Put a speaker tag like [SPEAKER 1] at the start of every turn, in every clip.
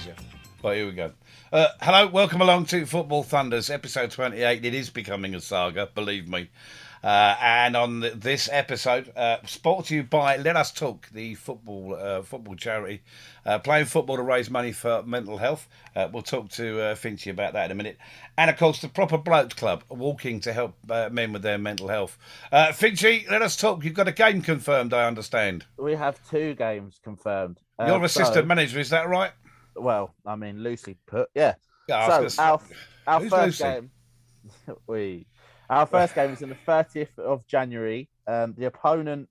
[SPEAKER 1] here we go. Uh, hello, welcome along to Football Thunders, episode 28. It is becoming a saga, believe me. Uh, and on th- this episode, uh, brought to you by Let Us Talk, the football uh, football charity, uh, playing football to raise money for mental health. Uh, we'll talk to uh, Finchy about that in a minute. And of course, the Proper Bloke Club, walking to help uh, men with their mental health. Uh, Finchy, let us talk. You've got a game confirmed, I understand.
[SPEAKER 2] We have two games confirmed. Uh,
[SPEAKER 1] You're
[SPEAKER 2] so-
[SPEAKER 1] assistant manager, is that right?
[SPEAKER 2] Well, I mean, loosely put, yeah.
[SPEAKER 1] Yeah, I
[SPEAKER 2] So
[SPEAKER 1] was gonna
[SPEAKER 2] our,
[SPEAKER 1] say-
[SPEAKER 2] our
[SPEAKER 1] Who's
[SPEAKER 2] first
[SPEAKER 1] Lucy?
[SPEAKER 2] game, we, our first game is on the thirtieth of January. Um, the opponent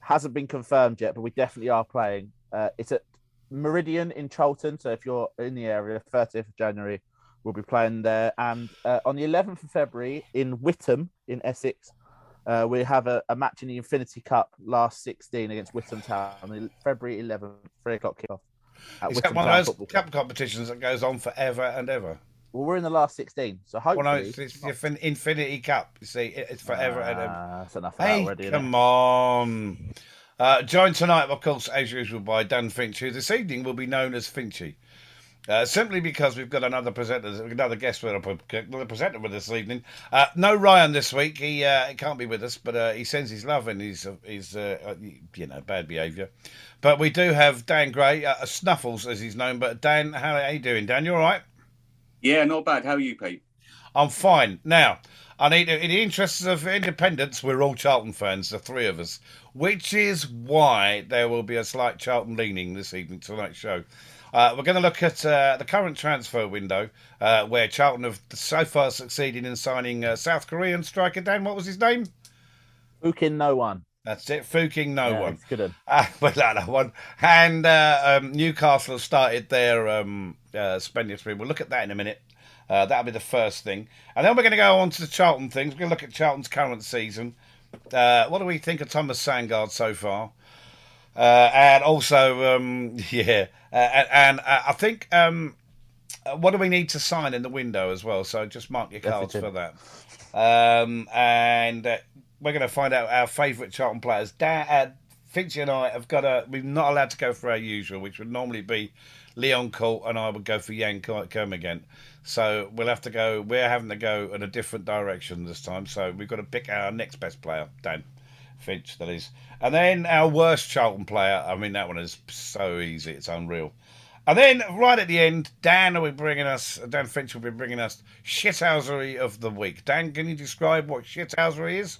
[SPEAKER 2] hasn't been confirmed yet, but we definitely are playing. Uh, it's at Meridian in Cholton, so if you're in the area, thirtieth of January, we'll be playing there. And uh, on the eleventh of February in Whittam in Essex. Uh, we have a, a match in the Infinity Cup last 16 against Whittam Town on February 11th, 3 o'clock kickoff. at
[SPEAKER 1] Is that
[SPEAKER 2] Whittam
[SPEAKER 1] one
[SPEAKER 2] Town
[SPEAKER 1] of
[SPEAKER 2] Football
[SPEAKER 1] those
[SPEAKER 2] Club.
[SPEAKER 1] cup competitions that goes on forever and ever?
[SPEAKER 2] Well, we're in the last 16, so hopefully.
[SPEAKER 1] Well, no, it's, it's the infin- Infinity Cup. You see, it- it's forever and ever.
[SPEAKER 2] Ah, that's enough of that
[SPEAKER 1] Hey,
[SPEAKER 2] already. innit?
[SPEAKER 1] come on. Uh, joined tonight, of course, as usual, by Dan Finch, who this evening will be known as Finchy. Uh, simply because we've got another presenter, another guest with another presenter with us this evening. Uh, no Ryan this week; he uh, can't be with us, but uh, he sends his love and his his uh, you know bad behaviour. But we do have Dan Gray, uh, Snuffles as he's known. But Dan, how are you doing? Dan, you all right?
[SPEAKER 3] Yeah, not bad. How are you, Pete?
[SPEAKER 1] I'm fine. Now, I need in the interests of independence, we're all Charlton fans, the three of us, which is why there will be a slight Charlton leaning this evening tonight's show. Uh, we're going to look at uh, the current transfer window, uh, where Charlton have so far succeeded in signing uh, South Korean striker Dan. What was his name?
[SPEAKER 2] Fukin, no one.
[SPEAKER 1] That's it, Fuking no
[SPEAKER 2] Yeah,
[SPEAKER 1] one.
[SPEAKER 2] It's good. un.
[SPEAKER 1] Uh, we like that one. And uh, um, Newcastle have started their um, uh, spending spree. We'll look at that in a minute. Uh, that'll be the first thing. And then we're going to go on to the Charlton things. We're going to look at Charlton's current season. Uh, what do we think of Thomas Sangard so far? Uh, and also, um, yeah, uh, and, and uh, I think um, uh, what do we need to sign in the window as well? So just mark your cards
[SPEAKER 2] Everton.
[SPEAKER 1] for that. Um, and uh, we're going to find out our favourite Charlton players. Dan, uh, Finchy and I have got a. We're not allowed to go for our usual, which would normally be Leon Colt and I would go for Yan Kermigan. So we'll have to go. We're having to go in a different direction this time. So we've got to pick our next best player, Dan Finch, that is. And then our worst Charlton player. I mean, that one is so easy. It's unreal. And then right at the end, Dan will be bringing us. Dan Finch will be bringing us shithousery of the week. Dan, can you describe what shithousery is?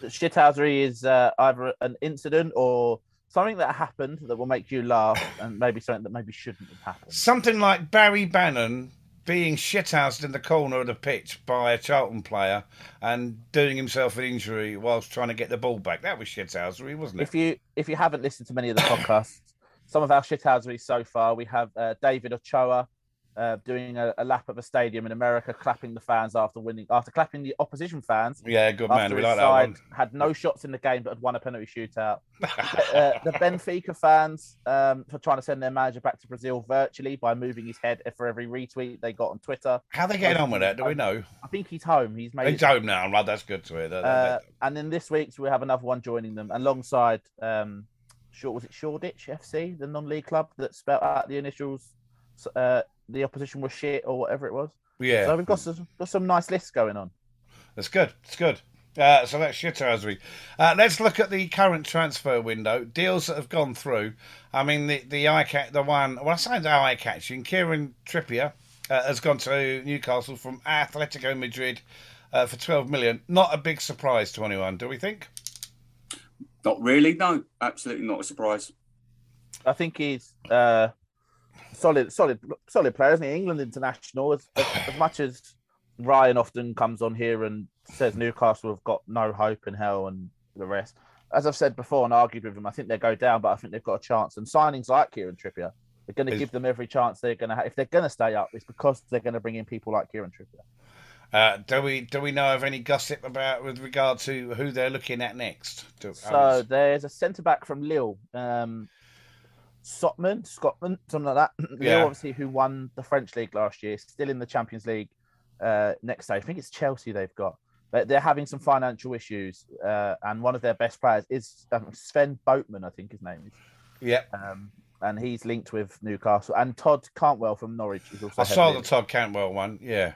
[SPEAKER 2] Shithousery is uh, either an incident or something that happened that will make you laugh and maybe something that maybe shouldn't have happened.
[SPEAKER 1] Something like Barry Bannon being shithoused in the corner of the pitch by a Charlton player and doing himself an injury whilst trying to get the ball back. That was shithousery, wasn't it?
[SPEAKER 2] If you if you haven't listened to many of the podcasts, some of our shithouseries so far, we have uh, David Ochoa uh, doing a, a lap of a stadium in America, clapping the fans after winning, after clapping the opposition fans
[SPEAKER 1] Yeah, good man.
[SPEAKER 2] after
[SPEAKER 1] We
[SPEAKER 2] his
[SPEAKER 1] like that
[SPEAKER 2] side
[SPEAKER 1] one.
[SPEAKER 2] had no shots in the game but had won a penalty shootout. uh, the Benfica fans um, for trying to send their manager back to Brazil virtually by moving his head for every retweet they got on Twitter.
[SPEAKER 1] How they getting on with that? Do we know?
[SPEAKER 2] I think he's home. He's made.
[SPEAKER 1] They
[SPEAKER 2] it.
[SPEAKER 1] don't know. I'm like, that's good to hear. That-
[SPEAKER 2] Uh,
[SPEAKER 1] that-
[SPEAKER 2] and then this week we have another one joining them alongside. Um, Short was it Shoreditch FC, the non-league club that spelt out the initials. s- Uh, the opposition was shit or whatever it was.
[SPEAKER 1] yeah.
[SPEAKER 2] So we've got some got some nice lists going on.
[SPEAKER 1] That's good. It's good. Uh, so that's shithousery. Uh, let's look at the current transfer window deals that have gone through. I mean, the the eye catch, the one. Well, I say the eye catching. Kieran Trippier uh, has gone to Newcastle from Atletico Madrid uh, for twelve million. Not a big surprise to anyone, do we think?
[SPEAKER 3] Not really. No, absolutely not a surprise.
[SPEAKER 2] I think he's uh, solid, solid, solid player, isn't he? England international. As, as, as much as Ryan often comes on here and says Newcastle have got no hope in hell and the rest. As I've said before and argued with him, I think they go down, but I think they've got a chance. And signings like Kieran Trippier, they're going to
[SPEAKER 1] Is-
[SPEAKER 2] give them every chance they're going to have. If they're going to stay up, it's because they're going to bring in people like Kieran Trippier.
[SPEAKER 1] Uh, do we do we know of any gossip about with regard to who they're looking at next? Do-
[SPEAKER 2] So there's a centre back from Lille, um, Sotman, Scotland, something like that. Lille,
[SPEAKER 1] Yeah.
[SPEAKER 2] obviously, who won the French league last year, still in the Champions League uh, next day. I think it's Chelsea they've got. But they're having some financial issues, uh, and one of their best players is um, Sven Boatman, I think his name is.
[SPEAKER 1] yeah,
[SPEAKER 2] Um, and he's linked with Newcastle. And Todd Cantwell from Norwich is also.
[SPEAKER 1] I saw
[SPEAKER 2] headed
[SPEAKER 1] the
[SPEAKER 2] in.
[SPEAKER 1] Todd Cantwell one. Yeah.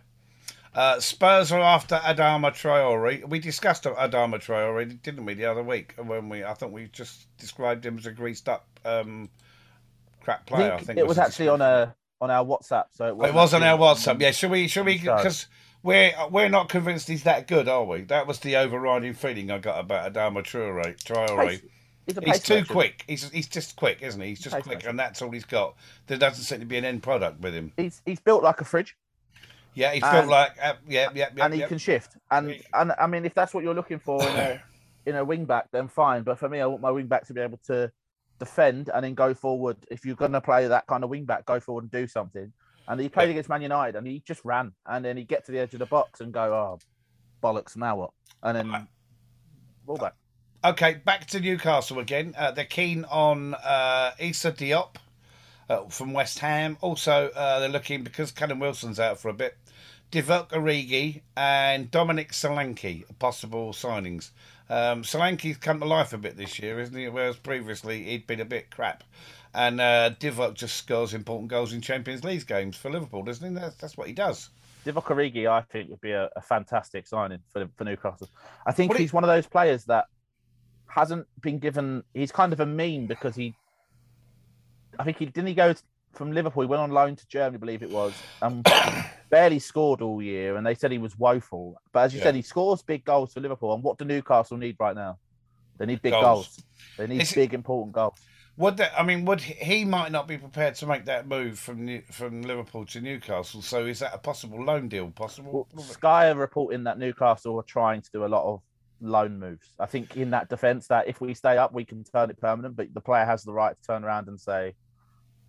[SPEAKER 1] Uh, Spurs are after Adama Traore. We discussed Adama Traore, didn't we, the other week when we? I think we just described him as a greased-up um, crap
[SPEAKER 2] I
[SPEAKER 1] player. I
[SPEAKER 2] think
[SPEAKER 1] think
[SPEAKER 2] it was
[SPEAKER 1] the
[SPEAKER 2] actually on a on our WhatsApp, so it,
[SPEAKER 1] Oh, It was on our
[SPEAKER 2] actually-
[SPEAKER 1] WhatsApp. Yeah, should we? Should we?
[SPEAKER 2] Sorry.
[SPEAKER 1] Because we're we're not convinced he's that good, are we? That was the overriding feeling I got about Adama Traore. Traore.
[SPEAKER 2] He's, a
[SPEAKER 1] He's
[SPEAKER 2] pace
[SPEAKER 1] too
[SPEAKER 2] merchant.
[SPEAKER 1] quick. He's he's just quick, isn't he? He's just
[SPEAKER 2] Pace
[SPEAKER 1] quick,
[SPEAKER 2] merchant.
[SPEAKER 1] and that's all he's got. There doesn't seem to be an end product with him.
[SPEAKER 2] He's he's built like a fridge,
[SPEAKER 1] Yeah, he's built
[SPEAKER 2] And-
[SPEAKER 1] like uh, yeah, yeah, yeah.
[SPEAKER 2] and he
[SPEAKER 1] yeah.
[SPEAKER 2] can shift. And
[SPEAKER 1] Yeah.
[SPEAKER 2] and I mean, if that's what you're looking for in a in a wing back, then fine. But for me, I want my wing back to be able to defend and then go forward. If you're going to play that kind of wing back, go forward and do something. And he played against Man United, and he just ran, and then he'd get to the edge of the box and go, "Oh, bollocks! Now what?" And then ball back.
[SPEAKER 1] Okay, back to Newcastle again. Uh, they're keen on uh, Issa Diop uh, from West Ham. Also, uh, they're looking because Callum Wilson's out for a bit. Divock Origi and Dominic Solanke are possible signings. Um, Solanke's come to life a bit this year, isn't he? Whereas previously he'd been a bit crap. And uh, Divock just scores important goals in Champions League games for Liverpool, doesn't he? That's, that's what he does.
[SPEAKER 2] Divock Origi, I think, would be a, a fantastic signing for for Newcastle. I think
[SPEAKER 1] What do you-
[SPEAKER 2] he's one of those players that hasn't been given. He's kind of a meme because he, I think he didn't he go from Liverpool. He went on loan to Germany, I believe it was, and barely scored all year. And they said he was woeful. But as you
[SPEAKER 1] Yeah.
[SPEAKER 2] said, he scores big goals for Liverpool. And what do Newcastle need right now? They need big
[SPEAKER 1] Goals.
[SPEAKER 2] goals. They need
[SPEAKER 1] Is it-
[SPEAKER 2] big important goals.
[SPEAKER 1] Would that? I mean, would he he might not be prepared to make that move from New, from Liverpool to Newcastle? So is that a possible loan deal? Possible?
[SPEAKER 2] Well, Sky are reporting that Newcastle are trying to do a lot of loan moves. I think in that defence, that if we stay up, we can turn it permanent. But the player has the right to turn around and say,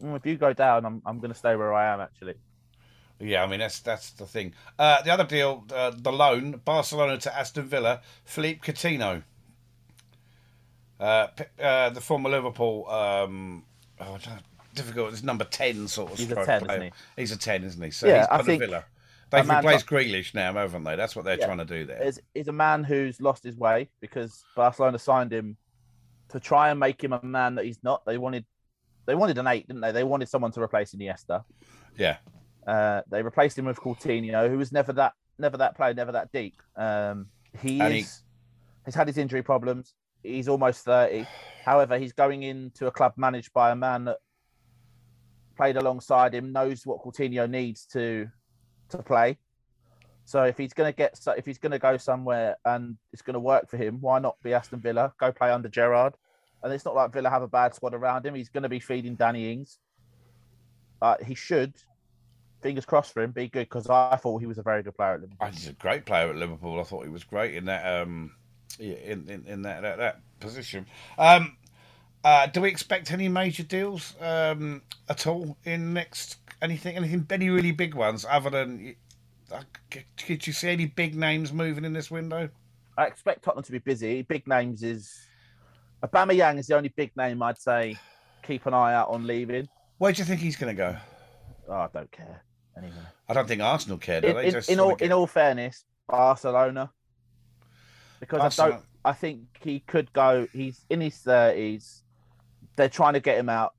[SPEAKER 2] "Mm, "If you go down, I'm I'm going to stay where I am." Actually,
[SPEAKER 1] Yeah, I mean that's that's the thing. Uh, the other deal, uh, the loan, Barcelona to Aston Villa, Philippe Coutinho, uh, p- uh, the former Liverpool. Um, oh, I don't- difficult. It's number ten sort of.
[SPEAKER 2] He's a
[SPEAKER 1] strike
[SPEAKER 2] 10,
[SPEAKER 1] player.
[SPEAKER 2] isn't
[SPEAKER 1] He's a ten, isn't he? So
[SPEAKER 2] Yeah,
[SPEAKER 1] he's
[SPEAKER 2] I
[SPEAKER 1] gone to
[SPEAKER 2] think
[SPEAKER 1] Villa. They've
[SPEAKER 2] man's
[SPEAKER 1] replaced Grealish now, haven't they? That's what they're
[SPEAKER 2] Yeah.
[SPEAKER 1] trying to do there.
[SPEAKER 2] is is a man who's lost his way because Barcelona signed him to try and make him a man that he's not. They wanted they wanted an eight, didn't they? They wanted someone to replace Iniesta.
[SPEAKER 1] yeah,
[SPEAKER 2] Uh, they replaced him with Coutinho, who was never that never that player, never that deep. Um, he
[SPEAKER 1] And he-
[SPEAKER 2] is he's had his injury problems. He's almost thirty. However, he's going into a club managed by a man that played alongside him, knows what Coutinho needs to to play. So if he's going to get so if he's going to go somewhere and it's going to work for him, why not be Aston Villa? Go play under Gerard. And it's not like Villa have a bad squad around him. He's going to be feeding Danny Ings. Uh, he should, fingers crossed for him, be good because I thought he was a very good player at Liverpool.
[SPEAKER 1] I- he's a great player at Liverpool. I thought he was great in that um, in, in, in that, that that position. Um, uh, do we expect any major deals um, at all in next anything anything any really big ones other than? uh, c- Did you see any big names moving in this window?
[SPEAKER 2] I expect Tottenham to be busy. Big names is Obama Yang is the only big name I'd say keep an eye out on leaving.
[SPEAKER 1] Where do you think he's going to go?
[SPEAKER 2] Oh, I don't care anyway.
[SPEAKER 1] I don't think Arsenal care. Do
[SPEAKER 2] In,
[SPEAKER 1] they?
[SPEAKER 2] in-
[SPEAKER 1] Just
[SPEAKER 2] in all
[SPEAKER 1] wanna get
[SPEAKER 2] in all fairness, Barcelona because I
[SPEAKER 1] Arsenal-
[SPEAKER 2] don't. I think he could go. He's in his thirties. They're trying to get him out.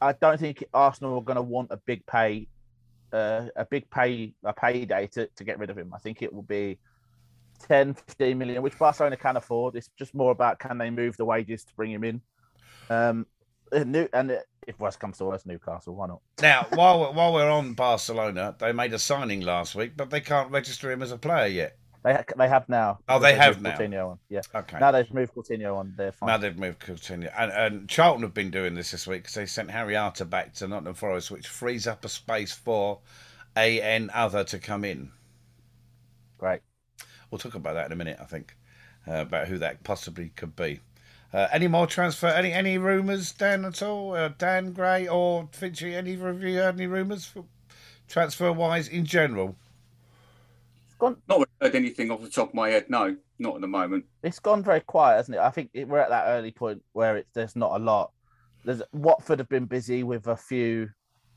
[SPEAKER 2] I don't think Arsenal are going to want a big pay, uh, a big pay, a payday to, to get rid of him. I think it will be 10, 15 million, which Barcelona can afford. It's just more about can they move the wages to bring him in. Um, and, New, and if West comes to West Newcastle, why not?
[SPEAKER 1] Now, while we're, while we're on Barcelona, they made a signing last week, but they can't register him as a player yet.
[SPEAKER 2] They ha- they have now.
[SPEAKER 1] Oh, they
[SPEAKER 2] They've
[SPEAKER 1] have now.
[SPEAKER 2] moved Coutinho on. Yeah,
[SPEAKER 1] Okay.
[SPEAKER 2] now they've moved Coutinho on. They're fine.
[SPEAKER 1] Now they've moved Coutinho. And, and Charlton have been doing this this week because they sent Harry Arter back to Nottingham Forest, which frees up a space for AN Other to come in.
[SPEAKER 2] Great.
[SPEAKER 1] We'll talk about that in a minute, I think, uh, about who that possibly could be. Uh, any more transfer? Any any rumours, Dan, at all? Uh, Dan Gray or Finchy? Any have you heard any rumours for transfer wise in general?
[SPEAKER 2] It's gone
[SPEAKER 3] Not heard anything off the top of my head. No, not at the moment.
[SPEAKER 2] it's gone very quiet, hasn't it? I think it, we're at that early point where it's there's not a lot. There's Watford have been busy with a few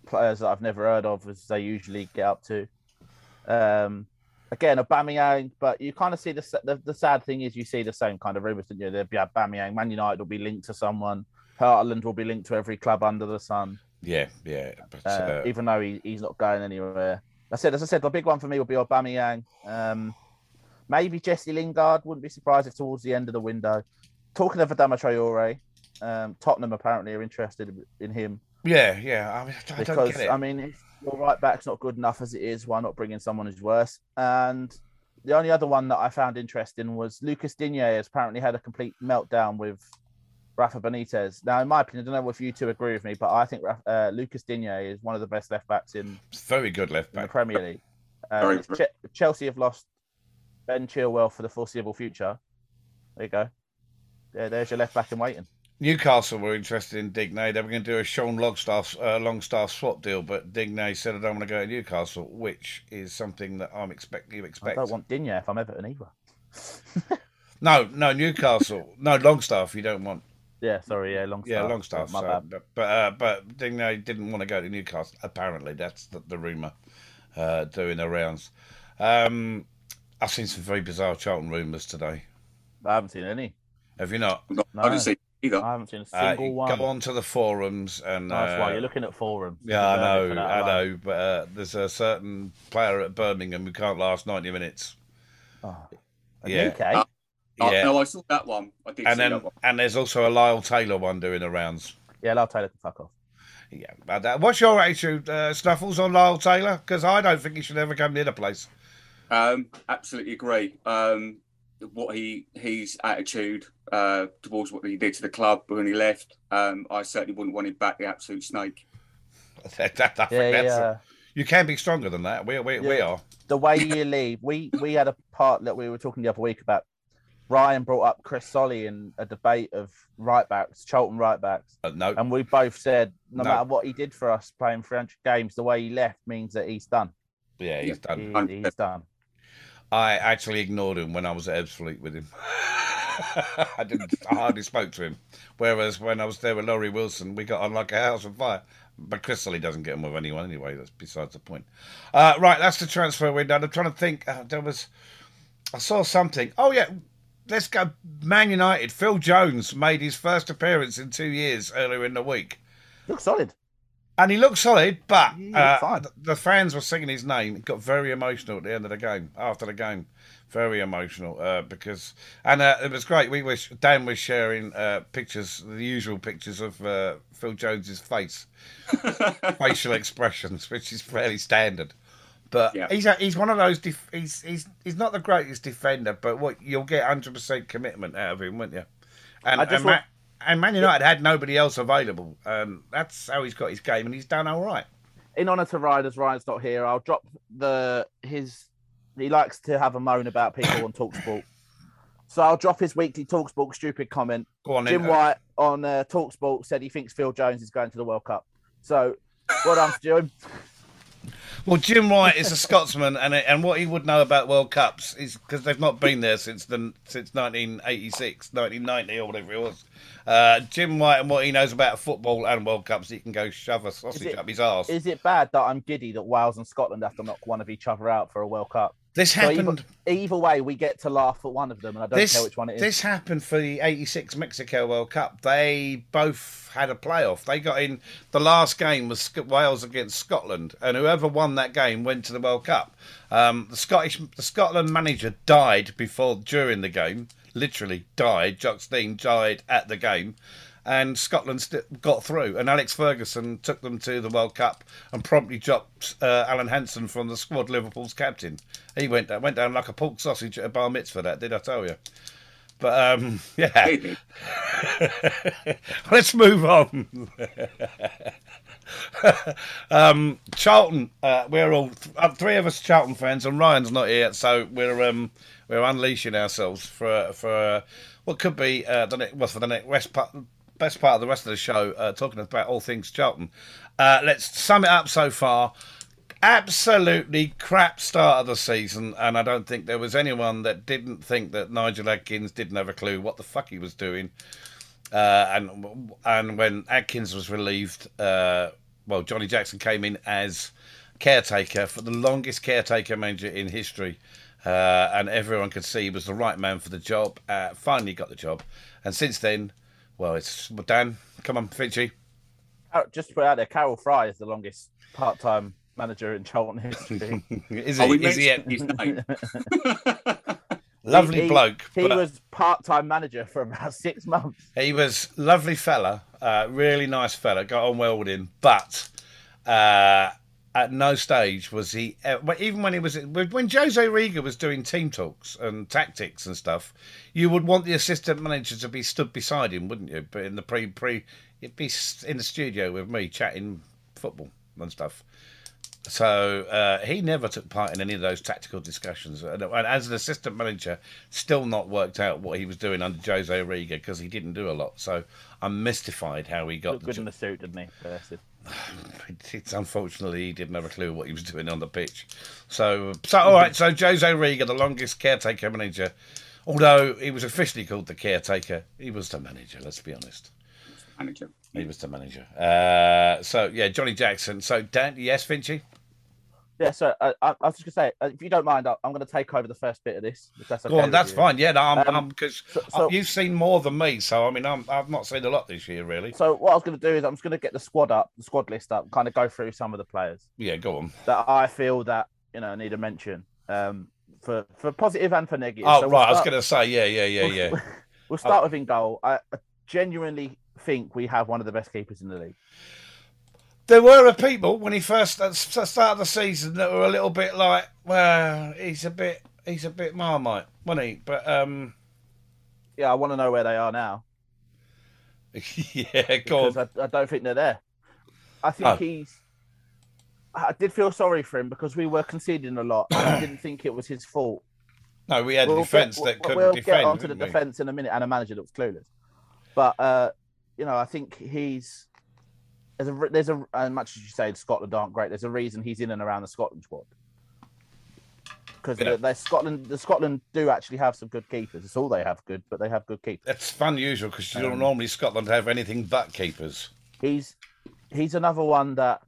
[SPEAKER 2] players that I've never heard of, as they usually get up to. Um, again, Aubameyang, but you kind of see the, s- the the sad thing is you see the same kind of rumours, don't you? There'll be Aubameyang, Man United will be linked to someone. Hartland will be linked to every club under the sun,
[SPEAKER 1] Yeah, yeah. But,
[SPEAKER 2] uh,
[SPEAKER 1] uh,
[SPEAKER 2] even though he, he's not going anywhere. I said, as I said, the big one for me will be Aubameyang. Um, maybe Jesse Lingard. Wouldn't be surprised if towards the end of the window. Talking of Adama Traore, um, Tottenham apparently are interested in him
[SPEAKER 1] yeah, yeah. I, mean, I don't
[SPEAKER 2] because
[SPEAKER 1] get it.
[SPEAKER 2] I mean, if your right back's not good enough as it is, why not bring in someone who's worse? And the only other one that I found interesting was Lucas Digne has apparently had a complete meltdown with Rafa Benitez. Now, in my opinion, I don't know if you two agree with me, but I think Raf- uh, Lucas Digne is one of the best left backs in,
[SPEAKER 1] It's very good left
[SPEAKER 2] in the
[SPEAKER 1] back.
[SPEAKER 2] Premier League.
[SPEAKER 3] Very
[SPEAKER 2] Um,
[SPEAKER 3] true.
[SPEAKER 2] Che- Chelsea have lost Ben Chilwell for the foreseeable future. There you go. There, there's your left back in waiting.
[SPEAKER 1] Newcastle were interested in Digne. They were going to do a Sean Longstaff, uh, Longstaff swap deal, but Digne said, I don't want to go to Newcastle, which is something that I'm expect you
[SPEAKER 2] I
[SPEAKER 1] expect.
[SPEAKER 2] don't want Digne if I'm Everton either.
[SPEAKER 1] No, no, Newcastle. no, Longstaff, you don't want.
[SPEAKER 2] Yeah, sorry, yeah, long
[SPEAKER 1] Yeah,
[SPEAKER 2] staff.
[SPEAKER 1] Longstaff.
[SPEAKER 2] My
[SPEAKER 1] so-
[SPEAKER 2] bad.
[SPEAKER 1] but but, uh, but Digne didn't want to go to Newcastle, apparently. That's the, the rumour uh, doing the rounds. Um, I've seen some very bizarre Charlton rumours today.
[SPEAKER 2] I haven't seen any.
[SPEAKER 1] Have you not?
[SPEAKER 3] I didn't see either.
[SPEAKER 2] I haven't seen a
[SPEAKER 1] Uh,
[SPEAKER 2] single
[SPEAKER 1] you
[SPEAKER 2] one.
[SPEAKER 1] Go on to the forums and.
[SPEAKER 2] That's
[SPEAKER 1] uh,
[SPEAKER 2] why you're looking at forums.
[SPEAKER 1] Yeah, I
[SPEAKER 2] You're looking
[SPEAKER 1] know,
[SPEAKER 2] at
[SPEAKER 1] I
[SPEAKER 2] that alone.
[SPEAKER 1] know. But uh, there's a certain player at Birmingham who can't last 90 minutes.
[SPEAKER 2] Oh, a
[SPEAKER 1] Yeah,
[SPEAKER 2] UK?
[SPEAKER 3] Uh, I-
[SPEAKER 1] yeah.
[SPEAKER 3] no, I saw that one. I did
[SPEAKER 1] and
[SPEAKER 3] see
[SPEAKER 1] then
[SPEAKER 3] that one.
[SPEAKER 1] and there's also a Lyle Taylor one doing the rounds.
[SPEAKER 2] yeah, Lyle Taylor can fuck off.
[SPEAKER 1] Yeah, but that, what's your attitude, uh, Snuffles, on Lyle Taylor? Because I don't think he should ever come near the place.
[SPEAKER 3] Um, absolutely agree. Um, what he his attitude uh, towards what he did to the club when he left. Um, I certainly wouldn't want him back. The absolute snake.
[SPEAKER 1] That- that- I think
[SPEAKER 2] Yeah,
[SPEAKER 1] that's-
[SPEAKER 2] yeah.
[SPEAKER 1] You can be stronger than that. We we, we
[SPEAKER 2] Yeah.
[SPEAKER 1] are.
[SPEAKER 2] The way you leave, we we had a part that we were talking the other week about. Ryan brought up Chris Solly in a debate of right backs, Charlton right backs,
[SPEAKER 1] Uh, no,
[SPEAKER 2] and we both said no,
[SPEAKER 1] No.
[SPEAKER 2] matter what he did for us playing French games, the way he left means that he's done.
[SPEAKER 1] yeah, he's done.
[SPEAKER 2] He, he's done.
[SPEAKER 1] I actually ignored him when I was at Ebbsfleet with him. I didn't. I hardly spoke to him. Whereas when I was there with Laurie Wilson, we got on like a house on fire. But Crystal, he doesn't get on with anyone anyway. That's besides the point. Uh, right, that's the transfer window. And I'm trying to think. Uh, there was, I saw something. Oh yeah, let's go. Man United. Phil Jones made his first appearance in two years earlier in the week,
[SPEAKER 2] Looks solid.
[SPEAKER 1] and he looked solid. But
[SPEAKER 2] He looked
[SPEAKER 1] uh,
[SPEAKER 2] fine.
[SPEAKER 1] th- the fans were singing his name. It got very emotional at the end of the game. After the game, very emotional uh, because and uh, it was great. We were Dan was sharing uh, pictures, the usual pictures of uh, Phil Jones's face, facial expressions, which is fairly standard. But
[SPEAKER 3] Yeah.
[SPEAKER 1] he's a, he's one of those. Def- he's he's he's not the greatest defender, but what you'll get hundred percent commitment out of him, won't you? And
[SPEAKER 2] I just
[SPEAKER 1] and,
[SPEAKER 2] want-
[SPEAKER 1] Ma- and Man United had nobody else available. Um, that's how he's got his game, and he's done all right.
[SPEAKER 2] in honor to riders ryan's not here i'll drop the his he likes to have a moan about people on talksport so i'll drop his weekly talksport stupid comment
[SPEAKER 1] Go on,
[SPEAKER 2] jim
[SPEAKER 1] then.
[SPEAKER 2] white on uh, talksport said he thinks phil jones is going to the world cup so well done jim
[SPEAKER 1] Well, Jim White is a Scotsman, and and what he would know about World Cups is because they've not been there since the since 1986, 1990, or whatever it was. Uh, Jim White and what he knows about football and World Cups, he can go shove a sausage
[SPEAKER 2] it-
[SPEAKER 1] up his arse.
[SPEAKER 2] is it bad that i'm giddy that wales and scotland have to knock one of each other out for a world cup
[SPEAKER 1] This
[SPEAKER 2] so even-
[SPEAKER 1] happened.
[SPEAKER 2] either way we get to laugh at one of them and i don't
[SPEAKER 1] This
[SPEAKER 2] care which one it is
[SPEAKER 1] this happened for the '86 Mexico World Cup. They both had a playoff. They got in. The last game was Sc- Wales against Scotland, and whoever won that game went to the World Cup. Um, the Scottish, the Scotland manager died before during the game. Literally died. Jock Steen died at the game. And Scotland st- got through, and Alex Ferguson took them to the World Cup, and promptly dropped uh, Alan Hansen from the squad. Liverpool's captain, he went down, went down like a pork sausage at a bar mitzvah. That did I tell you? But um, yeah,
[SPEAKER 3] Really?
[SPEAKER 1] let's move on. um, Charlton, uh, we're all uh, three of us Charlton fans, and Ryan's not here, so we're um, we're unleashing ourselves for for uh, what could be uh, the next, well, for the next West part. Best part of the rest of the show, uh, talking about all things Charlton. Uh, let's sum it up so far absolutely crap start of the season, and I don't think there was anyone that didn't think that Nigel Adkins didn't have a clue what the fuck he was doing. Uh, and and when Adkins was relieved, uh, well, Johnny Jackson came in as caretaker for the longest caretaker manager in history. Uh, and everyone could see he was the right man for the job. Uh, finally got the job, and since then, well, it's well, Dan. Come on, Fitchy.
[SPEAKER 2] Car- Just to put it out there, Carol Fry is the longest part-time manager in Charlton history.
[SPEAKER 1] is
[SPEAKER 2] Oh,
[SPEAKER 3] Are
[SPEAKER 1] he?
[SPEAKER 3] we
[SPEAKER 1] Is he a
[SPEAKER 3] mentioning Oh, his name?
[SPEAKER 1] lovely
[SPEAKER 2] He-
[SPEAKER 1] bloke?
[SPEAKER 2] he
[SPEAKER 1] but- uh,
[SPEAKER 2] was part-time manager for about six months.
[SPEAKER 1] He was lovely fella, uh, really nice fella, got on well with him, but uh, at no stage was he. Uh, well, even when he was when Jose Riga was doing team talks and tactics and stuff, you would want the assistant manager to be stood beside him, wouldn't you? But in the pre pre, it'd be s- in the studio with me chatting football and stuff. So uh, he never took part in any of those tactical discussions. And and as an assistant manager, still not worked out what he was doing under Jose Riga because he didn't do a lot. So I'm mystified how he got
[SPEAKER 2] Looked
[SPEAKER 1] the
[SPEAKER 2] good in
[SPEAKER 1] job.
[SPEAKER 2] the suit, didn't he? Versus.
[SPEAKER 1] It's unfortunately he didn't have a clue what he was doing on the pitch. So, so all right. So Jose Riga, the longest caretaker manager, although he was officially called the caretaker, he was the manager. Let's be honest.
[SPEAKER 3] Manager.
[SPEAKER 1] He was the manager. Uh, so yeah, Johnny Jackson. So Dan, yes, Vinci.
[SPEAKER 2] Yeah, so uh, I, I was just gonna say, uh, if you don't mind, I, I'm going to take over the first bit of this. If that's okay
[SPEAKER 1] Go on,
[SPEAKER 2] with
[SPEAKER 1] that's
[SPEAKER 2] you.
[SPEAKER 1] fine. Yeah, no, I'm,
[SPEAKER 2] Um,
[SPEAKER 1] I'm because
[SPEAKER 2] So, so,
[SPEAKER 1] you've seen more than me, so I mean, I'm, I've not seen a lot this year, really.
[SPEAKER 2] so what I was going to do is I'm just going to get the squad up, the squad list up, kind of go through some of the players
[SPEAKER 1] Yeah, go on.
[SPEAKER 2] that I feel that you know need a mention um, for for positive and for negative.
[SPEAKER 1] Oh,
[SPEAKER 2] So we'll
[SPEAKER 1] right. I was
[SPEAKER 2] start-
[SPEAKER 1] going to say, yeah, yeah, yeah, yeah. Oh.
[SPEAKER 2] We'll, we'll start with in goal. I, I genuinely think we have one of the best keepers in the league.
[SPEAKER 1] there were a people when he first uh, at the start of the season that were a little bit like, well, he's a bit, he's a bit marmite, wasn't he? But um,
[SPEAKER 2] Yeah, I want to know where they are now
[SPEAKER 1] yeah, go
[SPEAKER 2] because
[SPEAKER 1] on.
[SPEAKER 2] I, I don't think they're there. I think
[SPEAKER 1] Oh.
[SPEAKER 2] he's. I did feel sorry for him because we were conceding a lot. And I didn't think it was his fault.
[SPEAKER 1] No, we had a
[SPEAKER 2] We'll
[SPEAKER 1] defence
[SPEAKER 2] get-
[SPEAKER 1] that
[SPEAKER 2] we'll-
[SPEAKER 1] couldn't
[SPEAKER 2] we'll
[SPEAKER 1] defend.
[SPEAKER 2] get onto the
[SPEAKER 1] didn't we?
[SPEAKER 2] defence in a minute and a manager that was clueless. But uh, you know, I think he's there's a re- there's a as much as you say Scotland aren't great. There's a reason he's in and around the Scotland squad because
[SPEAKER 1] Yeah.
[SPEAKER 2] the, the Scotland the Scotland do actually have some good keepers. It's all they have good, but they have good keepers.
[SPEAKER 1] That's unusual because you don't
[SPEAKER 2] Um,
[SPEAKER 1] normally Scotland have anything but keepers.
[SPEAKER 2] He's he's another one that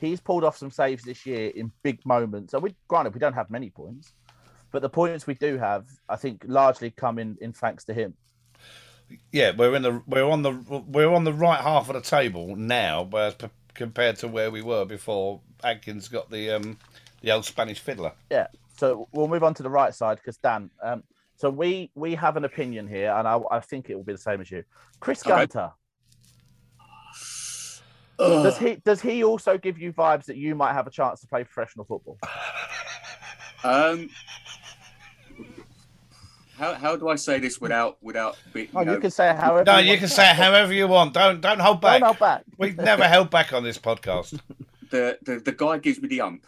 [SPEAKER 2] he's pulled off some saves this year in big moments. And we granted we don't have many points, but the points we do have, I think, largely come in in thanks to him.
[SPEAKER 1] Yeah, we're in the we're on the we're on the right half of the table now, whereas p- compared to where we were before Atkins got the um the old Spanish fiddler.
[SPEAKER 2] Yeah. So we'll move on to the right side because Dan. Um, so we we have an opinion here, and I, I think it will be the same as you. Chris
[SPEAKER 3] Okay.
[SPEAKER 2] Gunter
[SPEAKER 3] Ugh.
[SPEAKER 2] does he does he also give you vibes that you might have a chance to play professional football?
[SPEAKER 3] Um, how, how do I say this without without be, you
[SPEAKER 2] Oh,
[SPEAKER 3] know,
[SPEAKER 2] you can say however.
[SPEAKER 1] No, you
[SPEAKER 2] want.
[SPEAKER 1] can say it however you want. Don't don't hold
[SPEAKER 2] No,
[SPEAKER 1] back.
[SPEAKER 2] no, back.
[SPEAKER 1] We've never held back on this podcast.
[SPEAKER 3] the, the the guy gives me the ump.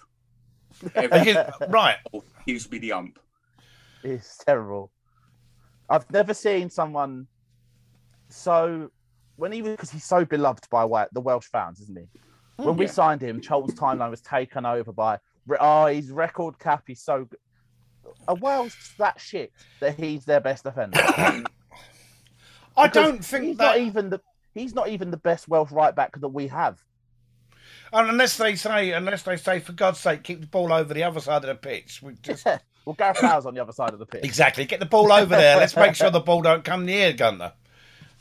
[SPEAKER 1] He
[SPEAKER 3] Every
[SPEAKER 1] gives- right.
[SPEAKER 3] ball gives me the ump.
[SPEAKER 2] It's terrible. I've never seen someone so when he was because he's so beloved by Wa- the Welsh fans, isn't he?
[SPEAKER 1] Oh,
[SPEAKER 2] When we
[SPEAKER 3] yeah.
[SPEAKER 2] signed him, Charlton's timeline was taken over by oh, he's record cap. He's so good. Are Wales that shit that he's their best defender?
[SPEAKER 1] I
[SPEAKER 2] Because
[SPEAKER 1] don't
[SPEAKER 2] he's
[SPEAKER 1] think
[SPEAKER 2] not
[SPEAKER 1] that,
[SPEAKER 2] even the he's not even the best Welsh right back that we have.
[SPEAKER 1] and unless they say, unless they say, for God's sake, keep the ball over the other side of the pitch. We just
[SPEAKER 2] well, Gareth Howe's on the other side of the pitch.
[SPEAKER 1] exactly get the ball over there. Let's make sure the ball don't come near Gunner,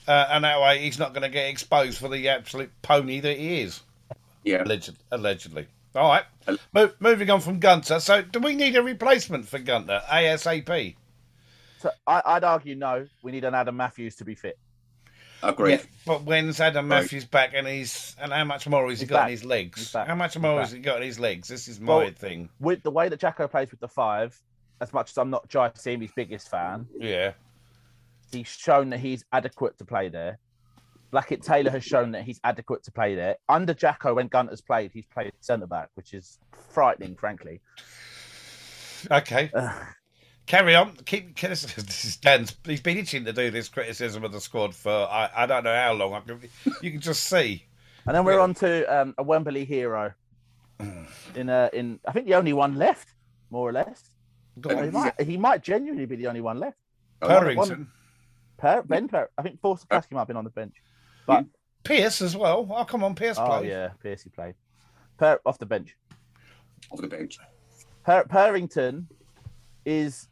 [SPEAKER 1] uh, and that way he's not going to get exposed for the absolute pony that he is.
[SPEAKER 3] Yeah,
[SPEAKER 1] Alleged, allegedly. All right. Mo- moving on from Gunter. So, do we need a replacement for Gunter ASAP?
[SPEAKER 2] So I, I'd argue no. We need an Adam Matthews to be fit.
[SPEAKER 3] agreed.
[SPEAKER 1] But when's Adam
[SPEAKER 3] Right.
[SPEAKER 1] Matthews back, and he's and how much more has he
[SPEAKER 2] He's
[SPEAKER 1] got
[SPEAKER 2] back.
[SPEAKER 1] in his legs?
[SPEAKER 2] He's back.
[SPEAKER 1] How much
[SPEAKER 2] He's
[SPEAKER 1] more
[SPEAKER 2] back.
[SPEAKER 1] has he got in his legs? This is my
[SPEAKER 2] Well-
[SPEAKER 1] thing.
[SPEAKER 2] with the way that Jacko plays with the five, as much as I'm not Jai Seamy's biggest fan,
[SPEAKER 1] Yeah.
[SPEAKER 2] he's shown that he's adequate to play there. Blackett Taylor has shown that he's adequate to play there. Under Jacko, when Gunter's played, he's played centre back, which is frightening, frankly.
[SPEAKER 1] Okay.
[SPEAKER 2] Ugh.
[SPEAKER 1] Carry on. Keep. This is Dan's. He's been itching to do this criticism of the squad for I, I don't know how long. I can, you can just see.
[SPEAKER 2] And then we're on to um, a Wembley hero. In a, in I think the only one left, more or less. He
[SPEAKER 1] Go
[SPEAKER 2] might, he might genuinely be the only one left.
[SPEAKER 1] on.
[SPEAKER 3] One-
[SPEAKER 1] Perrington.
[SPEAKER 2] Per, ben Per, I think Forster Plasky might have been on the bench.
[SPEAKER 1] Pierce as well. Oh come on, Pierce
[SPEAKER 2] Oh
[SPEAKER 1] played.
[SPEAKER 2] yeah, Piercy played. Per off the bench.
[SPEAKER 3] Off the bench.
[SPEAKER 2] Per- Purrington is,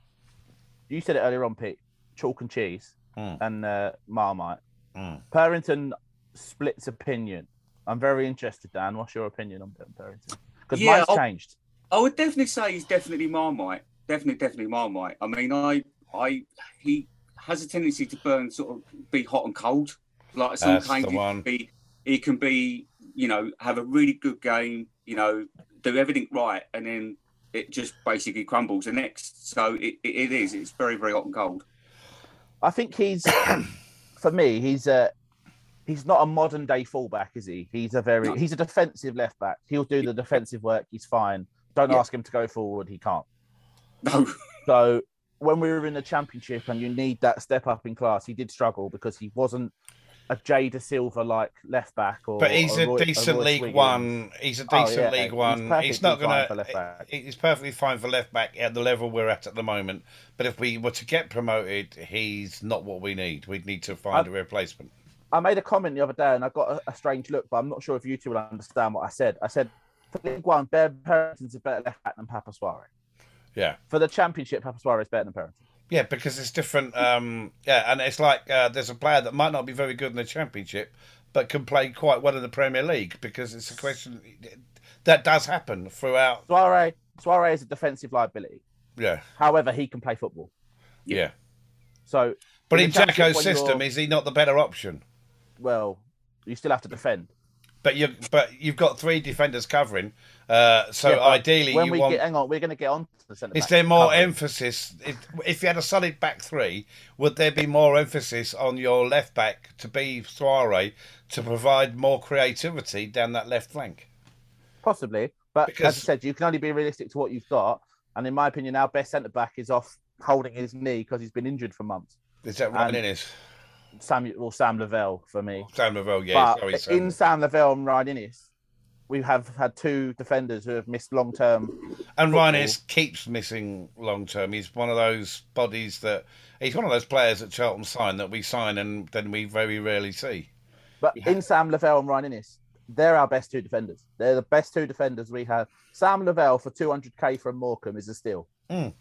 [SPEAKER 2] you said it
[SPEAKER 3] Hmm.
[SPEAKER 2] earlier on, Pete, chalk and cheese
[SPEAKER 1] Mm.
[SPEAKER 2] and uh, Marmite.
[SPEAKER 1] Mm.
[SPEAKER 2] Purrington, splits opinion. I'm very interested, Dan. What's your opinion on Ben Perrington? Because
[SPEAKER 3] Yeah,
[SPEAKER 2] mine's
[SPEAKER 3] I'll-
[SPEAKER 2] changed.
[SPEAKER 3] I would definitely say he's definitely Marmite. Definitely, definitely Marmite. I mean, I, I, he has a tendency to burn, sort of be hot and cold. Like some
[SPEAKER 1] That's
[SPEAKER 3] kind
[SPEAKER 1] the
[SPEAKER 3] he
[SPEAKER 1] one.
[SPEAKER 3] can be, he can be, you know, have a really good game, you know, do everything right, and then it just basically crumbles the next. So it, it, it is. It's very, very hot and cold.
[SPEAKER 2] I think he's, for me, he's a he's not a modern day fullback, is he? He's a very
[SPEAKER 3] No.
[SPEAKER 2] he's a defensive left back. He'll do the defensive work. He's fine. Don't
[SPEAKER 3] Yeah.
[SPEAKER 2] ask him to go forward. He can't.
[SPEAKER 3] No,
[SPEAKER 2] So when we were in the championship and you need that step up in class, he did struggle because he wasn't a Jada Silva like left back or
[SPEAKER 1] But he's
[SPEAKER 2] or
[SPEAKER 1] a,
[SPEAKER 2] Oh, Roy- or
[SPEAKER 1] decent
[SPEAKER 2] Royce
[SPEAKER 1] League
[SPEAKER 2] Wiggins.
[SPEAKER 1] One. He's a
[SPEAKER 2] Oh,
[SPEAKER 1] decent
[SPEAKER 2] yeah,
[SPEAKER 1] League
[SPEAKER 2] he's
[SPEAKER 1] One. He's, not
[SPEAKER 2] perfectly fine for
[SPEAKER 1] going
[SPEAKER 2] left
[SPEAKER 1] to.
[SPEAKER 2] back.
[SPEAKER 1] He's perfectly fine for left back at the level we're at at the moment. But if we were to get promoted, he's not what we need. We'd need to find a replacement.
[SPEAKER 2] I made a comment the other day and I got a, a strange look, but I'm not sure if you two will understand what I said. I said, for League One, Ben Perrington's a better left back than Papa Suarez.
[SPEAKER 1] Yeah.
[SPEAKER 2] For the Championship, Papa Suarez is better than Perrington.
[SPEAKER 1] Yeah, because it's different. Um, yeah, and it's like uh, there's a player that might not be very good in the Championship, but can play quite well in the Premier League because it's a question that does happen throughout.
[SPEAKER 2] Suarez, Suarez is a defensive liability.
[SPEAKER 1] Yeah,
[SPEAKER 2] However, he can play football.
[SPEAKER 1] yeah.
[SPEAKER 2] So,
[SPEAKER 1] But
[SPEAKER 2] the
[SPEAKER 1] in
[SPEAKER 2] Championship,
[SPEAKER 1] Jacko's
[SPEAKER 2] when you're-
[SPEAKER 1] system, is he not the better option?
[SPEAKER 2] well, you still have to defend.
[SPEAKER 1] But you, but you've got three defenders covering. Uh, so
[SPEAKER 2] Yeah, but
[SPEAKER 1] ideally,
[SPEAKER 2] when
[SPEAKER 1] you
[SPEAKER 2] we
[SPEAKER 1] want.
[SPEAKER 2] get, hang on, we're going to get on to the centre
[SPEAKER 1] is
[SPEAKER 2] back
[SPEAKER 1] there more
[SPEAKER 2] covering.
[SPEAKER 1] emphasis if, if you had a solid back three? Would there be more emphasis on your left back to be Soiree to provide more creativity down that left flank?
[SPEAKER 2] Possibly, but as I
[SPEAKER 1] Because-
[SPEAKER 2] said, you can only be realistic to what you've got. And in my opinion, our best centre back is off holding his knee because he's been injured for months.
[SPEAKER 1] Is that Ryan
[SPEAKER 2] And-
[SPEAKER 1] Innes?
[SPEAKER 2] Samuel well, Sam Lavelle for me.
[SPEAKER 1] Sam Lavelle, yeah, um, sorry,
[SPEAKER 2] but
[SPEAKER 1] Sam.
[SPEAKER 2] in Sam Lavelle and Ryan Innes, we have had two defenders who have missed long term.
[SPEAKER 1] and Ryan Innes keeps missing long term. He's one of those bodies that he's one of those players that Charlton sign that we sign and then we very rarely see.
[SPEAKER 2] But
[SPEAKER 1] Yeah.
[SPEAKER 2] in Sam Lavelle and Ryan Innes, they're our best two defenders. They're the best two defenders we have. Sam Lavelle for 200k from Morecambe is a steal.
[SPEAKER 1] Mm.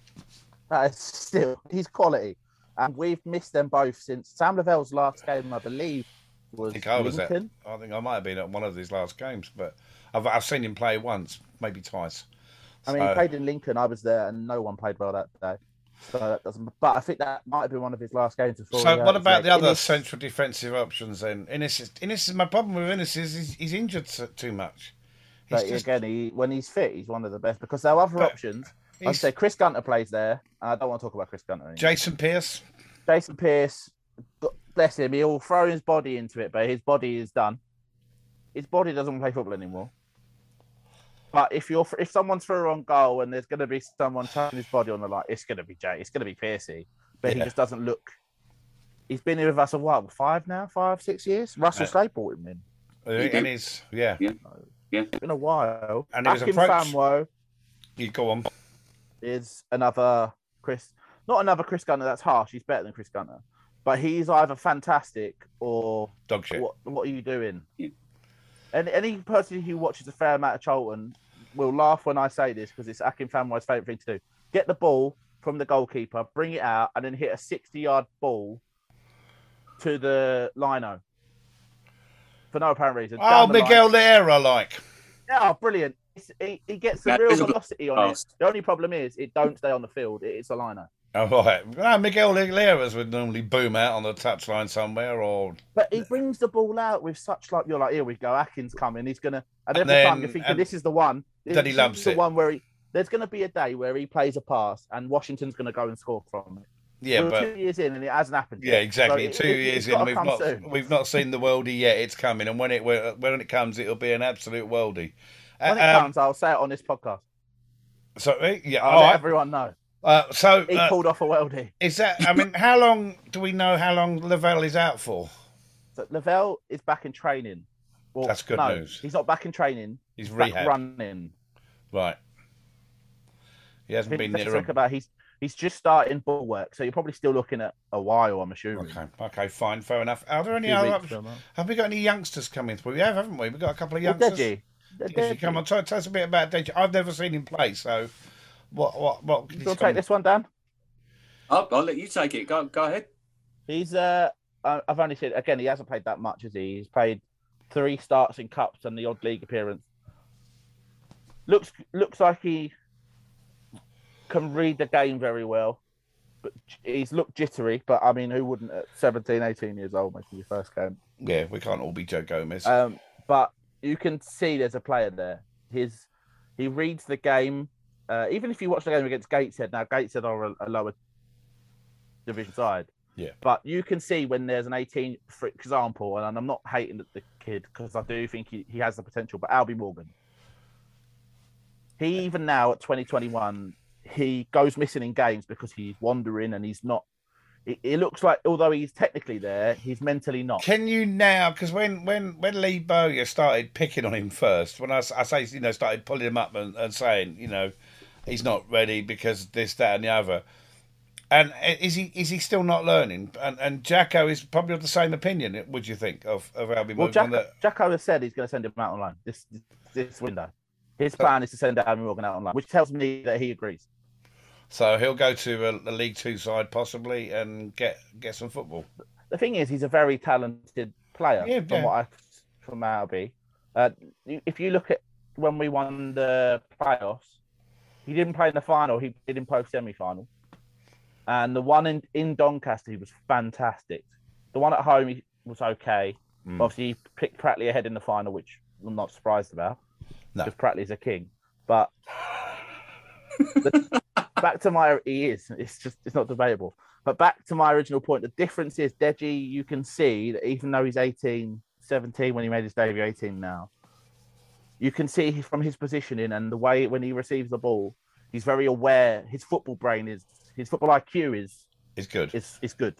[SPEAKER 2] That is still he's quality, and we've missed them both since Sam Lavelle's last game, I believe, was
[SPEAKER 1] I think I was at.
[SPEAKER 2] Lincoln.
[SPEAKER 1] I think I might have been at one of his last games, but I've I've seen him play once, maybe twice.
[SPEAKER 2] I mean, he
[SPEAKER 1] So-
[SPEAKER 2] played in Lincoln. I was there, and no one played well that day. So that doesn't. But I think that might have been one of his last games. Before
[SPEAKER 1] So
[SPEAKER 2] he hurt
[SPEAKER 1] what
[SPEAKER 2] his
[SPEAKER 1] about
[SPEAKER 2] leg.
[SPEAKER 1] the other
[SPEAKER 2] Oh, Innes-
[SPEAKER 1] central defensive options then? Innes is, Innes is my problem with Innes is he's, he's injured so- too much. He's
[SPEAKER 2] But
[SPEAKER 1] just
[SPEAKER 2] again, he, when he's fit, he's one of the best because there are other
[SPEAKER 1] But
[SPEAKER 2] options. I'd
[SPEAKER 1] he's,
[SPEAKER 2] say Chris Gunter plays there. and I don't want to talk about Chris Gunter. Anymore.
[SPEAKER 1] Jason Pierce.
[SPEAKER 2] Jason Pierce, God bless him, he'll throw his body into it, but his body is done. His body doesn't play football anymore. But if you're if someone's through on goal and there's going to be someone touching his body on the line, it's going to be Jay. It's going to be Piercy, but he
[SPEAKER 1] Yeah.
[SPEAKER 2] just doesn't look. He's been here with us a while, five now, five six years. Russell
[SPEAKER 1] Yeah.
[SPEAKER 2] Slade brought him in. Mm-hmm.
[SPEAKER 3] did.
[SPEAKER 1] And he's uh, yeah.
[SPEAKER 2] It's been a while.
[SPEAKER 1] And he was
[SPEAKER 2] Akin
[SPEAKER 1] approached-
[SPEAKER 2] Fanwo
[SPEAKER 1] You go on.
[SPEAKER 2] is another Chris, not another Chris Gunner. That's harsh. He's better than Chris Gunner, but he's either fantastic or
[SPEAKER 1] Dog shit.
[SPEAKER 2] what what are you doing?
[SPEAKER 3] Yeah.
[SPEAKER 2] And any person who watches a fair amount of Charlton will laugh when I say this because it's Akin Fanwai's favourite thing to do. Get the ball from the goalkeeper, bring it out, and then hit a 60 yard ball to the lino. For no apparent reason.
[SPEAKER 1] Oh,
[SPEAKER 2] Down the line.
[SPEAKER 1] Miguel Leira like.
[SPEAKER 2] Yeah, oh, brilliant. It's, he, he gets the
[SPEAKER 3] That
[SPEAKER 2] real
[SPEAKER 3] is a good
[SPEAKER 2] velocity on
[SPEAKER 3] pass.
[SPEAKER 2] it. The only problem is it don't stay on the field. It, it's a lino.
[SPEAKER 1] Oh, right. Well, Miguel Leira's would normally boom out on the touchline somewhere or
[SPEAKER 2] But he brings the ball out with such like you're like, here we go, Atkins coming. He's gonna and every
[SPEAKER 1] And
[SPEAKER 2] time you're
[SPEAKER 1] then-
[SPEAKER 2] thinking
[SPEAKER 1] and
[SPEAKER 2] this is the one. This,
[SPEAKER 1] then he
[SPEAKER 2] this
[SPEAKER 1] lumps
[SPEAKER 2] is the
[SPEAKER 1] it.
[SPEAKER 2] one where he there's gonna be a day where he plays a pass and Washington's gonna go and score from it.
[SPEAKER 1] yeah,
[SPEAKER 2] We're
[SPEAKER 1] but
[SPEAKER 2] two years in and it hasn't happened.
[SPEAKER 1] Yeah,
[SPEAKER 2] yet.
[SPEAKER 1] exactly.
[SPEAKER 2] So
[SPEAKER 1] Two
[SPEAKER 2] it- it-
[SPEAKER 1] years
[SPEAKER 2] it's
[SPEAKER 1] in,
[SPEAKER 2] gotta
[SPEAKER 1] we've
[SPEAKER 2] come
[SPEAKER 1] not
[SPEAKER 2] soon.
[SPEAKER 1] we've not seen the worldie yet. It's coming, and when it when it comes, it'll be an absolute worldie.
[SPEAKER 2] When it
[SPEAKER 1] Uh, um,
[SPEAKER 2] comes, I'll say it on this podcast.
[SPEAKER 1] so uh, yeah,
[SPEAKER 2] I'll
[SPEAKER 1] all
[SPEAKER 2] let
[SPEAKER 1] right.
[SPEAKER 2] everyone know.
[SPEAKER 1] Uh, so
[SPEAKER 2] He
[SPEAKER 1] uh,
[SPEAKER 2] pulled off a worldie.
[SPEAKER 1] is that? I mean, how long do we know how long Lavelle is out for?
[SPEAKER 2] So Lavelle is back in training. Well,
[SPEAKER 1] That's good
[SPEAKER 2] no,
[SPEAKER 1] news.
[SPEAKER 2] He's not back in training.
[SPEAKER 1] He's
[SPEAKER 2] Back
[SPEAKER 1] rehab,
[SPEAKER 2] running.
[SPEAKER 1] right? He hasn't been
[SPEAKER 2] Let's
[SPEAKER 1] near
[SPEAKER 2] talk
[SPEAKER 1] him.
[SPEAKER 2] about he's he's just starting ball work, so you're probably still looking at a while. I'm assuming.
[SPEAKER 1] Okay, okay, fine, fair enough. Are there any
[SPEAKER 2] Two
[SPEAKER 1] other
[SPEAKER 2] weeks
[SPEAKER 1] options?
[SPEAKER 2] from now.
[SPEAKER 1] Have we got any youngsters coming through? We have, haven't we? We've got a couple of
[SPEAKER 2] Well,
[SPEAKER 1] youngsters.
[SPEAKER 2] Deji. De-
[SPEAKER 1] Deji,
[SPEAKER 2] Deji.
[SPEAKER 1] come on, tell, tell us a bit about Deji. I've never seen him play, so what, what, what?
[SPEAKER 2] Do you want to take this one, Dan?
[SPEAKER 3] I'll, I'll let you take it. Go, go ahead.
[SPEAKER 2] He's uh I- I've only seen again. He hasn't played that much, has he? He's played three starts in cups and the odd league appearance. Looks looks like he can read the game very well, but j- he's looked jittery. But I mean, who wouldn't at 17, 18 years old making your first game?
[SPEAKER 1] Yeah, we can't all be Joe Gomez.
[SPEAKER 2] Um, but you can see there's a player there. His he reads the game. Uh, even if you watch the game against Gateshead, now Gateshead are a, a lower division side.
[SPEAKER 1] Yeah.
[SPEAKER 2] But you can see when there's an 18, for example, and I'm not hating the, the kid because I do think he, he has the potential. But Albie Morgan, he even now at 2021, he goes missing in games because he's wandering and he's not. It, it looks like although he's technically there, he's mentally not.
[SPEAKER 1] Can you now? Because when when when Lee Bowyer started picking on him first, when I, s- I say you know started pulling him up and, and saying you know he's not ready because this that and the other, and i- is he is he still not learning? And and Jacko is probably of the same opinion. Would you think of of Albie
[SPEAKER 2] Well,
[SPEAKER 1] Morgan?
[SPEAKER 2] Jack,
[SPEAKER 1] that-
[SPEAKER 2] Jacko has said he's going to send him out online this this window. His plan is to send Aaron Morgan out online, which tells me that he agrees.
[SPEAKER 1] so he'll go to a, a League Two side possibly and get get some football.
[SPEAKER 2] The thing is, he's a very talented player,
[SPEAKER 1] Yeah,
[SPEAKER 2] from
[SPEAKER 1] yeah.
[SPEAKER 2] what I from Albi. Uh, you- if you look at when we won the playoffs, he didn't play in the final. He did in both semi-final, and the one in, in Doncaster he was fantastic. The one at home he was okay.
[SPEAKER 1] Mm.
[SPEAKER 2] Obviously, he picked Prattley ahead in the final, which I'm not surprised about
[SPEAKER 1] No.
[SPEAKER 2] because Prattley's a king. But the- back to my he is. It's just it's not debatable. But back to my original point, the difference is Deji. You can see that even though he's 18, 17 when he made his debut, 18 now. You can see from his positioning and the way when he receives the ball, he's very aware. His football brain is his football IQ is
[SPEAKER 1] It's good.
[SPEAKER 2] is is good.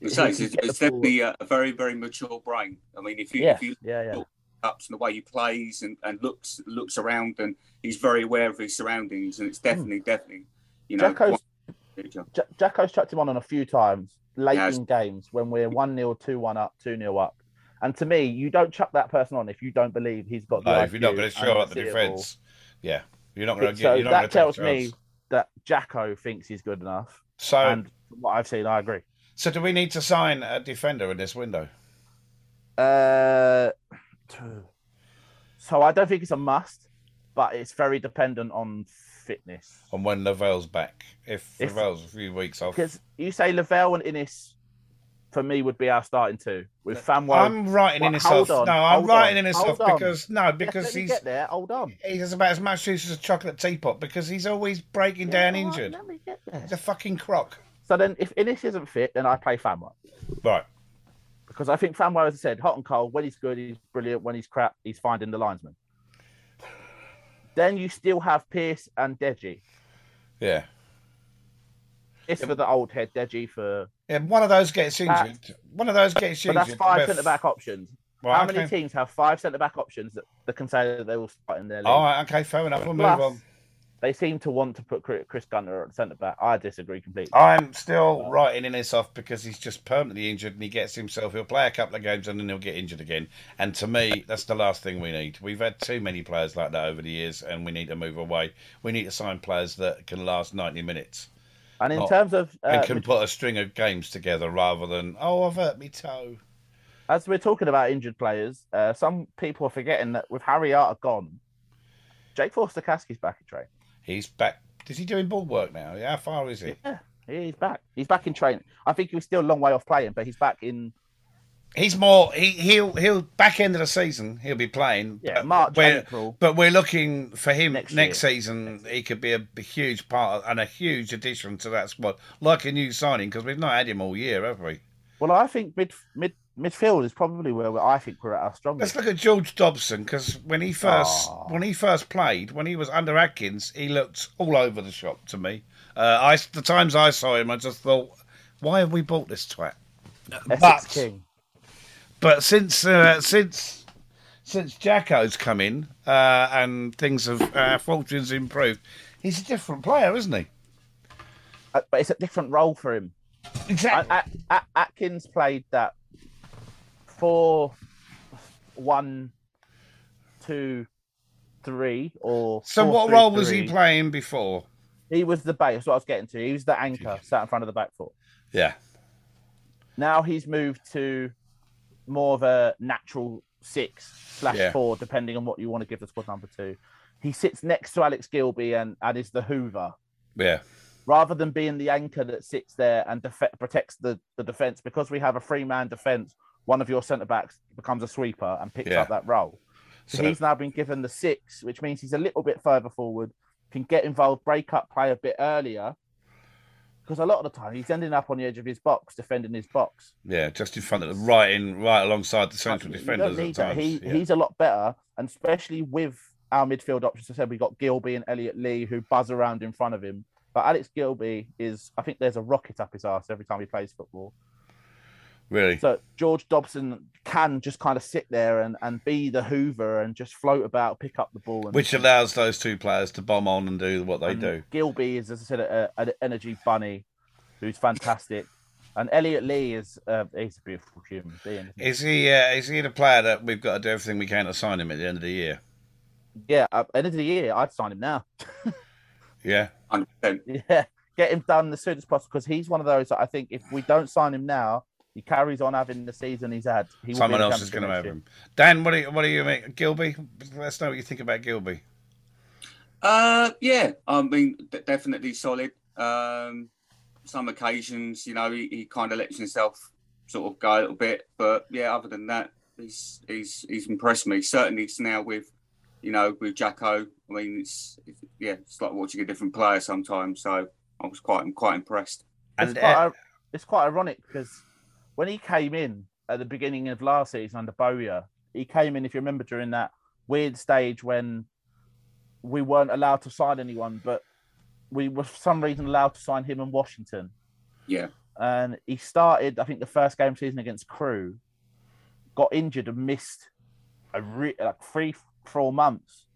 [SPEAKER 3] It's,
[SPEAKER 2] He
[SPEAKER 3] it's,
[SPEAKER 2] can
[SPEAKER 3] it's,
[SPEAKER 2] get the ball-
[SPEAKER 3] definitely a, a very, very mature brain. I mean, if you
[SPEAKER 2] yeah,
[SPEAKER 3] if you
[SPEAKER 2] yeah, yeah.
[SPEAKER 3] ups and the way he plays and, and looks looks around and he's very aware of his surroundings and it's definitely definitely you know
[SPEAKER 2] Hmm. Jacko's
[SPEAKER 3] one picture.
[SPEAKER 2] J- Jacko's chucked him on on a few times late
[SPEAKER 3] Yeah, it's-
[SPEAKER 2] in games when we're 1 0, 2 1 up, 2 0 up. And to me, you don't chuck that person on if you don't believe he's got the
[SPEAKER 1] No, Uh, if you're not
[SPEAKER 2] IQ
[SPEAKER 1] going to
[SPEAKER 2] and
[SPEAKER 1] show up the
[SPEAKER 2] foreseeable-
[SPEAKER 1] defence, yeah, you're not going to.
[SPEAKER 2] So
[SPEAKER 1] you're not
[SPEAKER 2] that
[SPEAKER 1] gonna take a
[SPEAKER 2] tells me
[SPEAKER 1] chance.
[SPEAKER 2] that Jacko thinks he's good enough.
[SPEAKER 1] So
[SPEAKER 2] and from what I've seen, I agree.
[SPEAKER 1] so do we need to sign a defender in this window?
[SPEAKER 2] Uh, so I don't think it's a must, but it's very dependent on fitness.
[SPEAKER 1] And when Lavelle's back, if,
[SPEAKER 2] If-
[SPEAKER 1] Lavelle's a few weeks off,
[SPEAKER 2] Because you say Lavelle and Innes, for me, would be our starting two with Fanwo.
[SPEAKER 1] I'm writing in
[SPEAKER 2] Well,
[SPEAKER 1] this
[SPEAKER 2] hold
[SPEAKER 1] off. No,
[SPEAKER 2] on,
[SPEAKER 1] I'm
[SPEAKER 2] hold
[SPEAKER 1] writing
[SPEAKER 2] on,
[SPEAKER 1] in this
[SPEAKER 2] hold
[SPEAKER 1] off
[SPEAKER 2] on.
[SPEAKER 1] because no,
[SPEAKER 2] Just
[SPEAKER 1] because
[SPEAKER 2] let me
[SPEAKER 1] he's
[SPEAKER 2] get there. Hold on.
[SPEAKER 1] he's about as much use as a chocolate teapot because he's always breaking down
[SPEAKER 2] Yeah, all right,
[SPEAKER 1] injured.
[SPEAKER 2] Let me get there.
[SPEAKER 1] He's a fucking crock.
[SPEAKER 2] So then, if Innes isn't fit, then I play Fanwo
[SPEAKER 1] Right.
[SPEAKER 2] because I think Fanwo, as I said, hot and cold. When he's good, he's brilliant. When he's crap, he's finding the linesman. Then you still have Pierce and Deji.
[SPEAKER 1] Yeah.
[SPEAKER 2] It's for the old head, Deji for.
[SPEAKER 1] And one of those gets
[SPEAKER 2] That-
[SPEAKER 1] injured. one of those gets
[SPEAKER 2] But
[SPEAKER 1] injured.
[SPEAKER 2] that's five
[SPEAKER 1] We're
[SPEAKER 2] centre back options.
[SPEAKER 1] f- Right,
[SPEAKER 2] How many
[SPEAKER 1] okay.
[SPEAKER 2] teams have five centre back options that, that can say that they will start in their league?
[SPEAKER 1] All right. Okay. Fair enough. We'll Oh, move
[SPEAKER 2] Plus,
[SPEAKER 1] on.
[SPEAKER 2] They seem to want to put Chris Chris Gunner at centre back. I disagree completely.
[SPEAKER 1] I'm still writing in this off because he's just permanently injured and he gets himself. He'll play a couple of games and then he'll get injured again. And to me, that's the last thing we need. We've had too many players like that over the years, and we need to move away. We need to sign players that can last 90 minutes
[SPEAKER 2] and in
[SPEAKER 1] oh,
[SPEAKER 2] terms of uh,
[SPEAKER 1] and can put a string of games together rather than oh, I've hurt my toe.
[SPEAKER 2] as we're talking about injured players, uh, some people are forgetting that with Harry Arter gone, Jake Forster-Kaski's back in train.
[SPEAKER 1] He's back. Is he doing ball work now? How far is he?
[SPEAKER 2] Yeah, he's back. He's back in training. I think he was still a long way off playing, but he's back in.
[SPEAKER 1] He's more. He he'll he'll back end of the season. He'll be playing.
[SPEAKER 2] Yeah,
[SPEAKER 1] but
[SPEAKER 2] uh, March,
[SPEAKER 1] we're-
[SPEAKER 2] April.
[SPEAKER 1] But we're looking for him next,
[SPEAKER 2] Next
[SPEAKER 1] season. He could be a b- huge part of, and a huge addition to that squad, like a new signing, because we've not had him all year, have we?
[SPEAKER 2] Well, I think mid mid midfield is probably where I think we're at our
[SPEAKER 1] Let's
[SPEAKER 2] strongest.
[SPEAKER 1] look at George Dobson, because when he first
[SPEAKER 2] Aw.
[SPEAKER 1] when he first played, when he was under Atkins, he looked all over the shop to me. Uh, I the times I saw him, I just thought, why have we bought this twat?
[SPEAKER 2] Essex
[SPEAKER 1] But-
[SPEAKER 2] King.
[SPEAKER 1] But since uh, since since Jacko's come in uh, and things have uh, fortunes improved, he's a different player, isn't he?
[SPEAKER 2] Uh, But it's a different role for him.
[SPEAKER 1] Exactly.
[SPEAKER 2] I, I, I, Atkins played that four, one, two, three, or
[SPEAKER 1] So
[SPEAKER 2] four,
[SPEAKER 1] what
[SPEAKER 2] three,
[SPEAKER 1] role was he
[SPEAKER 2] three.
[SPEAKER 1] playing before?
[SPEAKER 2] He was the base. That's what I was getting to. He was the anchor, sat in front of the back foot.
[SPEAKER 1] Yeah.
[SPEAKER 2] Now he's moved to more of a natural six slash
[SPEAKER 1] Yeah.
[SPEAKER 2] four, depending on what you want to give the squad number to. He sits next to Alex Gilby and, and is the Hoover
[SPEAKER 1] Yeah.
[SPEAKER 2] rather than being the anchor that sits there and def- protects the, the defense because we have a three man defense one of your centre backs becomes a sweeper and picks
[SPEAKER 1] Yeah.
[SPEAKER 2] up that role so,
[SPEAKER 1] So-
[SPEAKER 2] he's now been given the six which means he's a little bit further forward can get involved break up play a bit earlier because a lot of the time he's ending up on the edge of his box defending his box
[SPEAKER 1] Yeah, just in front of the right in right alongside the
[SPEAKER 2] Like,
[SPEAKER 1] central
[SPEAKER 2] you
[SPEAKER 1] defenders
[SPEAKER 2] don't
[SPEAKER 1] at
[SPEAKER 2] need that.
[SPEAKER 1] times.
[SPEAKER 2] He,
[SPEAKER 1] yeah.
[SPEAKER 2] he's a lot better and especially with our midfield options as i said we got gilby and elliot lee who buzz around in front of him but alex gilby is i think there's a rocket up his arse every time he plays football
[SPEAKER 1] really.
[SPEAKER 2] So George Dobson can just kind of sit there and, and be the Hoover and just float about, pick up the ball. And,
[SPEAKER 1] Which allows those two players to bomb on and do what they
[SPEAKER 2] and
[SPEAKER 1] do.
[SPEAKER 2] Gilby is, as I said, a, an energy bunny who's fantastic. And Elliot Lee is uh, he's a beautiful human being.
[SPEAKER 1] Is he? Uh, is he the player that we've got to do everything we can to sign him at the end of the year?
[SPEAKER 2] Yeah, at the end of the year, I'd sign him now.
[SPEAKER 1] Yeah.
[SPEAKER 3] 100%.
[SPEAKER 2] Yeah, get him done as soon as possible because he's one of those that I think if we don't sign him now, he carries on having the season he's had. He will be
[SPEAKER 1] Someone
[SPEAKER 2] the
[SPEAKER 1] else is going to
[SPEAKER 2] champion
[SPEAKER 1] have
[SPEAKER 2] next year.
[SPEAKER 1] him. Dan, what do you, what do you make? Gilby, let us know what you think about Gilby.
[SPEAKER 3] Uh, yeah, I mean, d- definitely solid. Um, some occasions, you know, he, he kind of lets himself sort of go a little bit, but yeah, other than that, he's he's he's impressed me. Certainly, it's now with you know with Jacko. I mean, it's, it's yeah, it's like watching a different player sometimes. So I was quite I'm quite impressed.
[SPEAKER 1] And
[SPEAKER 2] it's, quite,
[SPEAKER 1] uh,
[SPEAKER 2] ir- it's quite ironic because when he came in at the beginning of last season under Bowyer, he came in, if you remember, during that weird stage when we weren't allowed to sign anyone, but we were for some reason allowed to sign him in Washington.
[SPEAKER 3] Yeah.
[SPEAKER 2] And he started, I think, the first game of the season against Crew, got injured and missed a re- like three, four months.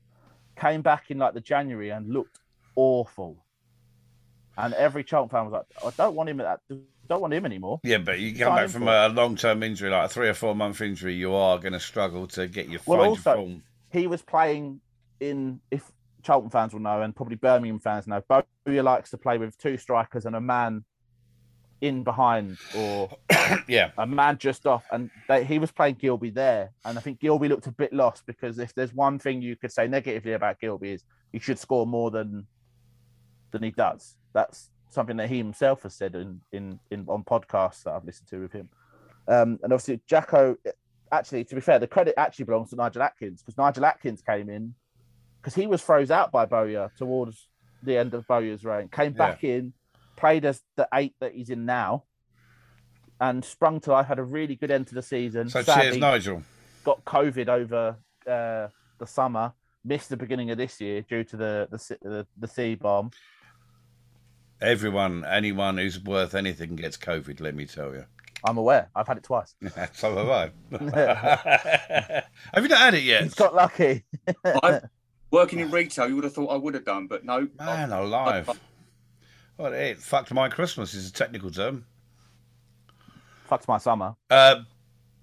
[SPEAKER 2] Came back in like the January and looked awful. And every Charlton fan was like, "I don't want him at that. Don't want him anymore."
[SPEAKER 1] yeah, but you
[SPEAKER 2] sign
[SPEAKER 1] come back
[SPEAKER 2] him
[SPEAKER 1] from
[SPEAKER 2] for-
[SPEAKER 1] a long term injury, like a three or four month injury, you are going to struggle to get your
[SPEAKER 2] Well,
[SPEAKER 1] find
[SPEAKER 2] also-
[SPEAKER 1] your form.
[SPEAKER 2] He was playing in, if Charlton fans will know, and probably Birmingham fans know, Bowyer likes to play with two strikers and a man in behind or
[SPEAKER 1] yeah,
[SPEAKER 2] a man just off. And they, he was playing Gilby there, and I think Gilby looked a bit lost because if there's one thing you could say negatively about Gilby is he should score more than than he does. That's something that he himself has said in in, in on podcasts that I've listened to with him. Um, and obviously Jacko, actually to be fair, the credit actually belongs to Nigel Atkins because Nigel Atkins came in because he was froze out by Bowyer towards the end of Bowyer's reign, came
[SPEAKER 1] Yeah.
[SPEAKER 2] back in, played as the eight that he's in now, and sprung to life. Had a really good end to the season.
[SPEAKER 1] so cheers,
[SPEAKER 2] Sadly,
[SPEAKER 1] Nigel.
[SPEAKER 2] got COVID over uh, the summer, missed the beginning of this year due to the the C- the, the C bomb.
[SPEAKER 1] Everyone, anyone who's worth anything gets COVID. Let me tell you.
[SPEAKER 2] I'm aware. I've had it twice.
[SPEAKER 1] so have I. have you not had it yet?
[SPEAKER 2] He's got lucky.
[SPEAKER 3] I working in retail, you would have thought I would have done, but no. I-
[SPEAKER 1] Man alive. Well, it fucked my Christmas is a technical term.
[SPEAKER 2] Fucked my summer.
[SPEAKER 1] Uh,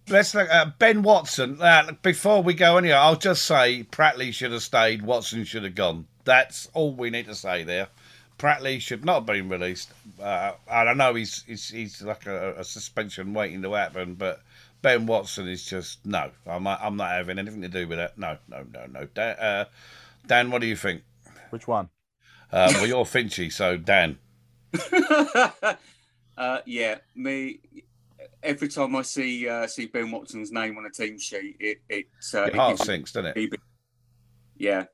[SPEAKER 1] let's look at Ben Watson. Uh, look, before we go anywhere, I'll just say Prattley should have stayed. Watson should have gone. That's all we need to say there. Prattley should not have been released. Uh, I don't know. He's he's, he's like a, a suspension waiting to happen, but Ben Watson is just no. I'm not, I'm not having anything to do with that. No, no, no, no. Dan, uh, Dan what do you think?
[SPEAKER 2] Which one?
[SPEAKER 1] Uh, well, you're Finchy, so Dan.
[SPEAKER 3] uh, yeah, me. Every time I see uh, see Ben Watson's name on a team sheet, it it, uh,
[SPEAKER 1] Your
[SPEAKER 3] it
[SPEAKER 1] heart
[SPEAKER 3] gives me-
[SPEAKER 1] sinks, doesn't it?
[SPEAKER 3] he be- yeah.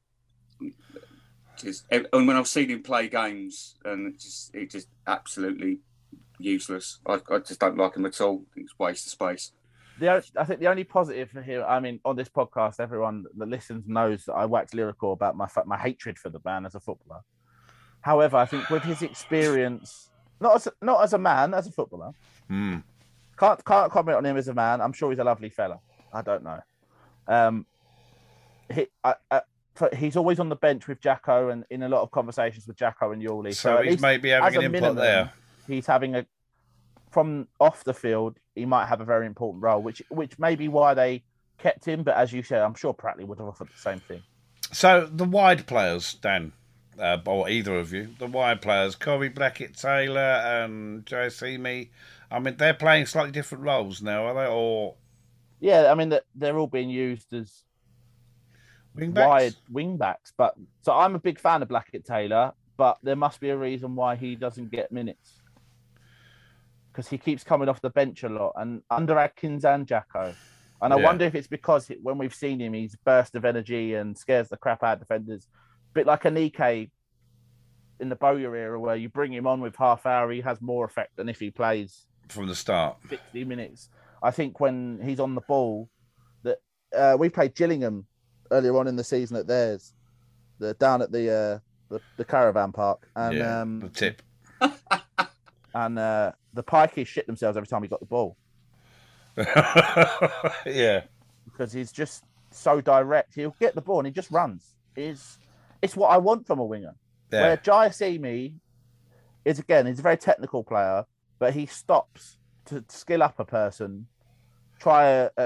[SPEAKER 3] Just and when I've seen him play games, and it just it just absolutely useless. I, I just don't like him at all. It's a waste of space.
[SPEAKER 2] The o- I think the only positive for here, I mean, on this podcast, everyone that listens knows that I wax lyrical about my fa- my hatred for the man as a footballer. However, I think with his experience, not as not as a man, as a footballer,
[SPEAKER 1] Hmm.
[SPEAKER 2] can't can't comment on him as a man. I'm sure he's a lovely fella. I don't know. Um, he I, I, for- he's always on the bench with Jacko and in a lot of conversations with Jacko and Yawley.
[SPEAKER 1] So,
[SPEAKER 2] at
[SPEAKER 1] he's
[SPEAKER 2] least
[SPEAKER 1] maybe
[SPEAKER 2] uh, as
[SPEAKER 1] having
[SPEAKER 2] a
[SPEAKER 1] an input
[SPEAKER 2] minimum,
[SPEAKER 1] there.
[SPEAKER 2] he's having a from off the field. He might have a very important role, which which may be why they kept him. But as you said, I'm sure Prattley would have offered the same thing.
[SPEAKER 1] So the wide players, Dan. uh, or either of you, the wide players, Corey Blackett Taylor and Joe Seamy, I mean, they're playing slightly different roles now, are they? Or
[SPEAKER 2] Yeah, I mean that they're all being used as
[SPEAKER 1] wing backs?
[SPEAKER 2] wide wing backs. But so I'm a big fan of Blackett Taylor, but there must be a reason why he doesn't get minutes because he keeps coming off the bench a lot and under Atkins and Jacko. And I
[SPEAKER 1] Yeah.
[SPEAKER 2] wonder if it's because it- when we've seen him, he's burst of energy and scares the crap out of defenders, bit like a Nike in the Bowyer era, where you bring him on with half hour, he has more effect than if he plays
[SPEAKER 1] From the start.
[SPEAKER 2] 60 minutes. I think when he's on the ball, that uh, we played Gillingham earlier on in the season at theirs, the, down at the, uh, the the caravan park, and
[SPEAKER 1] yeah,
[SPEAKER 2] um,
[SPEAKER 1] the tip.
[SPEAKER 2] and uh, the Pikes shit themselves every time he got the ball
[SPEAKER 1] yeah.
[SPEAKER 2] because he's just so direct. He'll get the ball and he just runs. Is it's what I want from a winger.
[SPEAKER 1] Yeah.
[SPEAKER 2] Where Jai Simi is again, he's a very technical player, but he stops to skill up a person, try a, a, a,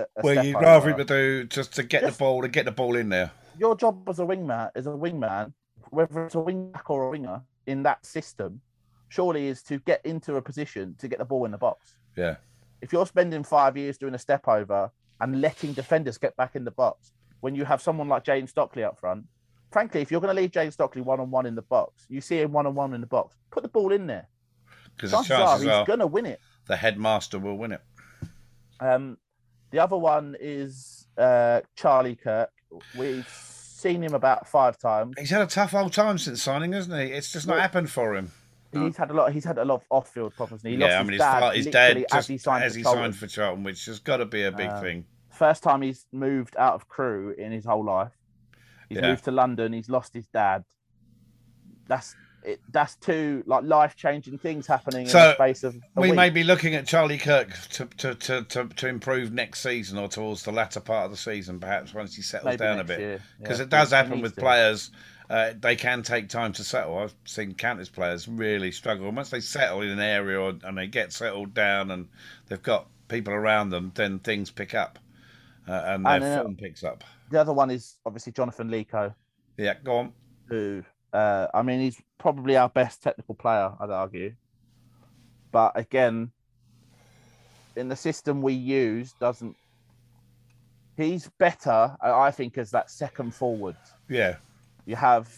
[SPEAKER 2] a
[SPEAKER 1] Well,
[SPEAKER 2] step
[SPEAKER 1] you'd rather
[SPEAKER 2] over.
[SPEAKER 1] him to do just to get the
[SPEAKER 2] Just-
[SPEAKER 1] ball and get the ball in there.
[SPEAKER 2] your job as a wingman is a wingman, whether it's a wingback or a winger in that system, surely is to get into a position to get the ball in the box.
[SPEAKER 1] Yeah.
[SPEAKER 2] If you're spending five years doing a step over and letting defenders get back in the box, when you have someone like James Stockley up front, frankly, if you're going to leave James Stockley one on one in the box, you see him one on one in the box, put the ball in there.
[SPEAKER 1] Because the
[SPEAKER 2] Chances are
[SPEAKER 1] chances
[SPEAKER 2] he's
[SPEAKER 1] are
[SPEAKER 2] going to win it.
[SPEAKER 1] the headmaster will win it.
[SPEAKER 2] Um, the other one is uh, Charlie Kirk. We've seen him about five times.
[SPEAKER 1] He's had a tough old time since signing, hasn't he? It's just not
[SPEAKER 2] Well-
[SPEAKER 1] happened for him.
[SPEAKER 3] No.
[SPEAKER 2] He's had a lot. He's had a lot of off-field problems. And he lost
[SPEAKER 1] yeah, I mean,
[SPEAKER 2] his
[SPEAKER 1] his
[SPEAKER 2] dad,
[SPEAKER 1] fa- his dad
[SPEAKER 2] literally
[SPEAKER 1] just
[SPEAKER 2] as he signed, for Charlton.
[SPEAKER 1] for Charlton, which has got to be a big
[SPEAKER 2] Um,
[SPEAKER 1] thing.
[SPEAKER 2] First time he's moved out of crew in his whole life. He's
[SPEAKER 1] Yeah.
[SPEAKER 2] moved to London. He's lost his dad. That's it. That's two like life-changing things happening
[SPEAKER 1] So,
[SPEAKER 2] in the space of a
[SPEAKER 1] We
[SPEAKER 2] week.
[SPEAKER 1] may be looking at Charlie Kirk to, to, to, to, to improve next season or towards the latter part of the season, perhaps once he settles
[SPEAKER 2] Maybe
[SPEAKER 1] down a
[SPEAKER 2] next
[SPEAKER 1] bit.
[SPEAKER 2] year.
[SPEAKER 1] Because
[SPEAKER 2] Yeah.
[SPEAKER 1] it does
[SPEAKER 2] He- he
[SPEAKER 1] happen
[SPEAKER 2] needs
[SPEAKER 1] with
[SPEAKER 2] to.
[SPEAKER 1] players, uh, they can take time to settle. I've seen countless players really struggle. And once they settle in an area or, and they get settled down and they've got people around them, then things pick up uh, and their
[SPEAKER 2] And, uh,
[SPEAKER 1] form picks up.
[SPEAKER 2] The other one is obviously Jonathan Lico,
[SPEAKER 1] Yeah, go on.
[SPEAKER 2] who uh, I mean, he's probably our best technical player, I'd argue. But again, in the system we use, doesn't he's better, I I think, as that second forward.
[SPEAKER 1] Yeah,
[SPEAKER 2] You have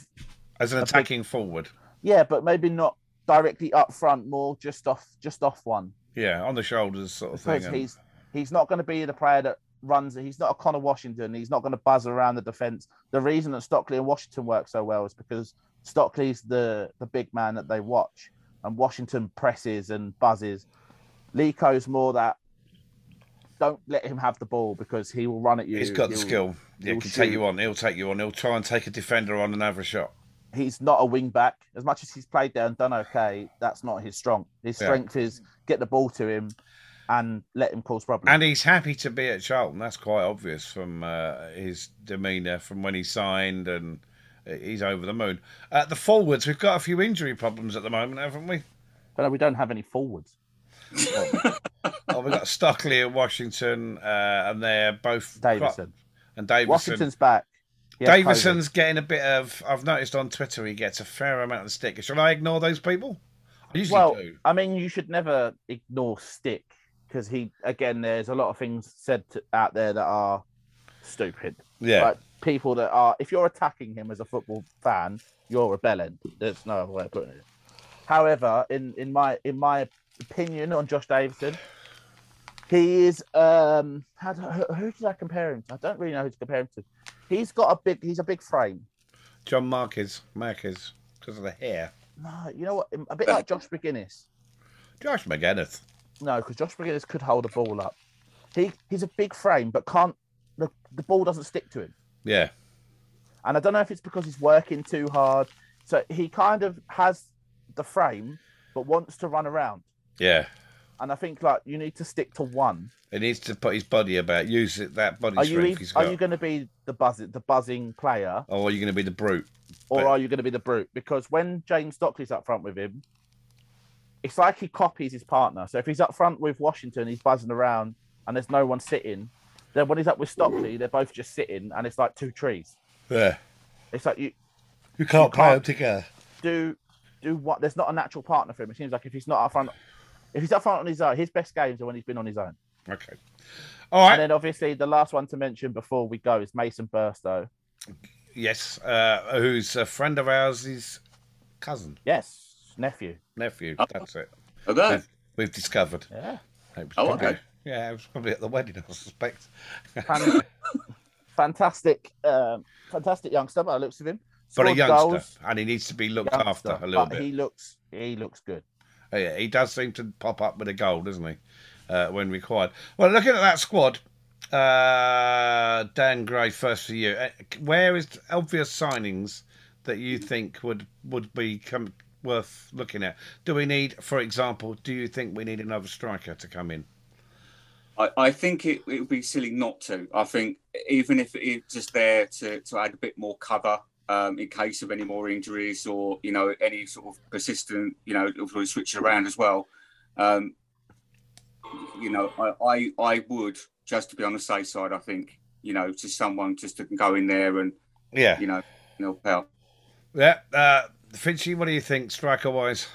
[SPEAKER 1] as an
[SPEAKER 2] big-
[SPEAKER 1] attacking forward.
[SPEAKER 2] yeah, but maybe not directly up front, more just off just off one.
[SPEAKER 1] Yeah, on the shoulders sort of
[SPEAKER 2] Because
[SPEAKER 1] thing. um, and-
[SPEAKER 2] he's he's not going to be the player that runs. He's not a Connor Washington. He's not going to buzz around the defense. The reason that Stockley and Washington work so well is because Stockley's the the big man that they watch, and Washington presses and buzzes. Lico's more that. Don't let him have the ball because he will run at you.
[SPEAKER 1] He's got the
[SPEAKER 2] He'll-
[SPEAKER 1] skill. He
[SPEAKER 2] he'll
[SPEAKER 1] can take
[SPEAKER 2] shoot.
[SPEAKER 1] you on. He'll take you on. He'll try and take a defender on and have a shot.
[SPEAKER 2] he's not a wing back. As much as he's played there and done okay, that's not his strong. His
[SPEAKER 1] Yeah.
[SPEAKER 2] strength is get the ball to him and let him cause problems.
[SPEAKER 1] And he's happy to be at Charlton. That's quite obvious from uh, his demeanour from when he signed, and he's over the moon. Uh, the forwards, we've got a few injury problems at the moment, haven't we?
[SPEAKER 2] but no, we don't have any forwards.
[SPEAKER 1] oh, we've got Stockley and Washington, uh, and they're both
[SPEAKER 2] Davison.
[SPEAKER 1] and Davison.
[SPEAKER 2] Washington's back. He has
[SPEAKER 1] Davison's getting a bit of. I've noticed on Twitter he gets a fair amount of stick. Shall I ignore those people? I
[SPEAKER 2] COVID.
[SPEAKER 1] usually
[SPEAKER 2] Well,
[SPEAKER 1] do.
[SPEAKER 2] I mean, you should never ignore Stick because he, again, there's a lot of things said to, out there that are stupid.
[SPEAKER 1] Yeah.
[SPEAKER 2] Like people that are, if you're attacking him as a football fan, you're a bellend. There's no other way of putting it. However, in in my in my opinion on Josh Davidson, he is um how do, who, who did I compare him? to? I don't really know who to compare him to. He's got a big he's a big frame.
[SPEAKER 1] John Marquez. Marquez. Because of the hair.
[SPEAKER 2] No, you know what? A bit like Josh McGuinness.
[SPEAKER 1] Josh McGuinness.
[SPEAKER 2] No, because Josh McGuinness could hold a ball up. He he's a big frame, but can't the, the ball doesn't stick to him.
[SPEAKER 1] Yeah.
[SPEAKER 2] And I don't know if it's because he's working too hard. So he kind of has the frame, but wants to run around.
[SPEAKER 1] Yeah.
[SPEAKER 2] And I think like you need to stick to one.
[SPEAKER 1] He needs to put his body about, use it, that body
[SPEAKER 2] Are you
[SPEAKER 1] strength
[SPEAKER 2] ev-
[SPEAKER 1] he's got.
[SPEAKER 2] are you going to be the buzzing the buzzing player,
[SPEAKER 1] or are you going to be the brute?
[SPEAKER 2] or
[SPEAKER 1] But-
[SPEAKER 2] are you going to be the brute? Because when James Stockley's up front with him, it's like he copies his partner. So if he's up front with Washington, he's buzzing around, and there's no one sitting. Then when he's up with Stockley, they're both just sitting, and it's like two trees.
[SPEAKER 1] Yeah.
[SPEAKER 2] It's like you
[SPEAKER 4] You can't play them together.
[SPEAKER 2] do do what there's not a natural partner for him. It seems like if he's not up front if he's up front on his own, his best games are when he's been on his own.
[SPEAKER 1] Okay. All right.
[SPEAKER 2] And then obviously the last one to mention before we go is Mason Burstow.
[SPEAKER 1] yes. Uh, who's a friend of ours? His cousin,
[SPEAKER 2] Yes, nephew.
[SPEAKER 1] nephew.
[SPEAKER 3] Oh.
[SPEAKER 1] That's it.
[SPEAKER 3] Okay.
[SPEAKER 1] We've, we've discovered.
[SPEAKER 2] Yeah.
[SPEAKER 1] It was
[SPEAKER 3] Oh,
[SPEAKER 1] probably,
[SPEAKER 3] okay.
[SPEAKER 1] Yeah, it was probably at the wedding, I suspect.
[SPEAKER 2] Fan- fantastic um, fantastic youngster by the looks of him.
[SPEAKER 1] But a
[SPEAKER 2] Scored
[SPEAKER 1] youngster,
[SPEAKER 2] goals,
[SPEAKER 1] and he needs to be looked
[SPEAKER 2] youngster,
[SPEAKER 1] after a little
[SPEAKER 2] but
[SPEAKER 1] bit.
[SPEAKER 2] He looks he looks good.
[SPEAKER 1] Oh, yeah, he does seem to pop up with a goal, doesn't he? Uh, when required. Well, looking at that squad, uh, Dan Gray, first for you. Uh, Where is obvious signings that you think would would be come, worth looking at? Do we need, for example, do you think we need another striker to come in?
[SPEAKER 3] I, I think it, it would be silly not to. I think even if it's just there to, to add a bit more cover um, in case of any more injuries or you know any sort of persistent you know if we switch it around as well. Um, you know, I, I I would just to be on the safe side. I think you know to someone just to go in there and
[SPEAKER 1] Yeah,
[SPEAKER 3] you know help out.
[SPEAKER 1] yeah. Uh, Finchy, what do you think, striker wise?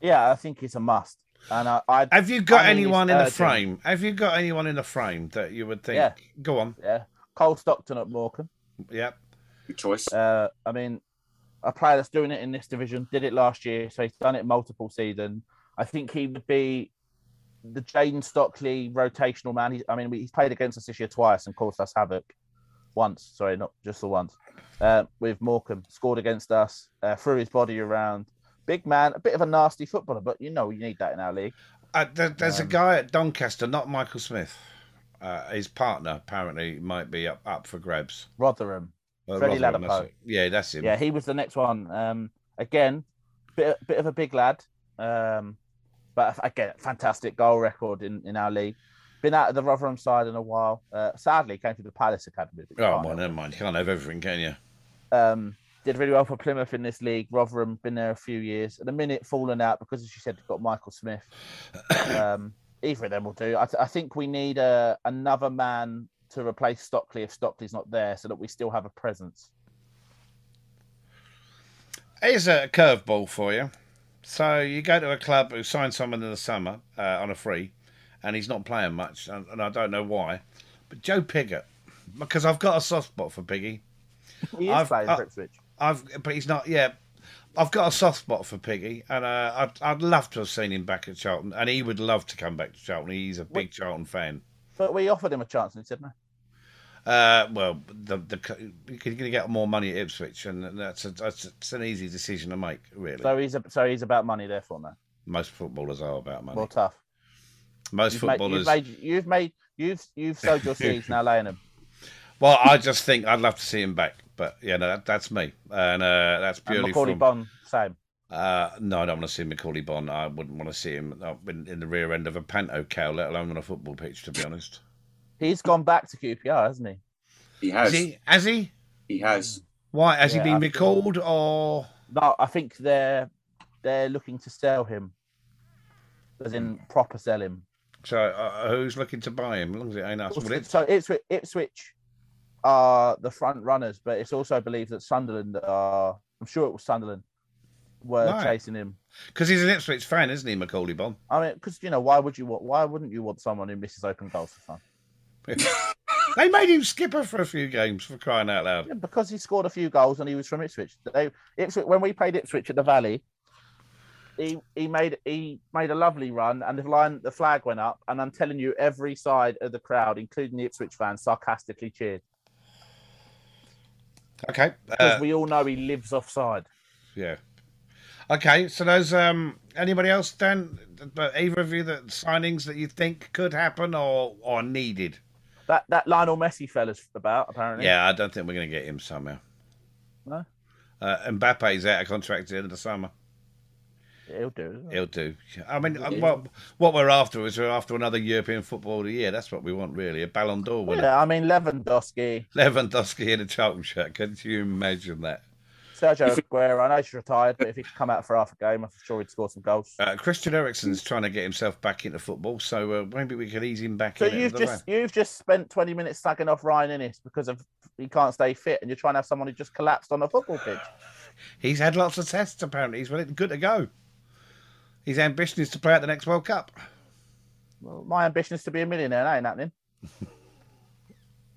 [SPEAKER 2] Yeah, I think it's a must. And I, I
[SPEAKER 1] Have you got
[SPEAKER 2] I mean,
[SPEAKER 1] anyone
[SPEAKER 2] it's
[SPEAKER 1] in the
[SPEAKER 2] urgent.
[SPEAKER 1] frame? Have you got anyone in the frame that you would think?
[SPEAKER 2] Yeah.
[SPEAKER 1] Go on.
[SPEAKER 2] yeah, Cole Stockton at Morecambe.
[SPEAKER 1] Yeah.
[SPEAKER 3] Good choice.
[SPEAKER 2] Uh, I mean, a player that's doing it in this division did it last year, so he's done it multiple seasons. I think he would be the Jaden Stockley rotational man. He's, I mean, he's played against us this year twice and caused us havoc once. Sorry, not just the once. Uh, with Morecambe scored against us, uh, threw his body around. Big man, a bit of a nasty footballer, but you know you need that in our league.
[SPEAKER 1] Uh, there, there's a
[SPEAKER 2] Um,
[SPEAKER 1] guy at Doncaster, not Michael Smith. Uh, his partner apparently might be up, up for grabs.
[SPEAKER 2] Rotherham,
[SPEAKER 1] Uh,
[SPEAKER 2] Freddie
[SPEAKER 1] Rotherham, that's
[SPEAKER 2] Ladipo.
[SPEAKER 1] it. Yeah, that's him.
[SPEAKER 2] yeah, he was the next one. Um, again, bit bit of a big lad, um, but again, fantastic goal record in, in our league. Been out of the Rotherham side in a while. Uh, sadly, came to the Palace Academy. which
[SPEAKER 1] Oh,
[SPEAKER 2] can't
[SPEAKER 1] well, never mind. You can't have everything, can you?
[SPEAKER 2] um, did really well for Plymouth in this league. Rotherham been there a few years. At the minute, fallen out because, as you said, they've got Michael Smith. Um, either of them will do. I, th- I think we need uh, another man to replace Stockley if Stockley's not there, so that we still have a presence.
[SPEAKER 1] Here's a curveball for you. So you go to a club who signed someone in the summer uh, on a free, and he's not playing much, and, and I don't know why. But Joe Piggott, because I've got a soft spot for Piggy.
[SPEAKER 2] He is
[SPEAKER 1] I've-
[SPEAKER 2] playing
[SPEAKER 1] uh,
[SPEAKER 2] for Ipswich.
[SPEAKER 1] I've, but he's not. Yeah, I've got a soft spot for Piggy, and uh, I'd, I'd love to have seen him back at Charlton, and he would love to come back to Charlton. He's a big Charlton fan.
[SPEAKER 2] But we offered him a chance and he said no.
[SPEAKER 1] Uh, well, the the you're going to get more money at Ipswich, and that's a, that's, it's an easy decision to make. Really,
[SPEAKER 2] So he's a, so he's about money, therefore now.
[SPEAKER 1] most footballers are about money.
[SPEAKER 2] More tough.
[SPEAKER 1] most
[SPEAKER 2] You've made, you've
[SPEAKER 1] footballers.
[SPEAKER 2] made you've made you've you've sowed your seeds now, laying them.
[SPEAKER 1] Well, I just think I'd love to see him back, but yeah, no, that, that's me, and uh, that's
[SPEAKER 2] And
[SPEAKER 1] purely
[SPEAKER 2] Macaulay
[SPEAKER 1] from-
[SPEAKER 2] Bond, same.
[SPEAKER 1] Uh, no, I don't want to see Macaulay Bond. I wouldn't want to see him up in, in the rear end of a panto cow, let alone on a football pitch. To be honest,
[SPEAKER 2] He's gone back to QPR, hasn't he?
[SPEAKER 3] He
[SPEAKER 1] has
[SPEAKER 3] has.
[SPEAKER 1] he? Has he?
[SPEAKER 3] He has.
[SPEAKER 1] Why has
[SPEAKER 2] Yeah,
[SPEAKER 1] he been
[SPEAKER 2] I've-
[SPEAKER 1] recalled or?
[SPEAKER 2] No, I think they're they're looking to sell him, as in proper sell him.
[SPEAKER 1] So uh, who's looking to buy him? As long as it ain't us, well, it's
[SPEAKER 2] So Ipswich, Ipswich are the front runners, but it's also believed that Sunderland are. I'm sure it was Sunderland were
[SPEAKER 1] Right.
[SPEAKER 2] chasing him.
[SPEAKER 1] because he's an Ipswich fan, isn't he, Macaulay Bond?
[SPEAKER 2] I mean, because you know why would you want? Why wouldn't you want someone who misses open goals for fun?
[SPEAKER 1] They made him skipper for a few games for crying out loud.
[SPEAKER 2] Yeah, because he scored a few goals and he was from Ipswich. They, Ipswich when we played Ipswich at the Valley, he he made he made a lovely run and the line the flag went up and I'm telling you every side of the crowd, including the Ipswich fans, sarcastically cheered
[SPEAKER 1] Okay,
[SPEAKER 2] because
[SPEAKER 1] uh,
[SPEAKER 2] we all know he lives offside.
[SPEAKER 1] yeah. Okay, so there's um anybody else, Dan? But either of you that signings that you think could happen or or needed?
[SPEAKER 2] That that Lionel Messi fella's about apparently.
[SPEAKER 1] Yeah, I don't think we're going to get him somehow.
[SPEAKER 2] No?
[SPEAKER 1] Uh, Mbappe's out of contract at the end of the summer.
[SPEAKER 2] he'll do.
[SPEAKER 1] He'll do. I mean, uh,
[SPEAKER 3] Yeah.
[SPEAKER 1] what what we're after is we're after another European football of the year. That's what we want, really. A Ballon d'Or winner.
[SPEAKER 2] Yeah, I mean Lewandowski,
[SPEAKER 1] Lewandowski in a Charlton shirt. Could you imagine that?
[SPEAKER 2] Sergio
[SPEAKER 3] If we-
[SPEAKER 2] Aguero. I know he's retired, but if he could come out for half a game, I'm sure he'd score some goals.
[SPEAKER 1] Uh, Christian Eriksen's trying to get himself back into football, so uh, maybe we could ease him back
[SPEAKER 2] So
[SPEAKER 1] in.
[SPEAKER 2] you've
[SPEAKER 1] another
[SPEAKER 2] just you've just spent 20 minutes slagging off Ryan Innes because of he can't stay fit, and you're trying to have someone who just collapsed on a football pitch.
[SPEAKER 1] way. he's had lots of tests. Apparently, he's really good to go. His ambition is to play at the next World Cup.
[SPEAKER 2] Well, my ambition is to be a millionaire. That ain't happening.
[SPEAKER 3] Do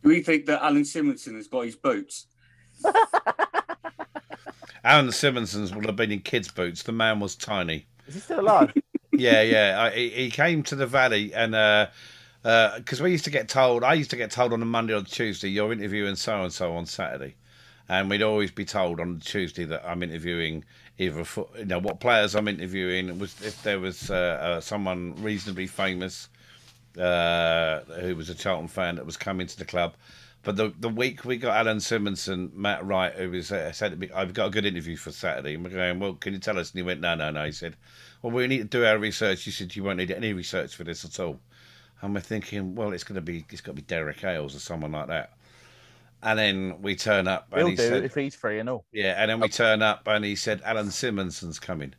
[SPEAKER 3] we think that Alan Simonson has got his boots?
[SPEAKER 1] Alan Simonson's would have been in kids' boots. The man was tiny.
[SPEAKER 2] Is he still alive?
[SPEAKER 1] yeah, yeah. I, he he came to the valley and because uh, 'cause we used to get told, I used to get told on a Monday or Tuesday, you're interviewing so and so on Saturday, and we'd always be told on Tuesday that I'm interviewing either for, you know what players I'm interviewing was if there was uh, uh, someone reasonably famous uh, who was a Charlton fan that was coming to the club. But the, the week we got Alan Simonson, Matt Wright, who was uh, said, to me, I've got a good interview for Saturday. And we're going, well, can you tell us? And he went, no, no, no. He said, well, we need to do our research. You said you won't need any research for this at all. And we're thinking, well, it's going to be, it's got to be Derek Ailes or someone like that. And then we turn up
[SPEAKER 2] He'll
[SPEAKER 1] and he
[SPEAKER 2] do
[SPEAKER 1] said,
[SPEAKER 2] if he's free and all.
[SPEAKER 1] yeah, and then we turn up and he said Alan Simonson's coming,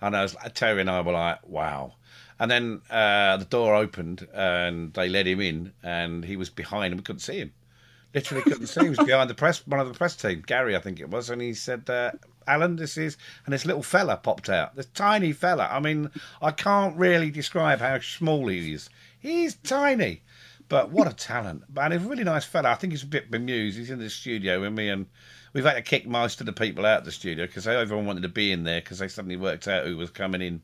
[SPEAKER 1] and I was like, Terry and I were like, wow. And then uh, the door opened and they let him in, and he was behind and we couldn't see him. Literally couldn't see. him. He was behind the press, one of the press team, Gary, I think it was, and he said, uh, "Alan, this is." And this little fella popped out. This tiny fella. I mean, I can't really describe how small he is. He's tiny, but what a talent! And he's a really nice fella. I think he's a bit bemused. He's in the studio with me and we've had to kick most of the people out of the studio because everyone wanted to be in there because they suddenly worked out who was coming in.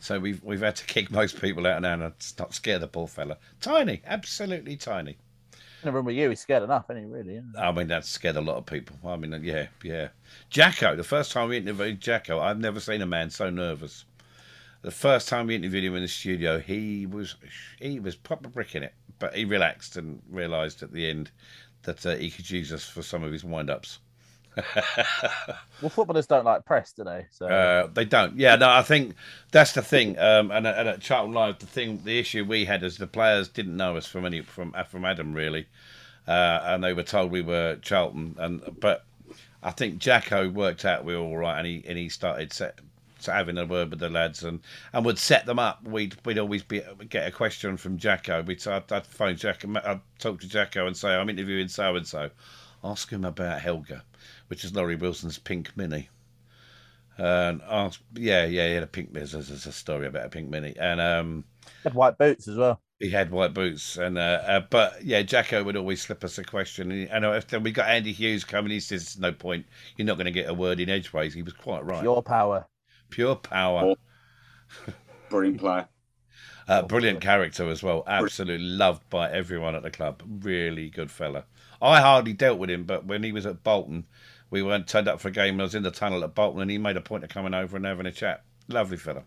[SPEAKER 1] So we've we've had to kick most people out now and it's not scare the poor fella. Tiny, absolutely tiny.
[SPEAKER 2] In a room with you, he's scared enough, isn't he? Really? isn't he?
[SPEAKER 1] I mean that scared a lot of people. I mean uh, yeah, yeah. Jacko, the first time we interviewed Jacko, I've never seen a man so nervous. The first time we interviewed him in the studio, he was he was proper bricking it, but he relaxed and realised at the end that uh, he could use us for some of his wind ups.
[SPEAKER 2] Well, footballers don't like press, do they? So
[SPEAKER 1] Uh, they don't. Yeah, no, I think that's the thing. Um, and, at- and at Charlton Live, the thing, the issue we had is the players didn't know us from any from from Adam really, uh, and they were told we were Charlton. And but I think Jacko worked out we were all right, and he and he started set, to having a word with the lads and, and would set them up. We'd we'd always be get a question from Jacko. We'd I'd, I'd phone Jacko, I'd talk to Jacko and say I'm interviewing so and so. Ask him about Helga, which is Laurie Wilson's pink mini. And ask, yeah, yeah, he had a pink. There's, there's a story about a pink mini, and um,
[SPEAKER 2] had white boots as well.
[SPEAKER 1] he had white boots and uh, uh but yeah jacko would always slip us a question and, and if then we got andy hughes coming he says "There's no point you're not going to get a word in edgeways he was quite right pure,
[SPEAKER 2] Your power.
[SPEAKER 1] power
[SPEAKER 3] Brilliant player.
[SPEAKER 1] uh, brilliant character as well absolutely loved by everyone at the club really good fella i hardly dealt with him but when he was at bolton we weren't turned up for a game and i was in the tunnel at bolton and he made a point of coming over and having a chat lovely fella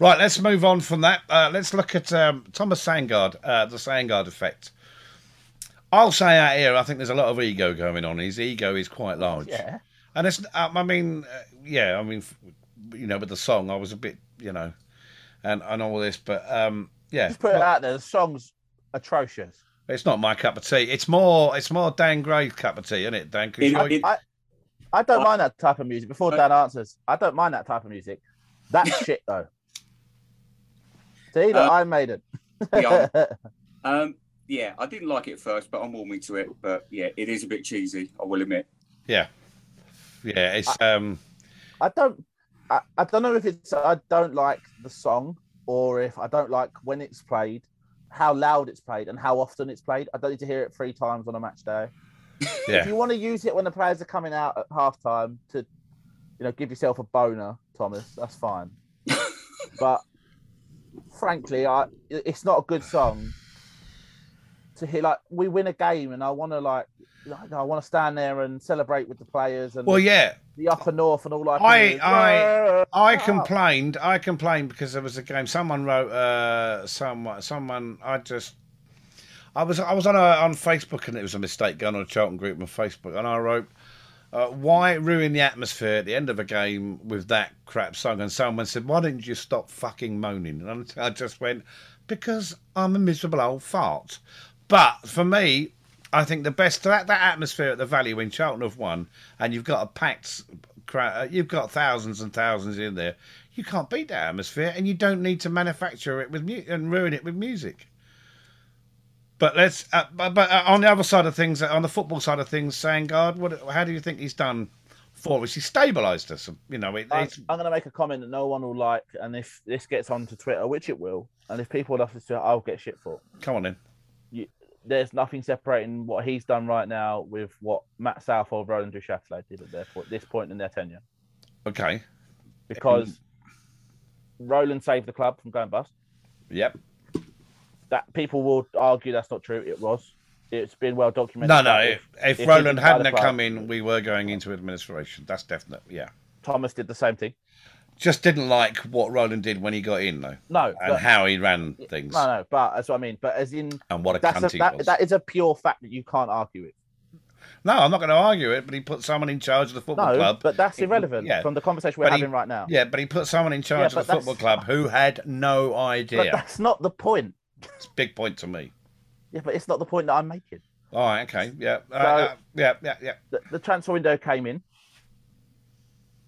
[SPEAKER 1] right let's move on from that uh, let's look at um, thomas sangard uh, the sangard effect I'll say out here, I think there's a lot of ego going on. His ego is quite large.
[SPEAKER 2] Yeah.
[SPEAKER 1] And it's, um, I mean, uh, yeah, I mean, f- you know, with the song, I was a bit, you know, and, and all this, but um, yeah,
[SPEAKER 2] Just put it out there. The song's atrocious.
[SPEAKER 1] it's not my cup of tea. It's more, it's more Dan Gray's cup of tea, isn't it, Dan? 'Cause
[SPEAKER 3] It-
[SPEAKER 1] you're-
[SPEAKER 3] it-
[SPEAKER 2] I don't
[SPEAKER 3] I-
[SPEAKER 2] mind that type of music. Before
[SPEAKER 1] Uh,
[SPEAKER 3] I-
[SPEAKER 2] Dan answers, I don't mind that type of music. That shit though. See, look,
[SPEAKER 3] Uh,
[SPEAKER 2] I made it.
[SPEAKER 3] yeah, Um, yeah, I didn't like it at first, but I'm warming to it. But yeah, it is a bit cheesy. I will admit.
[SPEAKER 1] yeah, it's um,
[SPEAKER 2] I don't. I, I don't know if it's I don't like the song or if I don't like when it's played, how loud it's played, and how often it's played. I don't need to hear it three times on a match day. If
[SPEAKER 1] yeah,
[SPEAKER 2] you want to use it when the players are coming out at halftime to, you know, give yourself a boner, Thomas, that's fine. but frankly, I it's not a good song to hear. Like we win a game, and I want to like, like, I want to stand there and celebrate with the players and
[SPEAKER 1] well, yeah.
[SPEAKER 2] the upper north and all like.
[SPEAKER 1] I- I- I complained. I complained because there was a game. Someone wrote. Uh, someone. Someone. I just. I was. I was on a, on Facebook and it was a mistake going on a Charlton group on Facebook and I wrote. Uh, why ruin the atmosphere at the end of a game with that crap song? And someone said, "Why didn't you stop fucking moaning?" And I just went, "Because I'm a miserable old fart." But for me, I think the best that that atmosphere at the Valley when Charlton have won and you've got a packed crowd, uh, you've got thousands and thousands in there. You can't beat that atmosphere, and you don't need to manufacture it with mu- and ruin it with music. But let's. Uh, but, but uh, on the other side of things, uh, on the football side of things, Sangard, what? How do you think he's done for us. He stabilised us. You know, it,
[SPEAKER 2] I'm,
[SPEAKER 1] it's
[SPEAKER 2] I'm going to make a comment that no one will like, and if this gets onto Twitter, which it will, and if people love this, I'll get shit for. it.
[SPEAKER 1] come on in.
[SPEAKER 2] There's nothing separating what he's done right now with what Matt Southall, Roland Duchatelet did at their point, this point in their tenure,
[SPEAKER 1] Okay.
[SPEAKER 2] because Roland saved the club from going bust.
[SPEAKER 1] Yep.
[SPEAKER 2] That people will argue that's not true. It was. It's been well documented.
[SPEAKER 1] No, no.
[SPEAKER 2] that
[SPEAKER 1] If, if,
[SPEAKER 2] if
[SPEAKER 1] Roland
[SPEAKER 2] he didn't buy
[SPEAKER 1] hadn't
[SPEAKER 2] the
[SPEAKER 1] have
[SPEAKER 2] club-
[SPEAKER 1] come in, we were going into administration. That's definite. Yeah.
[SPEAKER 2] Thomas did the same thing.
[SPEAKER 1] Just didn't like what Roland did when he got in, though,
[SPEAKER 2] No,
[SPEAKER 1] and
[SPEAKER 2] but-
[SPEAKER 1] how he ran things,
[SPEAKER 2] no, no. But that's what I mean. But as in,
[SPEAKER 1] and what a cunt
[SPEAKER 2] that's a,
[SPEAKER 1] he
[SPEAKER 2] that,
[SPEAKER 1] was.
[SPEAKER 2] that is a pure fact that you can't argue with.
[SPEAKER 1] No, I'm not going to argue it, but he put someone in charge of the football
[SPEAKER 2] No,
[SPEAKER 1] club.
[SPEAKER 2] but that's irrelevant
[SPEAKER 1] yeah.
[SPEAKER 2] from the conversation we're
[SPEAKER 1] But he-
[SPEAKER 2] having right now.
[SPEAKER 1] Yeah, but he put someone in charge
[SPEAKER 2] Yeah,
[SPEAKER 1] of
[SPEAKER 2] but
[SPEAKER 1] the football club who had no
[SPEAKER 2] But
[SPEAKER 1] idea.
[SPEAKER 2] that's not the point.
[SPEAKER 1] It's a big point to me.
[SPEAKER 2] Yeah, but it's not the point that I'm making.
[SPEAKER 1] All right, okay, yeah, uh, uh, yeah, yeah, yeah.
[SPEAKER 2] The, the transfer window came in.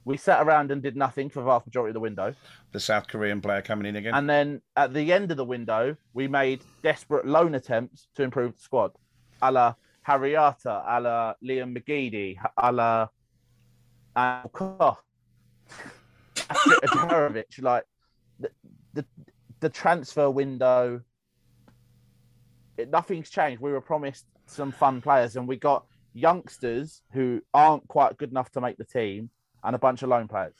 [SPEAKER 2] We sat around and did nothing for the vast majority of the window.
[SPEAKER 1] The South Korean player coming in again.
[SPEAKER 2] And then at the end of the window, we made desperate loan attempts to improve the squad. A la Harriata, a la Liam McGeady, a la Al Koch, Adarovich. Like the, the the transfer window, it, nothing's changed. We were promised some fun players, and we got youngsters who aren't quite good enough to make the team, and a bunch of loan players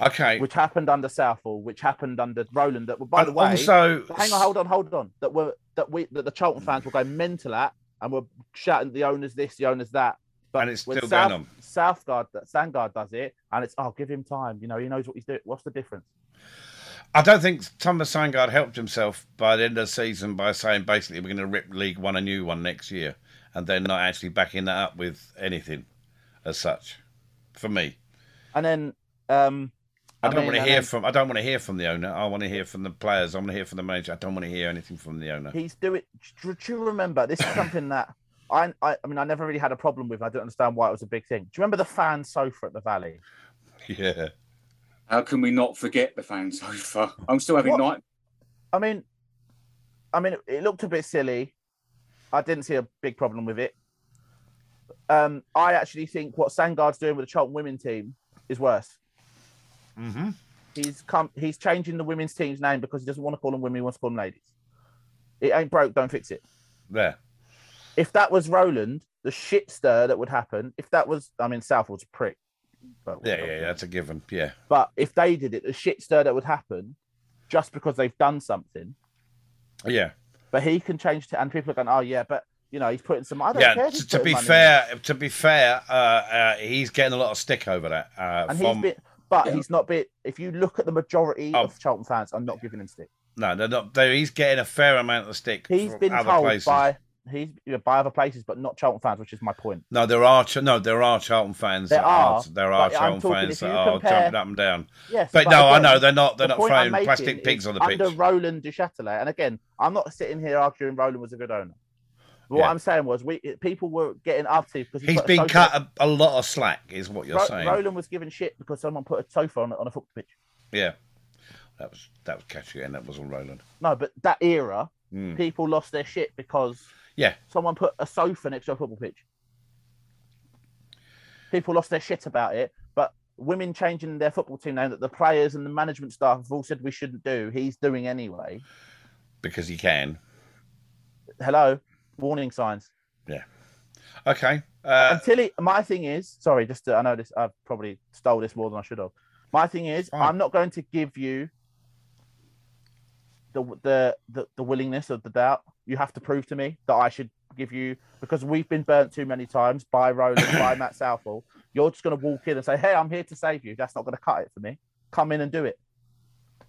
[SPEAKER 1] okay.
[SPEAKER 2] which happened under Southall, which happened under Roland. That were, by the
[SPEAKER 1] And
[SPEAKER 2] way,
[SPEAKER 1] also,
[SPEAKER 2] hang on, hold on, hold on. That were that we that the Charlton
[SPEAKER 1] Hmm.
[SPEAKER 2] fans were going mental at, and were shouting the owners this, the owners that. But
[SPEAKER 1] And it's
[SPEAKER 2] when
[SPEAKER 1] still
[SPEAKER 2] South,
[SPEAKER 1] going on.
[SPEAKER 2] Southgard, that Sandgard does it, and it's oh, give him time. You know, he knows what he's doing. What's the difference?
[SPEAKER 1] I don't think Thomas Sangard helped himself by the end of the season by saying basically we're going to rip League One a new one next year, and then not actually backing that up with anything as such. For me,
[SPEAKER 2] And then, um,
[SPEAKER 1] I don't
[SPEAKER 2] mean,
[SPEAKER 1] want to
[SPEAKER 2] and
[SPEAKER 1] hear
[SPEAKER 2] then
[SPEAKER 1] from. I don't want to hear from the owner. I want to hear from the players. I want to hear from the manager. I don't want to hear anything from the owner.
[SPEAKER 2] He's doing. Do, do you remember? This is something that I, I, I mean, I never really had a problem with. I don't understand why it was a big thing. Do you remember the fan sofa at the Valley?
[SPEAKER 1] Yeah.
[SPEAKER 3] How can we not forget the fans so far? I'm still having
[SPEAKER 2] What?
[SPEAKER 3] night.
[SPEAKER 2] I mean, I mean, it looked a bit silly. I didn't see a big problem with it. Um, I actually think what Sangard's doing with the Charlton women team is worse.
[SPEAKER 1] Mm-hmm.
[SPEAKER 2] He's come, he's changing the women's team's name because he doesn't want to call them women; he wants to call them ladies. It ain't broke, don't fix it.
[SPEAKER 1] There.
[SPEAKER 2] If that was Roland, the shit stir that would happen. If that was, I mean, Southwold's a prick. But
[SPEAKER 1] Yeah, yeah, yeah, that's a given. Yeah.
[SPEAKER 2] But if they did it, the shit stir that would happen, just because they've done something.
[SPEAKER 1] Yeah.
[SPEAKER 2] but he can change to and people are going, oh yeah, but you know he's putting some. I don't
[SPEAKER 1] yeah.
[SPEAKER 2] care. if
[SPEAKER 1] t-
[SPEAKER 2] he's
[SPEAKER 1] To,
[SPEAKER 2] putting
[SPEAKER 1] be
[SPEAKER 2] money in."
[SPEAKER 1] fair, to be fair, uh, uh, he's getting a lot of stick over that. Uh,
[SPEAKER 2] and
[SPEAKER 1] from
[SPEAKER 2] he's been, but
[SPEAKER 3] Yeah.
[SPEAKER 2] he's not been. If you look at the majority
[SPEAKER 1] Oh.
[SPEAKER 2] of Charlton fans, I'm not giving him stick.
[SPEAKER 1] no, they're not. They, he's getting a fair amount of stick.
[SPEAKER 2] He's
[SPEAKER 1] from
[SPEAKER 2] been
[SPEAKER 1] other
[SPEAKER 2] told
[SPEAKER 1] places.
[SPEAKER 2] by he's you know, by other places, but not Charlton fans, which is my point.
[SPEAKER 1] No, there are Ch- no, there are Charlton fans.
[SPEAKER 2] There
[SPEAKER 1] that are,
[SPEAKER 2] are,
[SPEAKER 1] there are
[SPEAKER 2] but I'm
[SPEAKER 1] Charlton
[SPEAKER 2] talking
[SPEAKER 1] fans
[SPEAKER 2] if you
[SPEAKER 1] that are
[SPEAKER 2] compare-
[SPEAKER 1] jumping up and down.
[SPEAKER 2] Yes,
[SPEAKER 1] But, no, I
[SPEAKER 2] again,
[SPEAKER 1] know they're not. They're
[SPEAKER 2] the
[SPEAKER 1] not
[SPEAKER 2] point I'm
[SPEAKER 1] throwing
[SPEAKER 2] making
[SPEAKER 1] plastic pigs
[SPEAKER 2] is
[SPEAKER 1] on the pitch.
[SPEAKER 2] Under Roland Duchatelet, and again, I'm not sitting here arguing Roland was a good owner. But What
[SPEAKER 1] Yeah.
[SPEAKER 2] I'm saying was, we people were getting up to because he
[SPEAKER 1] He's
[SPEAKER 2] put a
[SPEAKER 1] been
[SPEAKER 2] sofa-
[SPEAKER 1] cut a, a lot of slack, is what you're
[SPEAKER 2] Ro-
[SPEAKER 1] saying.
[SPEAKER 2] Roland was given shit because someone put a sofa on, on a football pitch.
[SPEAKER 1] Yeah, that was that was catchy, and that was on Roland.
[SPEAKER 2] No, but that era,
[SPEAKER 1] Mm.
[SPEAKER 2] people lost their shit because
[SPEAKER 1] Yeah.
[SPEAKER 2] someone put a sofa next to a football pitch. People lost their shit about it, but women changing their football team name that the players and the management staff have all said we shouldn't do, he's doing anyway.
[SPEAKER 1] because he can.
[SPEAKER 2] Hello, warning signs.
[SPEAKER 1] Okay. Uh,
[SPEAKER 2] Until he, my thing is, sorry, just to, I know this, I've probably stole this more than I should have. My thing is,
[SPEAKER 1] Fine.
[SPEAKER 2] I'm not going to give you the, the the the willingness of the doubt. You have to prove to me that I should give you because we've been burnt too many times by Roland, by Matt Southall. You're just going to walk in and say, "Hey, I'm here to save you." That's not going to cut it for me. Come in and do it.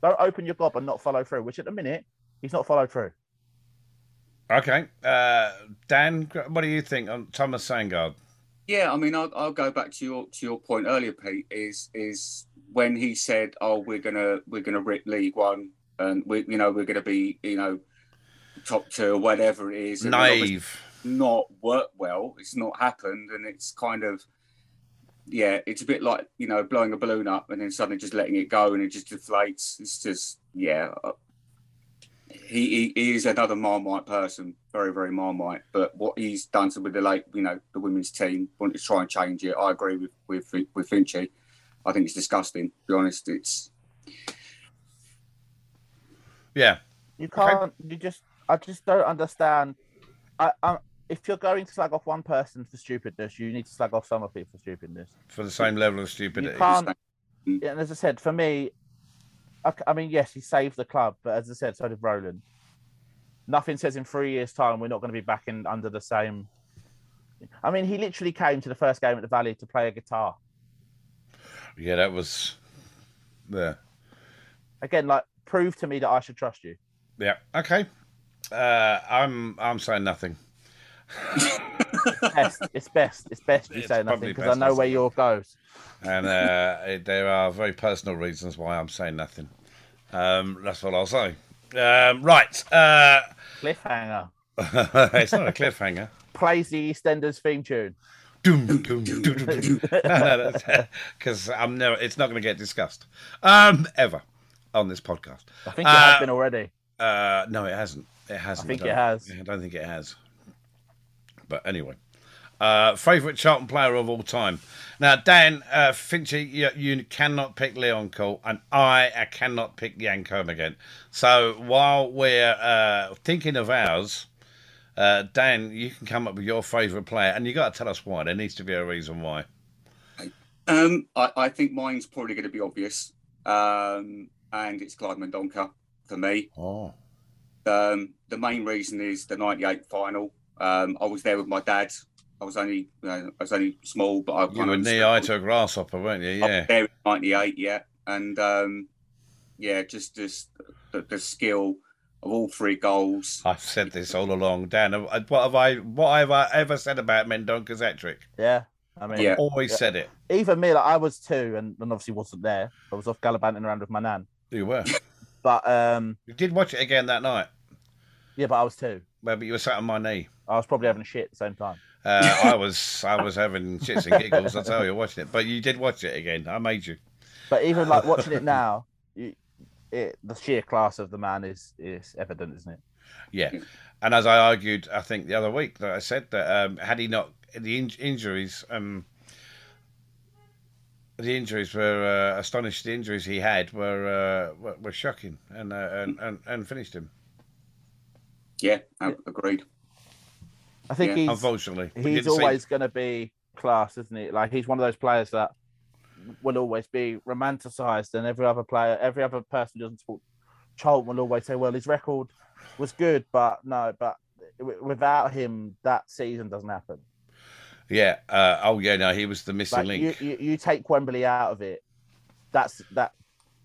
[SPEAKER 2] Don't open your gob and not follow through. Which at the minute he's not followed through.
[SPEAKER 1] okay. Uh, Dan, what do you think on Thomas Sangard?
[SPEAKER 3] Yeah, I mean, I'll, I'll go back to your to your point earlier, Pete. Is is when he said, "Oh, we're gonna we're gonna rip League One, and we you know we're gonna be you know top two or whatever it is." and then obviously
[SPEAKER 1] Naive.
[SPEAKER 3] not worked well. It's not happened, and it's kind of yeah, it's a bit like you know blowing a balloon up and then suddenly just letting it go and it just deflates. It's just yeah, uh, he, he, he is another Marmite person, very, very Marmite. But what he's done to with the late, you know, the women's team, wanted to try and change it. I agree with with with Finchy. I think it's disgusting. To be honest, it's
[SPEAKER 1] Yeah.
[SPEAKER 2] You can't. You just. I just don't understand. I, I, if you're going to slag off one person for stupidness, you need to slag off some of people for stupidness.
[SPEAKER 1] For the same level of
[SPEAKER 2] You
[SPEAKER 1] stupidity.
[SPEAKER 2] can't. yeah, And as I said, for me, I, c- I mean, yes, he saved the club, but as I said, so did Roland. Nothing says in three years' time we're not going to be back in under the same. I mean, he literally came to the first game at the Valley to play a guitar.
[SPEAKER 1] Yeah, that was. Yeah.
[SPEAKER 2] Again, like prove to me that I should trust you.
[SPEAKER 1] Yeah. Okay. Uh, I'm I'm saying nothing.
[SPEAKER 2] Best, it's best, it's best you
[SPEAKER 1] It's
[SPEAKER 2] say nothing
[SPEAKER 1] probably
[SPEAKER 2] because I
[SPEAKER 1] best I
[SPEAKER 2] know where
[SPEAKER 1] say
[SPEAKER 2] yours goes.
[SPEAKER 1] and uh, it- there are very personal reasons why I'm saying nothing. Um, that's what I'll say. Um, right, uh,
[SPEAKER 2] Cliffhanger
[SPEAKER 1] it's not a cliffhanger.
[SPEAKER 2] plays the EastEnders theme tune.
[SPEAKER 1] Doom, doom, doom, doom, doom. No, no, because I'm never. It's not going to get discussed um, ever on this podcast.
[SPEAKER 2] I think it has
[SPEAKER 1] Uh,
[SPEAKER 2] been already.
[SPEAKER 1] Uh, no, it hasn't. It hasn't.
[SPEAKER 2] think
[SPEAKER 1] don't-
[SPEAKER 2] it has.
[SPEAKER 1] I don't think it has. But anyway, uh, favorite Charlton player of all time. Now, Dan uh, Finchy, you, you cannot pick Leon Cole, and I, I cannot pick Jan Combe again. So while we're uh, thinking of ours, uh, Dan, you can come up with your favorite player, and you got to tell us why. There needs to be a reason why.
[SPEAKER 3] Um, I, I think mine's probably going to be obvious, um, and it's Clyde Mendonca for me.
[SPEAKER 1] Oh,
[SPEAKER 3] Um, the main reason is the '98 final. Um, I was there with my dad. I was only you know, I was only small, but I
[SPEAKER 1] you were knee eye to a grasshopper, weren't you?
[SPEAKER 3] I was
[SPEAKER 1] Yeah.
[SPEAKER 3] there in '98, yeah, and um, yeah, just just the, the skill of all three goals.
[SPEAKER 1] I've said this all along, Dan. What have I? What have I ever said about Mendonca's hat trick?
[SPEAKER 2] Yeah, I mean,
[SPEAKER 3] Yeah.
[SPEAKER 1] Always
[SPEAKER 2] Yeah.
[SPEAKER 1] said it.
[SPEAKER 2] even me, like I was two, and, and obviously wasn't there. I was off gallivanting around with my nan.
[SPEAKER 1] You were.
[SPEAKER 2] But um,
[SPEAKER 1] You did watch it again that night.
[SPEAKER 2] yeah, but I was two.
[SPEAKER 1] Maybe you were sat on my knee.
[SPEAKER 2] I was probably having a shit at the same time.
[SPEAKER 1] Uh, I was, I was having shits and giggles. That's how you watching it. But you did watch it again. I made you.
[SPEAKER 2] But even like watching it now, you, it, the sheer class of the man is is evident, isn't it?
[SPEAKER 1] Yeah. And as I argued, I think the other week that I said that um, had he not the in- injuries, um, the injuries were uh, astonished. The injuries he had were uh, were, were shocking and, uh, and and and finished him.
[SPEAKER 3] Yeah, I- agreed.
[SPEAKER 2] I think
[SPEAKER 3] Yeah.
[SPEAKER 2] he's
[SPEAKER 1] Unfortunately, We
[SPEAKER 2] he's
[SPEAKER 1] didn't see-
[SPEAKER 2] always going to be class, isn't he? Like he's one of those players that will always be romanticised, and every other player, every other person who doesn't support Charlton will always say, "Well, his record was good, but no, but w- without him, that season doesn't happen."
[SPEAKER 1] Yeah. Uh, oh yeah. No, he was the missing
[SPEAKER 2] Like
[SPEAKER 1] link.
[SPEAKER 2] you, you, you take Wembley out of it, that's that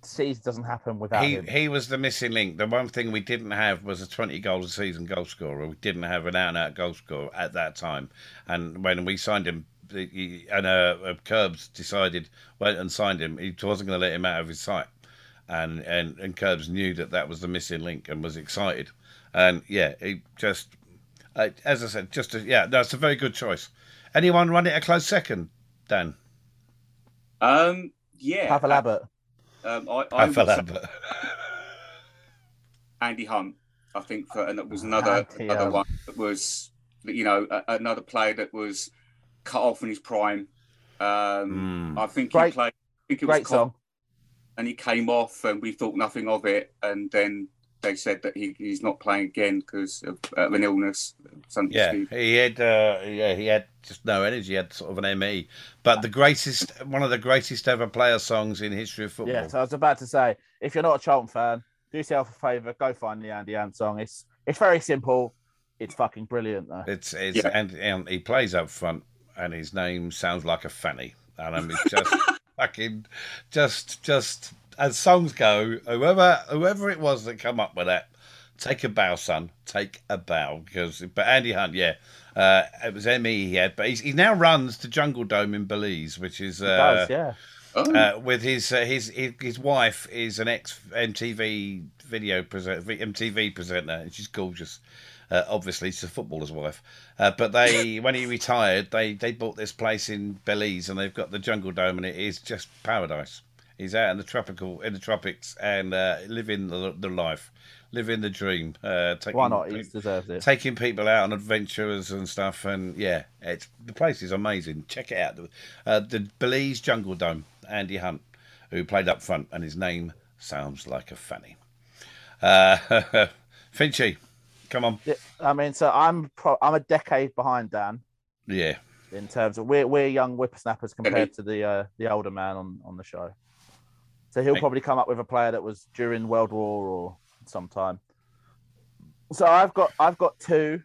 [SPEAKER 2] season doesn't happen without
[SPEAKER 1] he,
[SPEAKER 2] him.
[SPEAKER 1] he was the missing link. The one thing we didn't have was a 20 goal a season goal scorer. We didn't have an out and out goal scorer at that time. And when we signed him, the- he- and uh, uh, Curbs decided, went and signed him, he wasn't going to let him out of his sight. And, and, and Curbs knew that that was the missing link and was excited. And yeah, he just, uh, as I said, just, a, yeah, that's a very good choice. Anyone run it a close second, Dan?
[SPEAKER 3] Um, yeah,
[SPEAKER 2] Pavel
[SPEAKER 1] uh,
[SPEAKER 2] Abbott.
[SPEAKER 3] Um, I, I
[SPEAKER 1] I
[SPEAKER 3] would
[SPEAKER 1] fell
[SPEAKER 3] say
[SPEAKER 1] out, but-
[SPEAKER 3] Andy Hunt, I think, for, and that was another
[SPEAKER 2] Andy
[SPEAKER 3] another
[SPEAKER 2] Hunt.
[SPEAKER 3] one that was, you know, a, another player that was cut off in his prime. Um,
[SPEAKER 1] Mm.
[SPEAKER 3] I think he
[SPEAKER 2] Great-
[SPEAKER 3] played. I think it
[SPEAKER 2] Great
[SPEAKER 3] was Col-
[SPEAKER 2] song.
[SPEAKER 3] and he came off, and we thought nothing of it, and then they said that he, he's not playing again because of, of an illness. Something
[SPEAKER 1] Yeah,
[SPEAKER 3] stupid.
[SPEAKER 1] he had. Uh, yeah, he had just no energy. He had sort of an ME. But the greatest, one of the greatest ever player songs in history of football.
[SPEAKER 2] Yeah, so I was about to say, if you're not a Charlton fan, do yourself a favour, go find the Andy Ant song. It's it's very simple. It's fucking brilliant though.
[SPEAKER 1] It's, it's
[SPEAKER 3] Yeah.
[SPEAKER 1] and, and he plays up front, and his name sounds like a fanny, and um, it's just fucking, just just as songs go, whoever whoever it was that come up with that, take a bow, son, take a bow, because but Andy Hunt, yeah. Uh, it was ME he had, but he's, he now runs the Jungle Dome in Belize, which is uh,
[SPEAKER 2] It does, yeah.
[SPEAKER 3] Oh,
[SPEAKER 1] uh, with his, uh, his his his wife is an ex MTV video present MTV presenter, and she's gorgeous. Uh, obviously, she's a footballer's wife. Uh, but they, when he retired, they they bought this place in Belize, and they've got the Jungle Dome, and it is just paradise. He's out in the tropical, in the tropics, and uh, living the, the life, living the dream. Uh, taking,
[SPEAKER 2] Why not? He deserves it.
[SPEAKER 1] taking people out on adventures and stuff. And yeah, it's the place is amazing. Check it out. The- Uh, the Belize Jungle Dome. Andy Hunt, who played up front, and his name sounds like a fanny. Uh, Finchy, come on.
[SPEAKER 2] Yeah, I mean, so I'm pro- I'm a decade behind Dan
[SPEAKER 1] Yeah,
[SPEAKER 2] in terms of we're we're young whippersnappers compared
[SPEAKER 3] Okay.
[SPEAKER 2] to the uh, the older man on on the show. So he'll
[SPEAKER 1] Okay.
[SPEAKER 2] probably come up with a player that was during World War or sometime. So I've got I've got two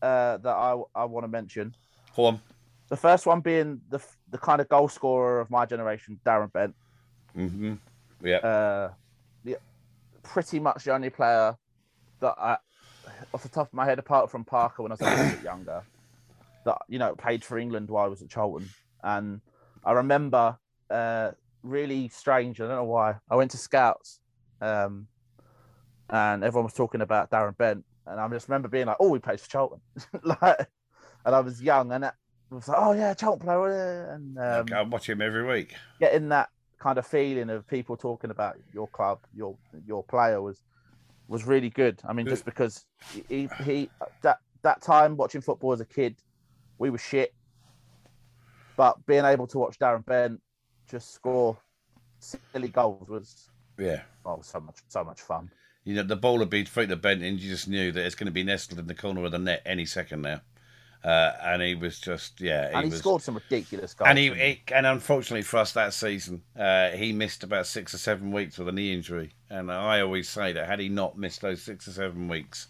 [SPEAKER 2] uh, that I I want to mention.
[SPEAKER 1] go on.
[SPEAKER 2] The first one being the f- the kind of goal scorer of my generation, Darren Bent.
[SPEAKER 1] hmm Yeah.
[SPEAKER 2] uh, the, pretty much the only player that I, off the top of my head, apart from Parker when I was a little bit younger, that you know played for England while I was at Charlton, and I remember uh, really strange. I don't know why. I went to scouts, um, and everyone was talking about Darren Bent, and I just remember being like, "Oh, he plays for Charlton," like, and I was young, and that was like, "Oh yeah, Charlton player," uh, and um,
[SPEAKER 1] I watch him every week.
[SPEAKER 2] getting that kind of feeling of people talking about your club, your your player was was really good. I mean, just because he he that that time watching football as a kid, we were shit, but being able to watch Darren Bent just score silly goals was
[SPEAKER 1] Yeah.
[SPEAKER 2] oh so much so much fun.
[SPEAKER 1] You know, the ball would be free to bent, and you just knew that it's going to be nestled in the corner of the net any second now. Uh, and he was just, yeah,
[SPEAKER 2] And he,
[SPEAKER 1] was,
[SPEAKER 2] scored some ridiculous goals.
[SPEAKER 1] And he, he- and unfortunately for us that season, uh, he missed about six or seven weeks with a knee injury. And I always say that had he not missed those six or seven weeks,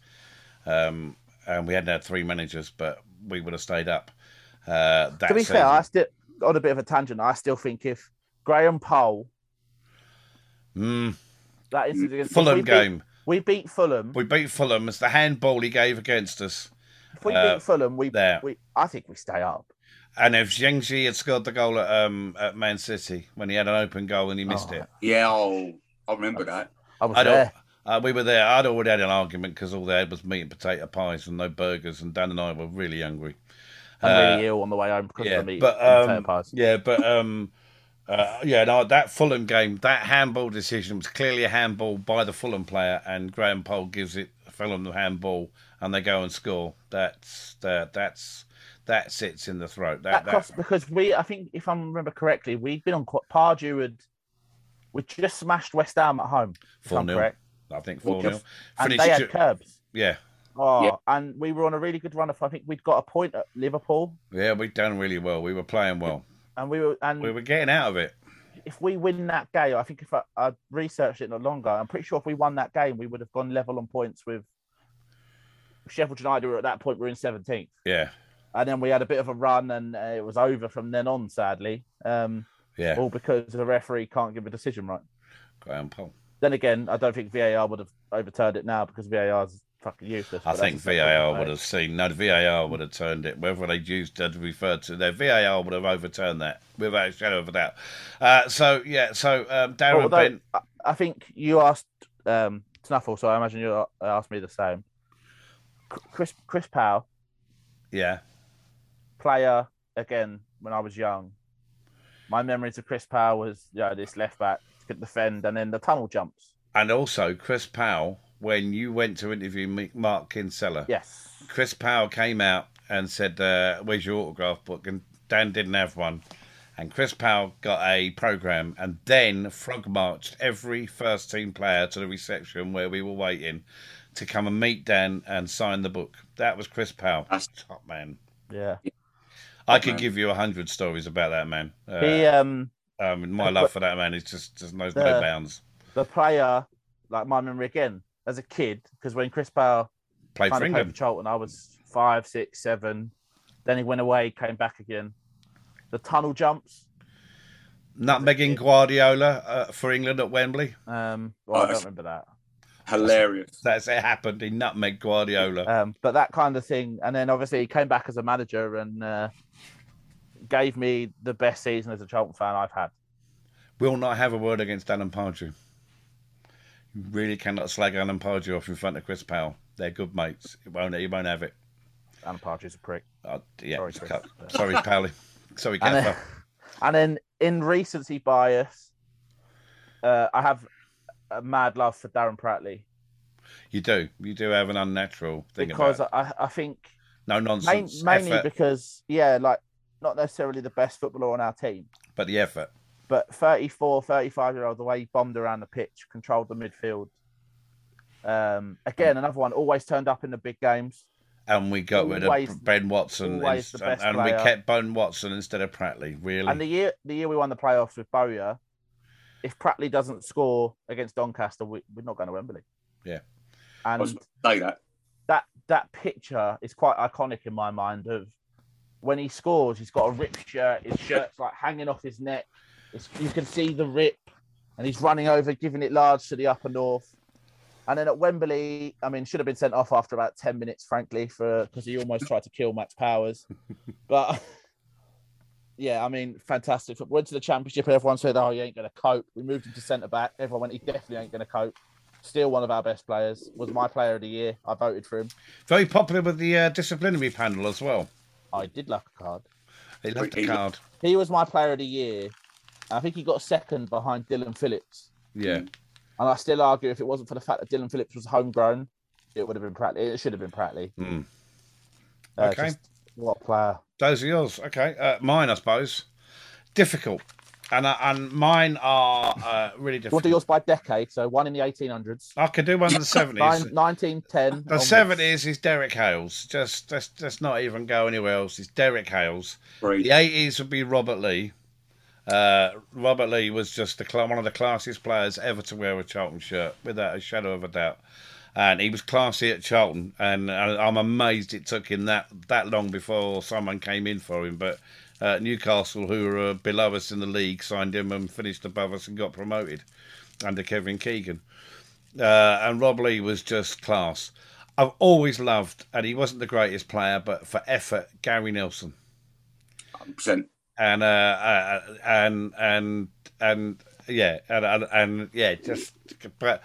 [SPEAKER 1] um, and we hadn't had three managers, but we would have stayed up. Uh, that
[SPEAKER 2] to be
[SPEAKER 1] season.
[SPEAKER 2] fair, I still on a bit of a tangent. I still think if Graham Pole
[SPEAKER 1] Mm,
[SPEAKER 2] that incident against if
[SPEAKER 1] Fulham
[SPEAKER 2] we beat-
[SPEAKER 1] game,
[SPEAKER 2] we beat Fulham.
[SPEAKER 1] we beat Fulham. It's the handball he gave against us.
[SPEAKER 2] If we
[SPEAKER 1] Uh,
[SPEAKER 2] beat Fulham, we,
[SPEAKER 1] there.
[SPEAKER 2] we I think we stay up.
[SPEAKER 1] And if Zhengzhi had scored the goal at um at Man City when he had an open goal and he missed
[SPEAKER 2] Oh,
[SPEAKER 1] it,
[SPEAKER 3] Yeah, oh, I remember that.
[SPEAKER 2] I was
[SPEAKER 1] I don't.
[SPEAKER 2] there.
[SPEAKER 1] Uh, we were there. I'd already had an argument because all they had was meat and potato pies and no burgers, and Dan and I were really hungry.
[SPEAKER 2] I'm
[SPEAKER 1] Uh,
[SPEAKER 2] really ill on the way home because
[SPEAKER 1] yeah,
[SPEAKER 2] of the meat
[SPEAKER 1] but,
[SPEAKER 2] and potato
[SPEAKER 1] um,
[SPEAKER 2] pies.
[SPEAKER 1] Yeah, but um, uh, yeah, no, that Fulham game, that handball decision was clearly a handball by the Fulham player, and Graham Pole gives it Fulham the handball, and they go and score. That's that that's that sits in the throat. That,
[SPEAKER 2] That
[SPEAKER 1] that,
[SPEAKER 2] cost because we, I think, if I remember correctly, we'd been on quite Pardew had we just smashed West Ham at home. If
[SPEAKER 1] four
[SPEAKER 2] I'm
[SPEAKER 1] 0
[SPEAKER 2] correct,
[SPEAKER 1] I think
[SPEAKER 2] Well,
[SPEAKER 1] four 0
[SPEAKER 2] just- and they had curbs.
[SPEAKER 1] Yeah,
[SPEAKER 2] Oh,
[SPEAKER 3] Yeah.
[SPEAKER 2] and we were on a really good run. If I think we'd got a point at Liverpool,
[SPEAKER 1] yeah, we done really well. We were playing well.
[SPEAKER 2] and we were, and
[SPEAKER 1] We were getting out of it.
[SPEAKER 2] if we win that game, I think if I, I researched it not long ago, I'm pretty sure if we won that game, we would have gone level on points with Sheffield United. who at that point, we we're in 17th.
[SPEAKER 1] Yeah,
[SPEAKER 2] and then we had a bit of a run and uh, it was over from then on sadly um
[SPEAKER 1] yeah.
[SPEAKER 2] all because the referee can't give a decision right
[SPEAKER 1] Graham Pole.
[SPEAKER 2] then again i don't think var would have overturned it now because var's fucking useless
[SPEAKER 1] I
[SPEAKER 2] but
[SPEAKER 1] think
[SPEAKER 2] that's a separate
[SPEAKER 1] VAR would
[SPEAKER 2] debate.
[SPEAKER 1] have seen no VAR would have turned it whether they'd used uh, to refer to their VAR would have overturned that without a shadow of a doubt. Uh, so yeah, so um, Darren
[SPEAKER 2] Although,
[SPEAKER 1] Bent,
[SPEAKER 2] I- i think you asked um snuffle so i imagine you a- asked me the same C- chris chris powell
[SPEAKER 1] yeah,
[SPEAKER 2] player again when i was young my memories of chris powell was you know this left back could defend and then the tunnel jumps
[SPEAKER 1] and also Chris Powell when you went to interview M- Mark Kinsella,
[SPEAKER 2] yes
[SPEAKER 1] Chris Powell came out and said, uh, "Where's your autograph book?" and Dan didn't have one. And Chris Powell got a program and then frog marched every first team player to the reception where we were waiting to come and meet Dan and sign the book. That was Chris Powell.
[SPEAKER 3] That's-
[SPEAKER 1] top man.
[SPEAKER 2] yeah
[SPEAKER 1] I
[SPEAKER 3] Top
[SPEAKER 1] could
[SPEAKER 3] man.
[SPEAKER 1] give you a hundred stories about that man.
[SPEAKER 2] he
[SPEAKER 1] Uh,
[SPEAKER 2] um
[SPEAKER 1] um, my love for that man is just, just knows no
[SPEAKER 2] The-
[SPEAKER 1] bounds.
[SPEAKER 2] the player, like my memory again, as a kid, because when Chris Bale
[SPEAKER 1] Played
[SPEAKER 2] kind
[SPEAKER 1] for
[SPEAKER 2] of played for
[SPEAKER 1] England.
[SPEAKER 2] Charlton, I was five, six, seven. Then he went away, came back again. The tunnel jumps.
[SPEAKER 1] Nutmegging Guardiola uh, for England at Wembley.
[SPEAKER 2] Um, well, I
[SPEAKER 3] Oh,
[SPEAKER 2] don't
[SPEAKER 3] that's-
[SPEAKER 2] remember that.
[SPEAKER 3] Hilarious.
[SPEAKER 1] That's it happened. He nutmegged Guardiola.
[SPEAKER 2] Um, but that kind of thing. And then obviously he came back as a manager and uh, gave me the best season as a Charlton fan I've had.
[SPEAKER 1] will not have a word against Alan Pardew. You really cannot slag Alan Pardew off in front of Chris Powell. They're good mates. It won't, he won't have it.
[SPEAKER 2] And Partridge's a prick.
[SPEAKER 1] Uh, yeah,
[SPEAKER 2] Sorry,
[SPEAKER 1] it's
[SPEAKER 2] Chris.
[SPEAKER 1] cut.
[SPEAKER 2] uh,
[SPEAKER 1] sorry, Powley. Sorry,
[SPEAKER 2] And then,
[SPEAKER 1] Gaffer.
[SPEAKER 2] and then in recency bias, uh, I have a mad love for Darren Prattley
[SPEAKER 1] You do. You do have an unnatural thing
[SPEAKER 2] because
[SPEAKER 1] about
[SPEAKER 2] I, I think
[SPEAKER 1] no
[SPEAKER 2] main,
[SPEAKER 1] nonsense
[SPEAKER 2] mainly
[SPEAKER 1] effort,
[SPEAKER 2] because yeah, like not necessarily the best footballer on our team,
[SPEAKER 1] but the effort.
[SPEAKER 2] but 34, 35 year old, the way he bombed around the pitch, controlled the midfield. Um, again, another one always turned up in the big games.
[SPEAKER 1] And we got rid
[SPEAKER 2] Always-
[SPEAKER 1] of Ben Watson,
[SPEAKER 2] always the
[SPEAKER 1] inst-
[SPEAKER 2] best
[SPEAKER 1] and
[SPEAKER 2] player.
[SPEAKER 1] we kept Ben Watson instead of Prattley. Really,
[SPEAKER 2] And the year the year we won the playoffs with Bowyer, if Prattley doesn't score against Doncaster, we, we're not going to Wembley.
[SPEAKER 1] Yeah.
[SPEAKER 3] I was
[SPEAKER 2] And
[SPEAKER 3] say that.
[SPEAKER 2] that that picture is quite iconic in my mind of when he scores, he's got a ripped shirt, his shirt's like hanging off his neck. It's, you can see the rip, and he's running over, giving it large to the upper north. And then at Wembley, I mean, should have been sent off after about 10 minutes, frankly, for because he almost tried to kill Max Powers. But yeah, I mean, fantastic. football. Went to the championship, and everyone said, Oh, he ain't going to cope. We moved him to centre back. Everyone went, He definitely ain't going to cope. Still one of our best players. Was my player of the year. I voted for him.
[SPEAKER 1] very popular with the uh, disciplinary panel as well.
[SPEAKER 2] I did like a card.
[SPEAKER 1] They loved the
[SPEAKER 3] He-
[SPEAKER 1] card.
[SPEAKER 2] He was my player of the year. I think he got second behind Dylan Phillips.
[SPEAKER 1] Yeah,
[SPEAKER 2] And I still argue if it wasn't for the fact that Dylan Phillips was homegrown, it would have been Prattley. It should have been Prattley.
[SPEAKER 1] Mm.
[SPEAKER 2] Uh,
[SPEAKER 1] Okay.
[SPEAKER 2] just what a player?
[SPEAKER 1] those are yours. Okay, uh, mine, I suppose. Difficult, and uh, and mine are uh, really
[SPEAKER 2] We'll
[SPEAKER 1] difficult.
[SPEAKER 2] do yours by decade. So one in the 1800s,
[SPEAKER 1] I could do one in the
[SPEAKER 2] nine,
[SPEAKER 1] seventies.
[SPEAKER 2] 1910.
[SPEAKER 1] The
[SPEAKER 2] onwards.
[SPEAKER 1] seventies is Derek Hales. Just let's, let's not even go anywhere else. It's Derek Hales.
[SPEAKER 3] Three.
[SPEAKER 1] The eighties would be Robert Lee. Uh, Robert Lee was just the cla- one of the classiest players ever to wear a Charlton shirt, without a shadow of a doubt. And he was classy at Charlton, and I- I'm amazed it took him that that long before someone came in for him. But uh, Newcastle, who were uh, below us in the league, signed him and finished above us and got promoted under Kevin Keegan. Uh, and Rob Lee was just class. I've always loved, and he wasn't the greatest player, but for effort, Gary Nelson
[SPEAKER 3] 100%.
[SPEAKER 1] and uh, uh and and and yeah and and, and yeah just but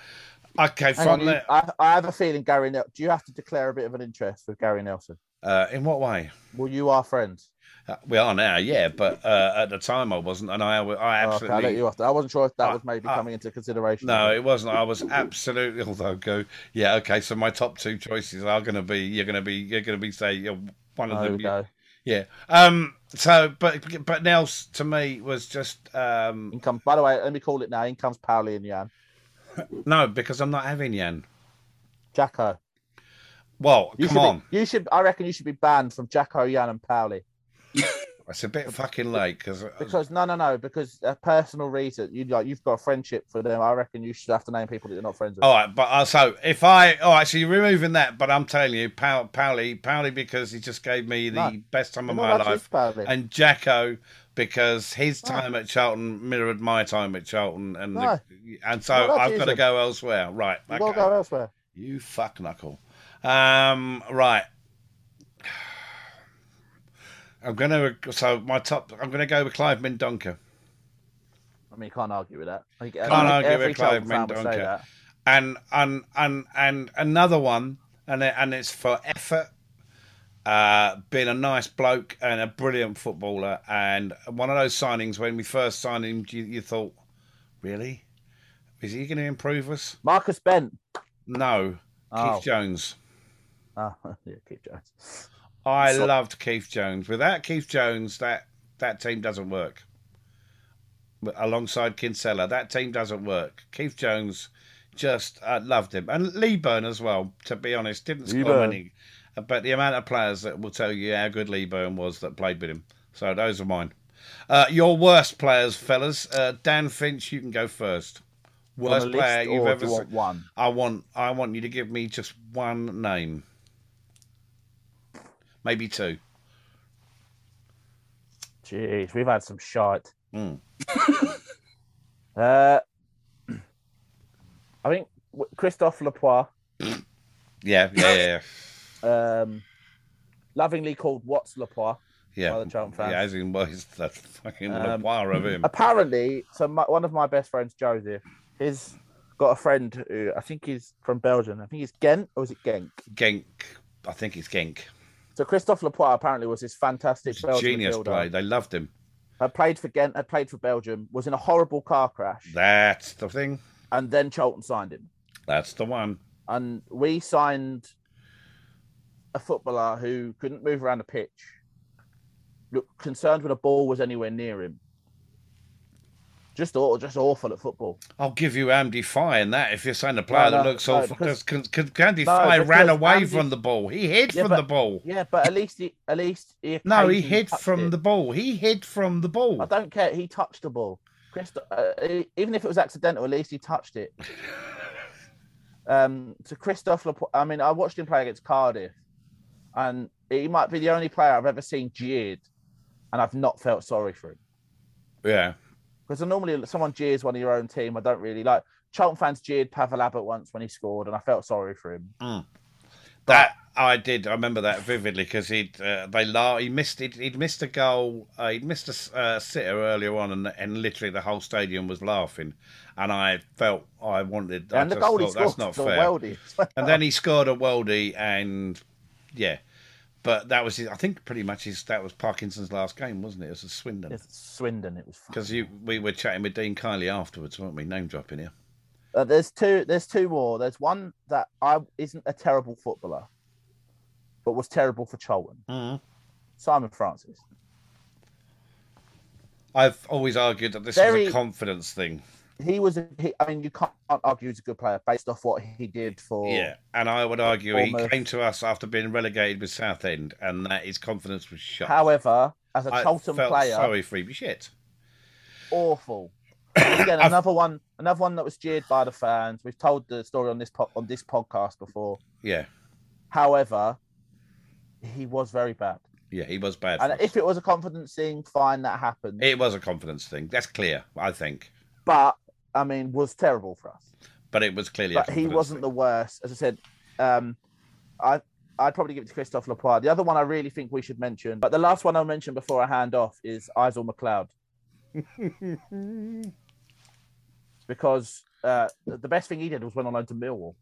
[SPEAKER 1] okay
[SPEAKER 2] Hang on,
[SPEAKER 1] from
[SPEAKER 2] you-
[SPEAKER 1] the,
[SPEAKER 2] I, I have a feeling Gary. Nel- do you have to declare a bit of an interest with Gary Nelson?
[SPEAKER 1] uh in what way
[SPEAKER 2] Well, you are friends.
[SPEAKER 1] Uh, we are now yeah but uh at the time i wasn't and i i
[SPEAKER 2] Oh,
[SPEAKER 1] absolutely
[SPEAKER 2] Okay, I let you off. I wasn't sure if that
[SPEAKER 1] I-
[SPEAKER 2] was maybe
[SPEAKER 1] I-
[SPEAKER 2] coming into consideration.
[SPEAKER 1] no it wasn't i was absolutely although go yeah okay so my top two choices are gonna be you're gonna be you're gonna be say you're one of
[SPEAKER 2] Oh, here
[SPEAKER 1] them
[SPEAKER 2] we go.
[SPEAKER 1] yeah um so but but nels to me was just um
[SPEAKER 2] In comes, by the way, let me call it now. In comes Powley and Jan.
[SPEAKER 1] no because i'm not having yan
[SPEAKER 2] Jacko.
[SPEAKER 1] well
[SPEAKER 2] You
[SPEAKER 1] come
[SPEAKER 2] should be-
[SPEAKER 1] on
[SPEAKER 2] you should. I reckon you should be banned from Jacko, Jan, and Powley
[SPEAKER 1] it's a bit fucking late uh, because
[SPEAKER 2] because no, no, no. Because a personal reason. You like you've got a friendship for them. I reckon you should have to name people that you're not friends with.
[SPEAKER 1] All right, but uh, so if I, all right, so you're removing that, but I'm telling you, Pow- Powley, Powley, because he just gave me the
[SPEAKER 2] No.
[SPEAKER 1] best time
[SPEAKER 2] You're
[SPEAKER 1] of
[SPEAKER 2] not
[SPEAKER 1] my
[SPEAKER 2] allowed to
[SPEAKER 1] life,
[SPEAKER 2] use Powley.
[SPEAKER 1] and Jacko because his
[SPEAKER 2] No.
[SPEAKER 1] time at Charlton mirrored my time at Charlton, and the-
[SPEAKER 2] No.
[SPEAKER 1] and so
[SPEAKER 2] You're not allowed to
[SPEAKER 1] I've
[SPEAKER 2] use
[SPEAKER 1] got to
[SPEAKER 2] him.
[SPEAKER 1] go elsewhere. Right,
[SPEAKER 2] you
[SPEAKER 1] okay.
[SPEAKER 2] gotta go elsewhere.
[SPEAKER 1] You fuck knuckle. Um, right. I'm gonna so my top. I'm gonna go with Clive Mendonca.
[SPEAKER 2] I mean, you can't argue with that. Like,
[SPEAKER 1] Can't
[SPEAKER 2] every-
[SPEAKER 1] argue
[SPEAKER 2] every
[SPEAKER 1] with Clive
[SPEAKER 2] Charlton fan would say
[SPEAKER 1] Mendonca.
[SPEAKER 2] that.
[SPEAKER 1] and and and and another one, and it- and it's for effort. Uh, being a nice bloke and a brilliant footballer, and one of those signings when we first signed him, you, you thought, really, is he going to improve us?
[SPEAKER 2] Marcus Bent.
[SPEAKER 1] No,
[SPEAKER 2] Oh,
[SPEAKER 1] Keith Jones.
[SPEAKER 2] oh yeah, Keith Jones.
[SPEAKER 1] I
[SPEAKER 3] So-
[SPEAKER 1] loved Keith Jones. Without Keith Jones, that that team doesn't work. But Alongside Kinsella, that team doesn't work. Keith Jones just uh, loved him, and Lee Burn as well. To be honest, didn't
[SPEAKER 2] Lee
[SPEAKER 1] score
[SPEAKER 2] Burn.
[SPEAKER 1] many, but the amount of players that will tell you how good Lee Burn was that played with him. So those are mine. Uh, your worst players, fellas. Uh, Dan Finch, you can go first.
[SPEAKER 2] On the
[SPEAKER 1] Worst
[SPEAKER 2] list,
[SPEAKER 1] player you've
[SPEAKER 2] or do
[SPEAKER 1] ever.
[SPEAKER 2] you
[SPEAKER 1] seen.
[SPEAKER 2] want one?
[SPEAKER 1] I want I want you to give me just one name. Maybe two.
[SPEAKER 2] Jeez, we've had some shite.
[SPEAKER 1] Mm.
[SPEAKER 2] Uh, I think w- Christophe Lapois,
[SPEAKER 1] Yeah, yeah, yeah.
[SPEAKER 2] um, lovingly called Watts Lapois.
[SPEAKER 1] Yeah.
[SPEAKER 2] By the Charlton
[SPEAKER 1] yeah, as
[SPEAKER 2] fans.
[SPEAKER 1] in well, it's the fucking
[SPEAKER 2] Um,
[SPEAKER 1] lapoire of him.
[SPEAKER 2] Apparently, so my, one of my best friends, Joseph, he's got a friend who I think he's from Belgium. I think he's Ghent or is it Genk?
[SPEAKER 1] Genk. I think it's Genk.
[SPEAKER 2] So Christophe Lapois apparently was this fantastic
[SPEAKER 1] It's a
[SPEAKER 2] Belgian
[SPEAKER 1] genius
[SPEAKER 2] midfielder.
[SPEAKER 1] play. They loved him.
[SPEAKER 2] had played for Ghent, had played for Belgium, was in a horrible car
[SPEAKER 1] Hmm.
[SPEAKER 2] crash,
[SPEAKER 1] That's the thing.
[SPEAKER 2] and then Charlton signed him.
[SPEAKER 1] That's the one.
[SPEAKER 2] And we signed a footballer who couldn't move around the pitch, looked concerned when a ball was anywhere near him. Just awful, just awful at football.
[SPEAKER 1] I'll give you Andy Fye in that if you're saying a player
[SPEAKER 2] No,
[SPEAKER 1] that
[SPEAKER 2] no,
[SPEAKER 1] looks
[SPEAKER 2] no,
[SPEAKER 1] awful.
[SPEAKER 2] because-
[SPEAKER 1] Because, because Andy
[SPEAKER 2] No,
[SPEAKER 1] Fye ran
[SPEAKER 2] because
[SPEAKER 1] away
[SPEAKER 2] Andy-
[SPEAKER 1] from the ball. He hid
[SPEAKER 2] Yeah,
[SPEAKER 1] from
[SPEAKER 2] but-
[SPEAKER 1] the ball.
[SPEAKER 2] Yeah, but at least he, at least he
[SPEAKER 1] No, he
[SPEAKER 2] occasionally
[SPEAKER 1] hid
[SPEAKER 2] touched
[SPEAKER 1] from
[SPEAKER 2] it.
[SPEAKER 1] the ball. He hid from the
[SPEAKER 2] I
[SPEAKER 1] ball.
[SPEAKER 2] don't care. He touched the ball. Chris, uh, e- even if it was accidental, at least he touched it. um, to Christophe Laporte, I mean, I watched him play against Cardiff, and he might be the only player I've ever seen jeered, and I've not felt sorry for him
[SPEAKER 1] Yeah.
[SPEAKER 2] because normally someone jeers one of your own team. I don't really like. Charlton fans jeered Pavel Abbott once when he scored, and I felt sorry for him.
[SPEAKER 1] That I did. I remember that vividly because he uh, they la- he missed he'd, he'd missed a goal. Uh, he'd missed a s- uh, sitter earlier on, and, and literally the whole stadium was laughing. And I felt I wanted. I
[SPEAKER 2] and the
[SPEAKER 1] just
[SPEAKER 2] goal he
[SPEAKER 1] thought,
[SPEAKER 2] scored,
[SPEAKER 1] that's not
[SPEAKER 2] the
[SPEAKER 1] fair.
[SPEAKER 2] worldie.
[SPEAKER 1] And then he scored a worldie, and yeah, but that was his, I think pretty much his that was Parkinson's last game, wasn't it? It was a Swindon
[SPEAKER 2] It's Swindon, it was. fucking
[SPEAKER 1] because we were chatting with Dean Kiley afterwards, weren't we? Name dropping here.
[SPEAKER 2] Uh, there's two. There's two more. There's one that I isn't a terrible footballer, but was terrible for Charlton.
[SPEAKER 1] Mhm.
[SPEAKER 2] Simon Francis.
[SPEAKER 1] I've always argued that this is
[SPEAKER 2] Very-
[SPEAKER 1] a confidence thing.
[SPEAKER 2] He was. a- He, I mean, you can't argue he's a good player based off what he did for.
[SPEAKER 1] Yeah, and I would argue he
[SPEAKER 2] Bournemouth.
[SPEAKER 1] came to us after being relegated with Southend, and that his confidence was shot.
[SPEAKER 2] However, as a
[SPEAKER 1] I
[SPEAKER 2] Charlton
[SPEAKER 1] felt
[SPEAKER 2] player,
[SPEAKER 1] sorry for him. Shit.
[SPEAKER 2] awful. Again, another one. Another one that was jeered by the fans. We've told the story on this po- on this podcast before.
[SPEAKER 1] Yeah,
[SPEAKER 2] However, he was very bad.
[SPEAKER 1] yeah, he was bad.
[SPEAKER 2] And
[SPEAKER 1] for us.
[SPEAKER 2] if it was a confidence thing, fine, that happened.
[SPEAKER 1] It was a confidence thing. That's clear, I think.
[SPEAKER 2] but I mean, was terrible for us.
[SPEAKER 1] But it was clearly.
[SPEAKER 2] but he wasn't the worst. As I said, um, I I'd probably give it to Christophe Lapoire. The other one I really think we should mention, but the last one I'll mention before I hand off is Isel McLeod. because uh, the the best thing he did was went on loan to Millwall.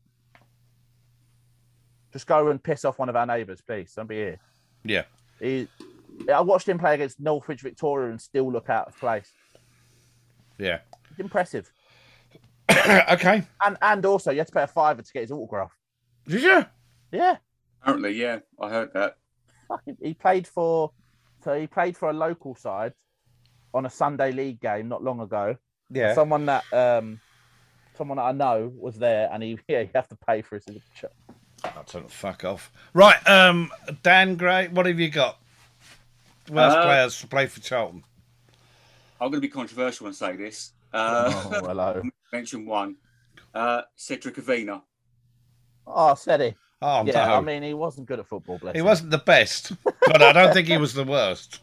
[SPEAKER 2] Just go and piss off one of our neighbours, please. Don't be here.
[SPEAKER 1] Yeah,
[SPEAKER 2] He, I watched him play against Northwich Victoria and still look out of place.
[SPEAKER 1] yeah.
[SPEAKER 2] It's impressive.
[SPEAKER 1] okay.
[SPEAKER 2] And and also, you had to pay a fiver to get his autograph.
[SPEAKER 1] Did you?
[SPEAKER 2] Yeah.
[SPEAKER 3] Apparently, yeah, I heard that.
[SPEAKER 2] fucking he played for so he played for a local side on a Sunday league game not long ago.
[SPEAKER 1] Yeah.
[SPEAKER 2] Someone that um someone that I know was there and he yeah, you have to pay for his picture.
[SPEAKER 1] I don't fuck off. Right, um, Dan Gray, what have you got? Worst
[SPEAKER 3] Uh,
[SPEAKER 1] players to play for Charlton.
[SPEAKER 3] I'm going to be controversial and say this. Uh,
[SPEAKER 2] oh hello.
[SPEAKER 3] mention one. Uh, Cedric Avina.
[SPEAKER 2] Oh said he.
[SPEAKER 1] Oh
[SPEAKER 2] Yeah,
[SPEAKER 1] no,
[SPEAKER 2] I mean he wasn't good at football, bless
[SPEAKER 1] he
[SPEAKER 2] him.
[SPEAKER 1] wasn't the best, but I don't think he was the worst.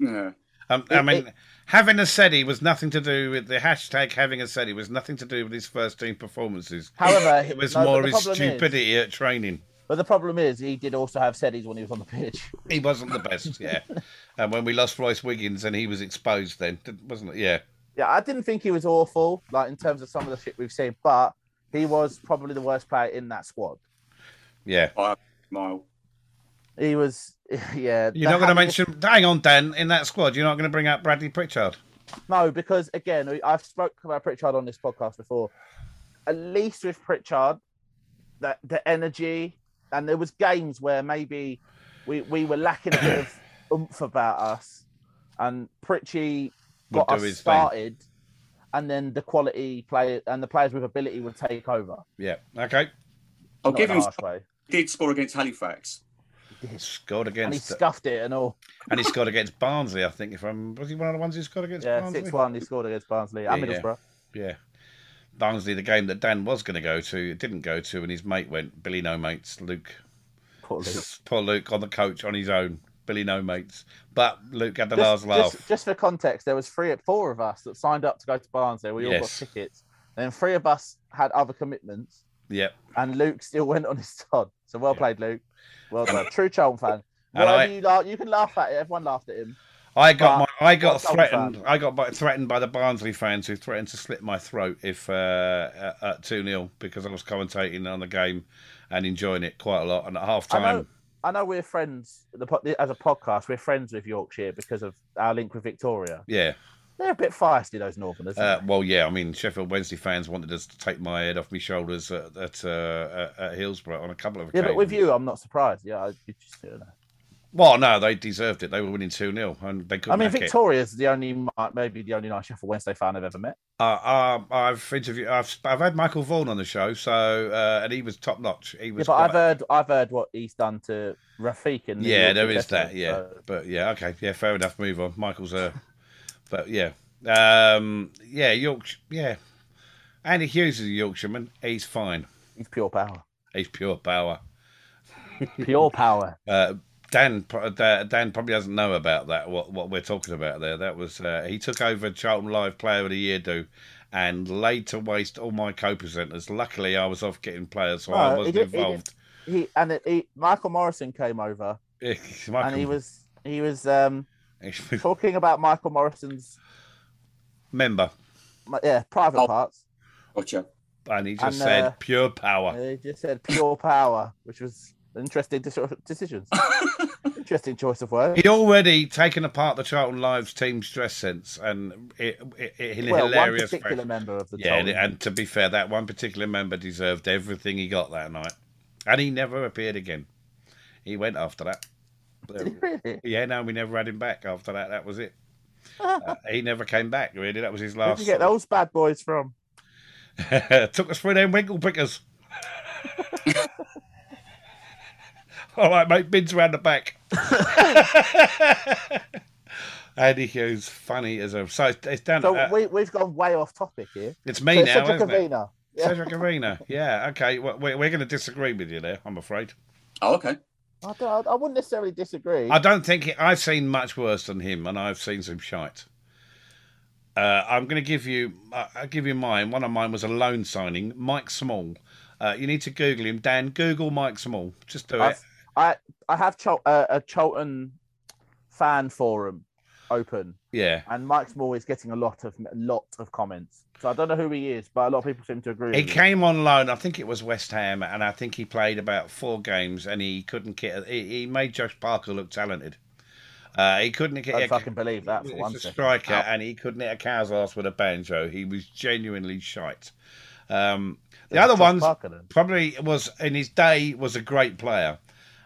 [SPEAKER 3] Yeah.
[SPEAKER 1] Um, I
[SPEAKER 2] It-
[SPEAKER 1] mean,
[SPEAKER 2] it-
[SPEAKER 1] having a SETI was nothing to do with the hashtag. Having a SETI was nothing to do with his first team performances.
[SPEAKER 2] However,
[SPEAKER 1] It was
[SPEAKER 2] no, but
[SPEAKER 1] more
[SPEAKER 2] the
[SPEAKER 1] his
[SPEAKER 2] problem is-
[SPEAKER 1] stupidity at training.
[SPEAKER 2] but the problem is he did also have SETIs when he was on the pitch.
[SPEAKER 1] He wasn't the best, yeah. and when we lost Royce Wiggins, and he was exposed then, didn't- wasn't it? Yeah.
[SPEAKER 2] Yeah, I didn't think he was awful, like in terms of some of the shit we've seen, but he was probably the worst player in that squad.
[SPEAKER 1] Yeah.
[SPEAKER 3] Mile.
[SPEAKER 2] He was, yeah.
[SPEAKER 1] You're
[SPEAKER 2] the
[SPEAKER 1] not going to
[SPEAKER 2] having-
[SPEAKER 1] mention. Hang on, Dan. In that squad, you're not going to bring up Bradley Pritchard.
[SPEAKER 2] No, because again, I've spoke about Pritchard on this podcast before. At least with Pritchard, that the energy and there was games where maybe we we were lacking a bit of oomph about us, and Pritchie
[SPEAKER 1] Would
[SPEAKER 2] got
[SPEAKER 1] do
[SPEAKER 2] us
[SPEAKER 1] his thing.
[SPEAKER 2] started, and then the quality player and the players with ability would take over.
[SPEAKER 1] Yeah. Okay.
[SPEAKER 3] I'll
[SPEAKER 2] Not
[SPEAKER 3] give
[SPEAKER 2] in
[SPEAKER 3] him.
[SPEAKER 2] a harsh way.
[SPEAKER 3] He did score against Halifax.
[SPEAKER 1] Scored
[SPEAKER 2] and he
[SPEAKER 1] against.
[SPEAKER 2] scuffed it and all.
[SPEAKER 1] and he scored against Barnsley, I think. If I'm. Was he one of the ones who scored against
[SPEAKER 2] Yeah,
[SPEAKER 1] Barnsley?
[SPEAKER 2] six one. He scored against Barnsley and
[SPEAKER 1] Yeah, yeah.
[SPEAKER 2] Middlesbrough.
[SPEAKER 1] Yeah. Barnsley, the game that Dan was going to go to, it didn't go to, and his mate went, Billy No Mates, Luke.
[SPEAKER 2] Poor Luke.
[SPEAKER 1] Poor Luke on the coach on his own. Billy No Mates. But Luke had the last
[SPEAKER 2] just,
[SPEAKER 1] laugh.
[SPEAKER 2] just- just for context, there was three or four of us that signed up to go to Barnsley. We all got
[SPEAKER 1] Yes.
[SPEAKER 2] tickets. Then three of us had other commitments,
[SPEAKER 1] Yep.
[SPEAKER 2] and Luke still went on his Todd. So well
[SPEAKER 1] Yeah.
[SPEAKER 2] played, Luke. Well done. True Charlton fan.
[SPEAKER 1] And
[SPEAKER 2] Whatever
[SPEAKER 1] I-
[SPEAKER 2] you, laugh, you can laugh at it. Everyone laughed at him.
[SPEAKER 1] I got
[SPEAKER 2] But-
[SPEAKER 1] my, I got
[SPEAKER 2] Well,
[SPEAKER 1] threatened. I got by, threatened by the Barnsley fans who threatened to slit my throat if uh, at- at two 0 because I was commentating on the game and enjoying it quite a lot. And at half
[SPEAKER 2] I know.
[SPEAKER 1] time,
[SPEAKER 2] I know we're friends the, po- as a podcast. We're friends with Yorkshire because of our link with Victoria.
[SPEAKER 1] Yeah.
[SPEAKER 2] They're a bit feisty, those Northerners.
[SPEAKER 1] Uh,
[SPEAKER 2] aren't
[SPEAKER 1] well, yeah. I mean, Sheffield Wednesday fans wanted us to take my head off my shoulders at at, uh, at, at Hillsborough on a couple of
[SPEAKER 2] they? yeah,
[SPEAKER 1] occasions.
[SPEAKER 2] but with you, I'm not surprised. Yeah, I, you just, you know.
[SPEAKER 1] Well, no, they deserved it. They were winning 2 0 and they couldn't.
[SPEAKER 2] I mean,
[SPEAKER 1] hack it.
[SPEAKER 2] Victoria's the only, mi- maybe the only nice Sheffield Wednesday fan I've ever met.
[SPEAKER 1] Uh, um, I've interviewed. I've I've had Michael Vaughan on the show, so uh, and he was top notch. He
[SPEAKER 2] Yeah,
[SPEAKER 1] was.
[SPEAKER 2] but I've
[SPEAKER 1] quite-
[SPEAKER 2] heard, I've heard what he's done to Rafik and
[SPEAKER 1] yeah, there is that. Yeah, but yeah, okay, yeah, fair enough. Move on. Michael's uh but yeah, um, yeah, Yorkshire, yeah. Andy Hughes is a Yorkshireman. He's fine.
[SPEAKER 2] he's pure power.
[SPEAKER 1] He's pure power.
[SPEAKER 2] Pure power.
[SPEAKER 1] Uh, Dan, pro- Da- Dan probably doesn't know about that. What what we're talking about there? That was uh, he took over Charlton Live Player of the Year do, and laid to waste all my co-presenters. Luckily, I was off getting players, so I
[SPEAKER 2] No, he
[SPEAKER 1] wasn't
[SPEAKER 2] did- he did.
[SPEAKER 1] involved.
[SPEAKER 2] He and it, he, Michael Morrison came over
[SPEAKER 1] Michael,
[SPEAKER 2] and he was he was um talking about Michael Morrison's
[SPEAKER 1] member,
[SPEAKER 2] yeah private
[SPEAKER 3] Oh.
[SPEAKER 2] parts.
[SPEAKER 3] Gotcha.
[SPEAKER 1] and he just
[SPEAKER 2] And,
[SPEAKER 1] said
[SPEAKER 2] uh,
[SPEAKER 1] pure power.
[SPEAKER 2] They just said pure power, which was an interesting dis- decisions.
[SPEAKER 3] Oh,
[SPEAKER 2] interesting choice of words.
[SPEAKER 1] He'd already taken apart the Charlton Lives team's dress sense, and it, it, it, in a
[SPEAKER 2] Well, one
[SPEAKER 1] hilarious
[SPEAKER 2] particular
[SPEAKER 1] fashion.
[SPEAKER 2] member of the
[SPEAKER 1] Yeah, and,
[SPEAKER 2] Tories.
[SPEAKER 1] and to be fair, that one particular member deserved everything he got that night, and he never appeared again. He went after that. uh,
[SPEAKER 2] really?
[SPEAKER 1] Yeah, no, we never had him back after that. That was it. Uh, he never came back. Really, that was his
[SPEAKER 2] Where'd you
[SPEAKER 1] last.
[SPEAKER 2] get those bad boys from?
[SPEAKER 1] Took us through them winkle pickers. All right, mate, bids round the back. Andy Hughes, funny as a so it's, it's down.
[SPEAKER 2] So
[SPEAKER 1] uh,
[SPEAKER 2] we we've gone way off topic here.
[SPEAKER 1] it's
[SPEAKER 2] So
[SPEAKER 1] me
[SPEAKER 2] it's
[SPEAKER 1] now,
[SPEAKER 2] Cedric
[SPEAKER 1] isn't it?
[SPEAKER 2] Avina. Yeah.
[SPEAKER 1] Cedric Arena. Yeah, okay. Well, we're we're going to disagree with you there. I'm afraid.
[SPEAKER 3] Oh, okay.
[SPEAKER 2] I, don't, I wouldn't necessarily disagree.
[SPEAKER 1] I don't think he, I've seen much worse than him, and I've seen some shite. Uh, I'm going to give you. I- I'll give you mine. One of mine was a loan signing, Mike Small. Uh, you need to Google him, Dan. Google Mike Small. Just do it.
[SPEAKER 2] I've- I I have Chol- uh, a Cholton fan forum open,
[SPEAKER 1] Yeah.
[SPEAKER 2] and Mike Small is getting a lot of a lot of comments. So I don't know who he is, but a lot of people seem to agree.
[SPEAKER 1] He
[SPEAKER 2] with me.
[SPEAKER 1] came on loan. I think it was West Ham, and I think he played about four games, and he couldn't get. He, he made Josh Parker look talented. Uh, he couldn't get.
[SPEAKER 2] I
[SPEAKER 1] yeah,
[SPEAKER 2] don't fucking believe that for
[SPEAKER 1] It's
[SPEAKER 2] one
[SPEAKER 1] a
[SPEAKER 2] second.
[SPEAKER 1] striker,
[SPEAKER 3] Ow.
[SPEAKER 1] and he couldn't hit a cow's ass with a banjo. He was genuinely shite. Um, the
[SPEAKER 2] It's
[SPEAKER 1] other
[SPEAKER 2] Josh
[SPEAKER 1] ones,
[SPEAKER 2] Parker then.
[SPEAKER 1] probably was in his day was a great player.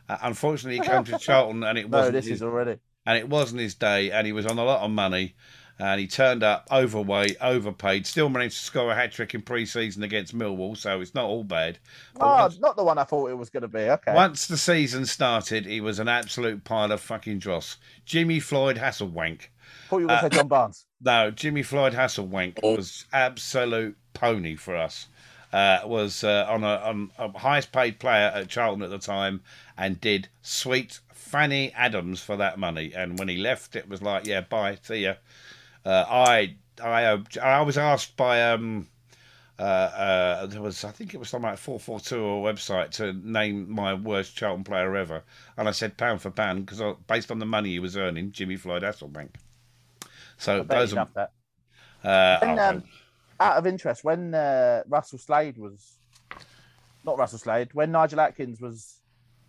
[SPEAKER 1] Uh, unfortunately, he came to Charlton and it
[SPEAKER 2] No,
[SPEAKER 1] wasn't
[SPEAKER 2] this
[SPEAKER 1] his,
[SPEAKER 2] is already.
[SPEAKER 1] and it wasn't his day, and he was on a lot of money, and he turned up overweight, overpaid. Still managed to score a hat trick in pre-season against Millwall, so it's not all bad. But
[SPEAKER 2] Oh,
[SPEAKER 1] once-
[SPEAKER 2] not the one I thought it was going to be. Okay.
[SPEAKER 1] once the season started, he was an absolute pile of fucking dross. Jimmy Floyd Hasselwank.
[SPEAKER 2] thought you were going to
[SPEAKER 1] uh,
[SPEAKER 2] say John Barnes.
[SPEAKER 1] No, Jimmy Floyd Hasselwank
[SPEAKER 3] Oh.
[SPEAKER 1] was absolute pony for us. Uh, was uh, on a on a highest paid player at Charlton at the time, and did sweet Fanny Adams for that money. And when he left, it was like, yeah, bye, see ya. Uh, I I ob- I was asked by um uh, uh, there was I think it was something like four four two or a website to name my worst Charlton player ever, and I said pound for pound because based on the money he was earning, Jimmy Floyd Hasselbank. So
[SPEAKER 2] I bet
[SPEAKER 1] those
[SPEAKER 2] you
[SPEAKER 1] are
[SPEAKER 2] dubbed that.
[SPEAKER 1] uh,
[SPEAKER 2] And,
[SPEAKER 1] oh,
[SPEAKER 2] um, Out of interest, when uh, Russell Slade was not Russell Slade, when Nigel Atkins was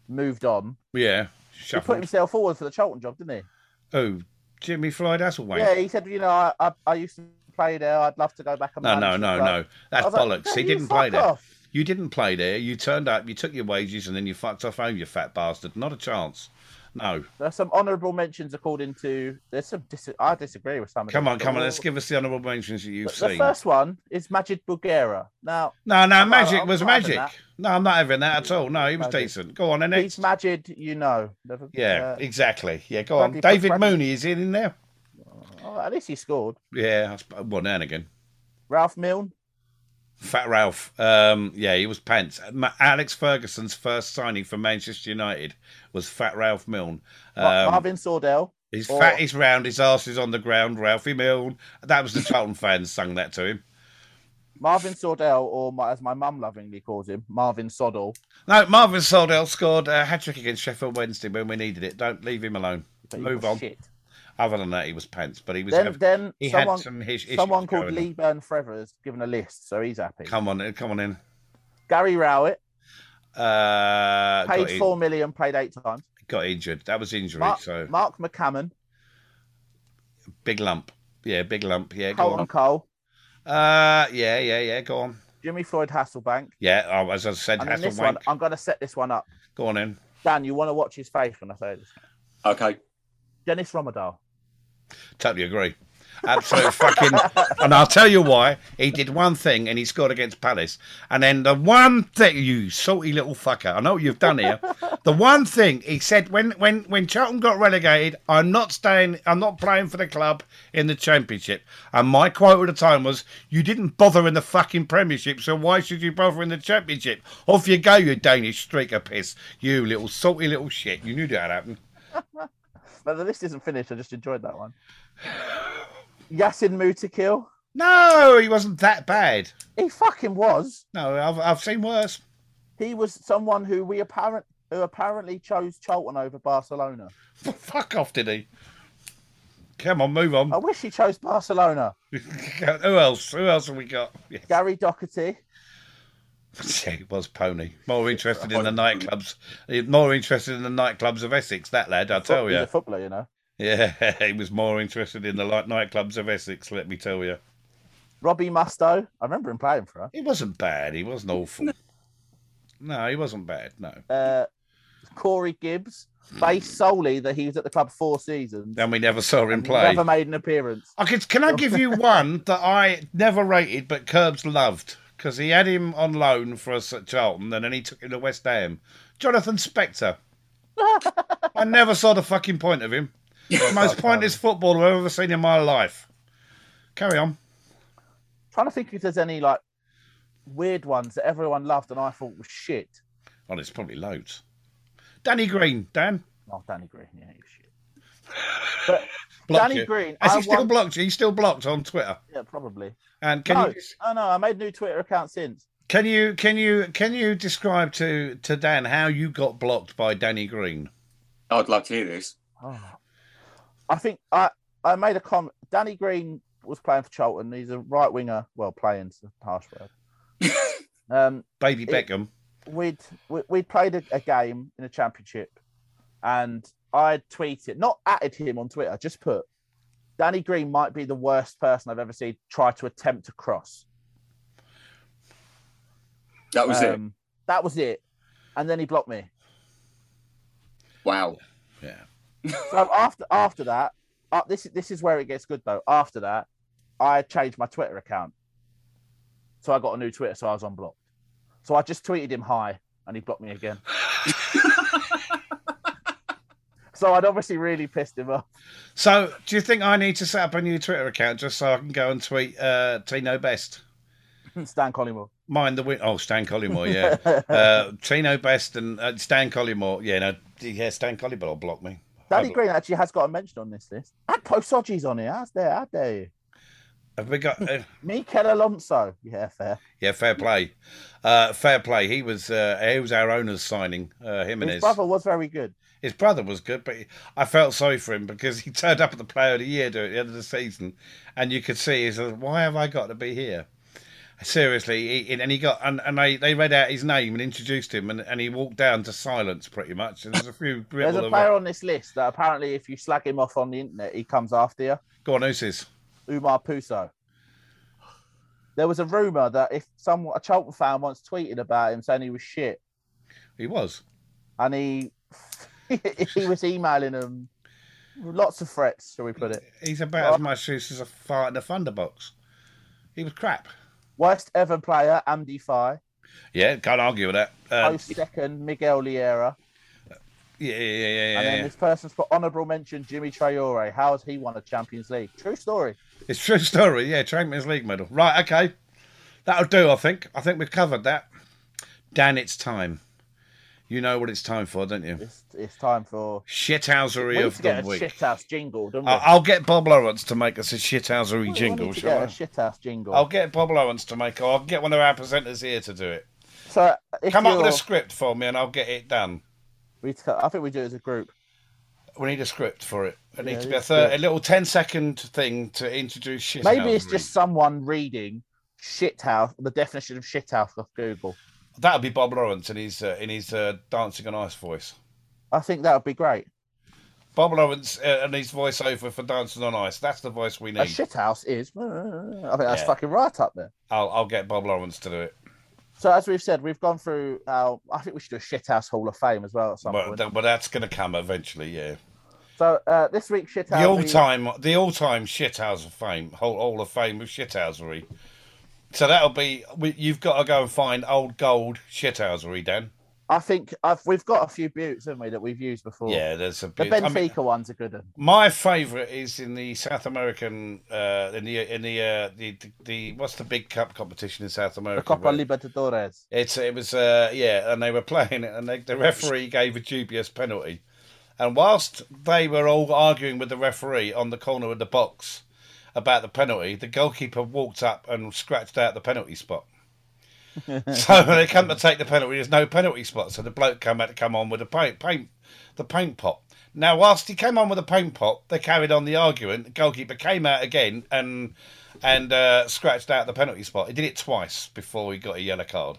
[SPEAKER 2] moved on,
[SPEAKER 1] yeah,
[SPEAKER 2] he put
[SPEAKER 1] shuffle.
[SPEAKER 2] himself forward for the Charlton job, didn't he?
[SPEAKER 1] Oh, Jimmy Floyd Hasselwank.
[SPEAKER 2] Yeah, he said, you know, I, I, I used to play there. I'd love to go back. And
[SPEAKER 1] no, no,
[SPEAKER 2] manage the
[SPEAKER 1] no,
[SPEAKER 2] club."
[SPEAKER 1] no.
[SPEAKER 2] I
[SPEAKER 1] That's
[SPEAKER 2] was like,
[SPEAKER 1] bollocks. he
[SPEAKER 2] "No, you
[SPEAKER 1] didn't play
[SPEAKER 2] fuck
[SPEAKER 1] there.
[SPEAKER 2] off."
[SPEAKER 1] You didn't play there. You turned up. You took your wages, and then you fucked off home. You fat bastard. Not a chance. No.
[SPEAKER 2] There's some honourable mentions according to. There's some. Dis- I disagree with some. Of
[SPEAKER 1] Come
[SPEAKER 2] these,
[SPEAKER 1] on,
[SPEAKER 2] but
[SPEAKER 1] come on.
[SPEAKER 2] we'll-
[SPEAKER 1] Let's give us the honourable mentions that you've
[SPEAKER 2] But The
[SPEAKER 1] seen.
[SPEAKER 2] first one is Majid Bulgara. Now,
[SPEAKER 1] No, no,
[SPEAKER 2] I'm not-
[SPEAKER 1] magic
[SPEAKER 2] I'm
[SPEAKER 1] was
[SPEAKER 2] not having
[SPEAKER 1] magic.
[SPEAKER 2] that.
[SPEAKER 1] No, I'm not having that at all. No, he was
[SPEAKER 2] Magic.
[SPEAKER 1] decent. Go on, and next.
[SPEAKER 2] he's Majid, you know. Never-
[SPEAKER 1] Yeah,
[SPEAKER 2] uh,
[SPEAKER 1] exactly. Yeah, go on.
[SPEAKER 2] Bradley-
[SPEAKER 1] David
[SPEAKER 2] Bradley-
[SPEAKER 1] Mooney is he in there.
[SPEAKER 2] oh, at least he scored.
[SPEAKER 1] Yeah, I sp- well, now and again.
[SPEAKER 2] Ralph Milne.
[SPEAKER 1] Fat Ralph. Um, yeah, he was pants. Ma- Alex Ferguson's first signing for Manchester United was Fat Ralph Milne.
[SPEAKER 2] Ma-
[SPEAKER 1] Um,
[SPEAKER 2] Marvin Sordell.
[SPEAKER 1] he's
[SPEAKER 2] or-
[SPEAKER 1] fat, he's round, his arse is on the ground. Ralphie Milne. That was the Charlton fans sung that to him.
[SPEAKER 2] Marvin Sordell, or my, as my mum lovingly calls him, Marvin Soddle.
[SPEAKER 1] No, Marvin Soldell scored a hat trick against Sheffield Wednesday when we needed it. Don't leave him alone.
[SPEAKER 2] But he
[SPEAKER 1] Move
[SPEAKER 2] was
[SPEAKER 1] on.
[SPEAKER 2] Shit.
[SPEAKER 1] Other than that, he was pants, but he was.
[SPEAKER 2] Then, then
[SPEAKER 1] he
[SPEAKER 2] someone,
[SPEAKER 1] had some his- issues
[SPEAKER 2] someone called
[SPEAKER 1] going on.
[SPEAKER 2] Lee Burn Forever has given a list, so he's happy.
[SPEAKER 1] Come on, come on in.
[SPEAKER 2] Gary Rowett.
[SPEAKER 1] Uh, got,
[SPEAKER 2] Paid
[SPEAKER 1] in-
[SPEAKER 2] four million, played eight times.
[SPEAKER 1] got injured. That was injury.
[SPEAKER 2] Mark,
[SPEAKER 1] so
[SPEAKER 2] Mark McCammon,
[SPEAKER 1] big lump. Yeah, big lump. Yeah, go
[SPEAKER 2] Colton
[SPEAKER 1] on.
[SPEAKER 2] Cole,
[SPEAKER 1] Uh, yeah, yeah, yeah. Go on.
[SPEAKER 2] Jimmy Floyd Hasselbank.
[SPEAKER 1] Yeah, oh, as I said,
[SPEAKER 2] And then this
[SPEAKER 1] Hasselwank.
[SPEAKER 2] one, I'm going to set this one up.
[SPEAKER 1] Go on in.
[SPEAKER 2] Dan, you want to watch his face when I say this.
[SPEAKER 3] Okay.
[SPEAKER 2] Dennis Romadal.
[SPEAKER 1] Totally agree. Absolute fucking. And I'll tell you why. He did one thing and he scored against Palace. And then the one thing, you salty little fucker. I know what you've done here. The one thing he said when when when Charlton got relegated, I'm not staying. I'm not playing for the club in the Championship. And my quote at the time was, "You didn't bother in the fucking Premiership, so why should you bother in the Championship? Off you go, you Danish streaker piss. You little salty little shit. You knew that happened.
[SPEAKER 2] But the list isn't finished. I just enjoyed that one. Yasin Mutakil.
[SPEAKER 1] No, he wasn't that bad.
[SPEAKER 2] He fucking was.
[SPEAKER 1] No, I've I've seen worse."
[SPEAKER 2] He was someone who we apparent who apparently chose Charlton over Barcelona.
[SPEAKER 1] Fuck off, did he? Come on, move on.
[SPEAKER 2] I wish he chose Barcelona.
[SPEAKER 1] Who else? Who else have we got? Yeah.
[SPEAKER 2] Gary Doherty.
[SPEAKER 1] Yeah, it was Pony. More interested in the nightclubs. More interested in the nightclubs of Essex, that lad, I tell
[SPEAKER 2] He's
[SPEAKER 1] you.
[SPEAKER 2] a footballer, you know.
[SPEAKER 1] Yeah, he was more interested in the light nightclubs of Essex, let me tell you.
[SPEAKER 2] Robbie Musto. I remember him playing for us.
[SPEAKER 1] He wasn't bad. He wasn't awful. No, he wasn't bad. No.
[SPEAKER 2] Uh, Corey Gibbs, based solely that he was at the club four seasons.
[SPEAKER 1] Then we never saw him play.
[SPEAKER 2] Never made an appearance.
[SPEAKER 1] I could, can I give you one that I never rated but Curbs loved because he had him on loan for us at Charlton and then he took him to West Ham? Jonathan Spector. I never saw the fucking point of him. The most pointless footballer I've ever seen in my life. Carry on.
[SPEAKER 2] trying to think if there's any like weird ones that everyone loved and I thought was shit.
[SPEAKER 1] Oh, there's probably loads. Danny Green, Dan.
[SPEAKER 2] Oh, Danny Green, yeah, he was shit. But
[SPEAKER 1] Blocked
[SPEAKER 2] Danny
[SPEAKER 1] you.
[SPEAKER 2] Green,
[SPEAKER 1] Has
[SPEAKER 2] I
[SPEAKER 1] he still
[SPEAKER 2] want-
[SPEAKER 1] blocked you? He's still blocked on Twitter.
[SPEAKER 2] yeah, probably.
[SPEAKER 1] And can
[SPEAKER 2] No,
[SPEAKER 1] you
[SPEAKER 2] oh no, I made a new Twitter account since.
[SPEAKER 1] can you can you can you describe to to Dan how you got blocked by Danny Green?
[SPEAKER 3] I'd love to hear this.
[SPEAKER 2] Oh. I think I I made a comment. Danny Green was playing for Charlton. He's a right winger. Well, playing's a harsh word. um,
[SPEAKER 1] Baby
[SPEAKER 2] It-
[SPEAKER 1] Beckham.
[SPEAKER 2] we'd we, we'd played a, a game in a championship, and I tweeted, not added him on Twitter, just put Danny Green might be the worst person I've ever seen try to attempt to cross.
[SPEAKER 3] That
[SPEAKER 1] Uh,
[SPEAKER 3] was it.
[SPEAKER 2] Um, That was it, and then he blocked me.
[SPEAKER 3] Wow.
[SPEAKER 2] So after after that, uh, this this is where it gets good though. After that, I changed my Twitter account, so I got a new Twitter, so I was unblocked. So I just tweeted him hi, and he blocked me again. so I'd obviously really pissed him off.
[SPEAKER 1] So, do you think I need to set up a new Twitter account just so I can go and tweet uh, Tino Best?
[SPEAKER 2] Stan Collymore.
[SPEAKER 1] Mind the win. Oh, Stan Collymore, yeah. uh, Tino Best and uh, Stan Collymore. Yeah, no, yeah, Stan Collymore blocked me.
[SPEAKER 2] Danny
[SPEAKER 1] I'd-
[SPEAKER 2] Green actually has got a mention on this list. And Posoji's on here. How's there? How dare you?
[SPEAKER 1] Have we got? Uh,
[SPEAKER 2] Mikel Alonso. Yeah, fair.
[SPEAKER 1] yeah, fair play. Uh, fair play. He was uh, he was our owner's signing. Uh, him and
[SPEAKER 2] His
[SPEAKER 1] his
[SPEAKER 2] brother was very good.
[SPEAKER 1] His brother was good, but I felt sorry for him because he turned up at the Player of the Year do- at the end of the season, and you could see he said, "Why have I got to be here?" Seriously, he, and he got and, and they, they read out his name and introduced him, and, and he walked down to silence pretty much. And there's a few
[SPEAKER 2] There's
[SPEAKER 1] people
[SPEAKER 2] a
[SPEAKER 1] of
[SPEAKER 2] player on this list that apparently, if you slag him off on the internet, he comes after you.
[SPEAKER 1] go on, who's this?
[SPEAKER 2] Umar Puso. There was a rumor that if someone, a Charlton fan once tweeted about him saying he was shit,
[SPEAKER 1] He was.
[SPEAKER 2] and he he was emailing him lots of threats, shall we put it?
[SPEAKER 1] He's about as much use as a fart in a thunderbox. He was crap.
[SPEAKER 2] Worst ever player, Andy Fye.
[SPEAKER 1] Yeah, can't argue with that. Uh,
[SPEAKER 2] Post second, Miguel Liera.
[SPEAKER 1] yeah, yeah, yeah, yeah, yeah.
[SPEAKER 2] and then
[SPEAKER 1] yeah.
[SPEAKER 2] this person's for honourable mention, Jimmy Traore. How has he won a Champions League? True story.
[SPEAKER 1] It's true story. Yeah, Champions League medal. Right. Okay, that'll do. I think. I think we've covered that. Dan, it's time. You know what it's time for, don't you?
[SPEAKER 2] It's, it's time for we
[SPEAKER 1] Shithousery
[SPEAKER 2] need
[SPEAKER 1] of
[SPEAKER 2] to
[SPEAKER 1] the
[SPEAKER 2] get a
[SPEAKER 1] week.
[SPEAKER 2] shithouse jingle, don't we?
[SPEAKER 1] I- I'll get Bob Lawrence to make us a shithousery
[SPEAKER 2] We
[SPEAKER 1] jingle,
[SPEAKER 2] need to
[SPEAKER 1] shall
[SPEAKER 2] get a
[SPEAKER 1] I?
[SPEAKER 2] shithouse jingle.
[SPEAKER 1] I'll get Bob Lawrence to make. Or I'll get one of our presenters here to do it.
[SPEAKER 2] so if
[SPEAKER 1] Come up with a
[SPEAKER 2] you're-
[SPEAKER 1] script for me, and I'll get it done.
[SPEAKER 2] we t- I think we do it as a group.
[SPEAKER 1] We need a script for it. It
[SPEAKER 2] Yeah,
[SPEAKER 1] needs to be a,
[SPEAKER 2] let's do
[SPEAKER 1] thir-
[SPEAKER 2] it.
[SPEAKER 1] a little 10-second thing to introduce shit.
[SPEAKER 2] Maybe it's just someone reading shithouse, the definition of shithouse off Google.
[SPEAKER 1] That'll be Bob Lawrence in his uh, in his uh, dancing on ice voice.
[SPEAKER 2] I think that would be great.
[SPEAKER 1] Bob Lawrence uh, and his voiceover for Dancing on Ice. That's the voice we
[SPEAKER 2] A
[SPEAKER 1] need.
[SPEAKER 2] shit house is. I think that's
[SPEAKER 1] Yeah.
[SPEAKER 2] fucking right up there.
[SPEAKER 1] I'll, I'll get Bob Lawrence to do it.
[SPEAKER 2] So as we've said, we've gone through our. I think we should do a shit house Hall of Fame as well at some
[SPEAKER 1] But,
[SPEAKER 2] point.
[SPEAKER 1] that- but that's going to come eventually, yeah.
[SPEAKER 2] So uh, this week's shit house.
[SPEAKER 1] The all time, the all time shithouse of fame, whole all of fame of shithousery. So that'll be we, you've got to go and find old gold shithousery, Dan.
[SPEAKER 2] I think I've, we've got a few buttes, haven't we, that we've used before.
[SPEAKER 1] Yeah, there's a
[SPEAKER 2] The
[SPEAKER 1] bit- I mean,
[SPEAKER 2] Benfica one's a good one.
[SPEAKER 1] my favourite is in the South American, uh, in the in the, uh, the, the the what's the big cup competition in South
[SPEAKER 2] The
[SPEAKER 1] America?
[SPEAKER 2] Copa
[SPEAKER 1] where-
[SPEAKER 2] Libertadores.
[SPEAKER 1] It's it was uh yeah, and they were playing it, and they, the referee gave a dubious penalty, and whilst they were all arguing with the referee on the corner of the box about the penalty, the goalkeeper walked up and scratched out the penalty spot. so when they come to take the penalty, there's no penalty spot. So the bloke come out to come on with the paint, paint, the paint pot. Now, whilst he came on with the paint pot, they carried on the argument. The goalkeeper came out again and and uh, scratched out the penalty spot. He did it twice before he got a yellow card.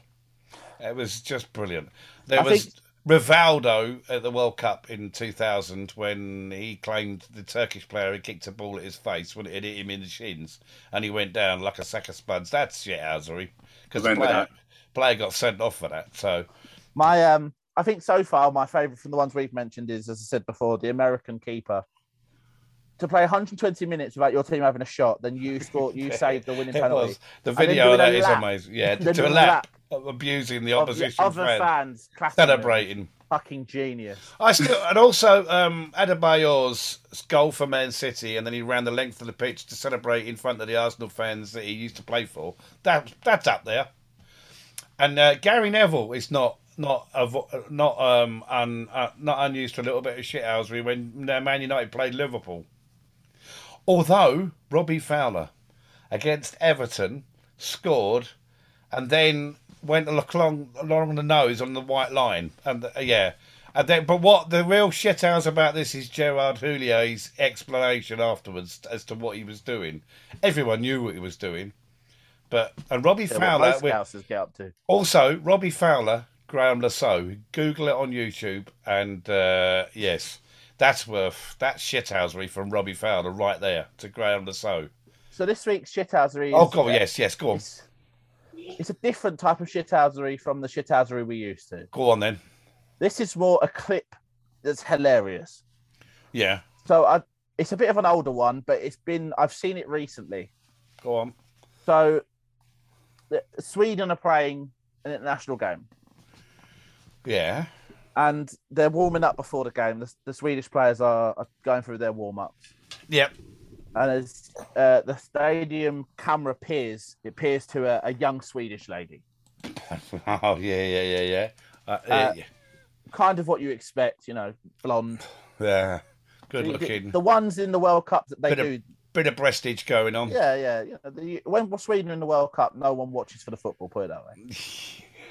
[SPEAKER 1] It was just brilliant. There
[SPEAKER 2] I
[SPEAKER 1] was
[SPEAKER 2] think-
[SPEAKER 1] Rivaldo at the World Cup in 2000 when he claimed the Turkish player had kicked a ball at his face when it hit him in the shins and he went down like a sack of spuds. That's shithousery. Because the
[SPEAKER 3] Remember
[SPEAKER 1] player, player got sent off for that. So,
[SPEAKER 2] My um, I think so far my favourite from the ones we've mentioned is, as I said before, the American keeper. To play 120 minutes without your team having a shot, then you score, you saved the winning
[SPEAKER 1] it
[SPEAKER 2] penalty.
[SPEAKER 1] was. The
[SPEAKER 2] then
[SPEAKER 1] video
[SPEAKER 2] doing
[SPEAKER 1] of that
[SPEAKER 2] a
[SPEAKER 1] is
[SPEAKER 2] lap.
[SPEAKER 1] amazing. Yeah,
[SPEAKER 2] Then
[SPEAKER 1] to a
[SPEAKER 2] doing a
[SPEAKER 1] lap, of abusing the
[SPEAKER 2] Of the
[SPEAKER 1] opposition
[SPEAKER 2] other
[SPEAKER 1] fan,
[SPEAKER 2] fans clapping them.
[SPEAKER 1] celebrating.
[SPEAKER 2] Fucking genius.
[SPEAKER 1] I still, and also um, Adebayor's goal for Man City, and then he ran the length of the pitch to celebrate in front of the Arsenal fans that he used to play for. That that's up there. And uh, Gary Neville is not not avo- not um un, uh, not unused to a little bit of shithousery when uh, Man United played Liverpool. Although Robbie Fowler against Everton scored, and then went along along the nose on the white line, and the, uh, yeah, and then but what the real shithouse about this is Gerard Houlier's explanation afterwards as to what he was doing. Everyone knew what he was doing, but and Robbie
[SPEAKER 2] Yeah, what
[SPEAKER 1] Fowler
[SPEAKER 2] most
[SPEAKER 1] with-
[SPEAKER 2] houses get up to.
[SPEAKER 1] also, Robbie Fowler, Graham Lasso. Google it on YouTube, and uh, yes, that's worth that shithousery from Robbie Fowler right there to Graham Lasso.
[SPEAKER 2] So this week's shithousery. Is,
[SPEAKER 1] Oh god, yes, yes, go on,
[SPEAKER 2] It's, it's a different type of shithousery from the shithousery we used to.
[SPEAKER 1] go on then.
[SPEAKER 2] This is more a clip that's hilarious.
[SPEAKER 1] Yeah,
[SPEAKER 2] So I, it's a bit of an older one, but it's been I've seen it recently.
[SPEAKER 1] go on.
[SPEAKER 2] So the- Sweden are playing an international game,
[SPEAKER 1] Yeah,
[SPEAKER 2] and they're warming up before the game. The, the Swedish players are, are going through their warm ups,
[SPEAKER 1] yep.
[SPEAKER 2] and as uh, the stadium camera peers, it peers to a, a young Swedish lady.
[SPEAKER 1] oh yeah, yeah, yeah, yeah. Uh,
[SPEAKER 2] Uh,
[SPEAKER 1] yeah,
[SPEAKER 2] Kind of what you expect, you know, blonde.
[SPEAKER 1] yeah. Good
[SPEAKER 2] The-
[SPEAKER 1] looking.
[SPEAKER 2] The ones in the World Cup that they
[SPEAKER 1] Bit of-
[SPEAKER 2] do,
[SPEAKER 1] Bit of breastage going on.
[SPEAKER 2] Yeah, yeah. You know, the, when Sweden are in the World Cup, no one watches for the football. Put it that way.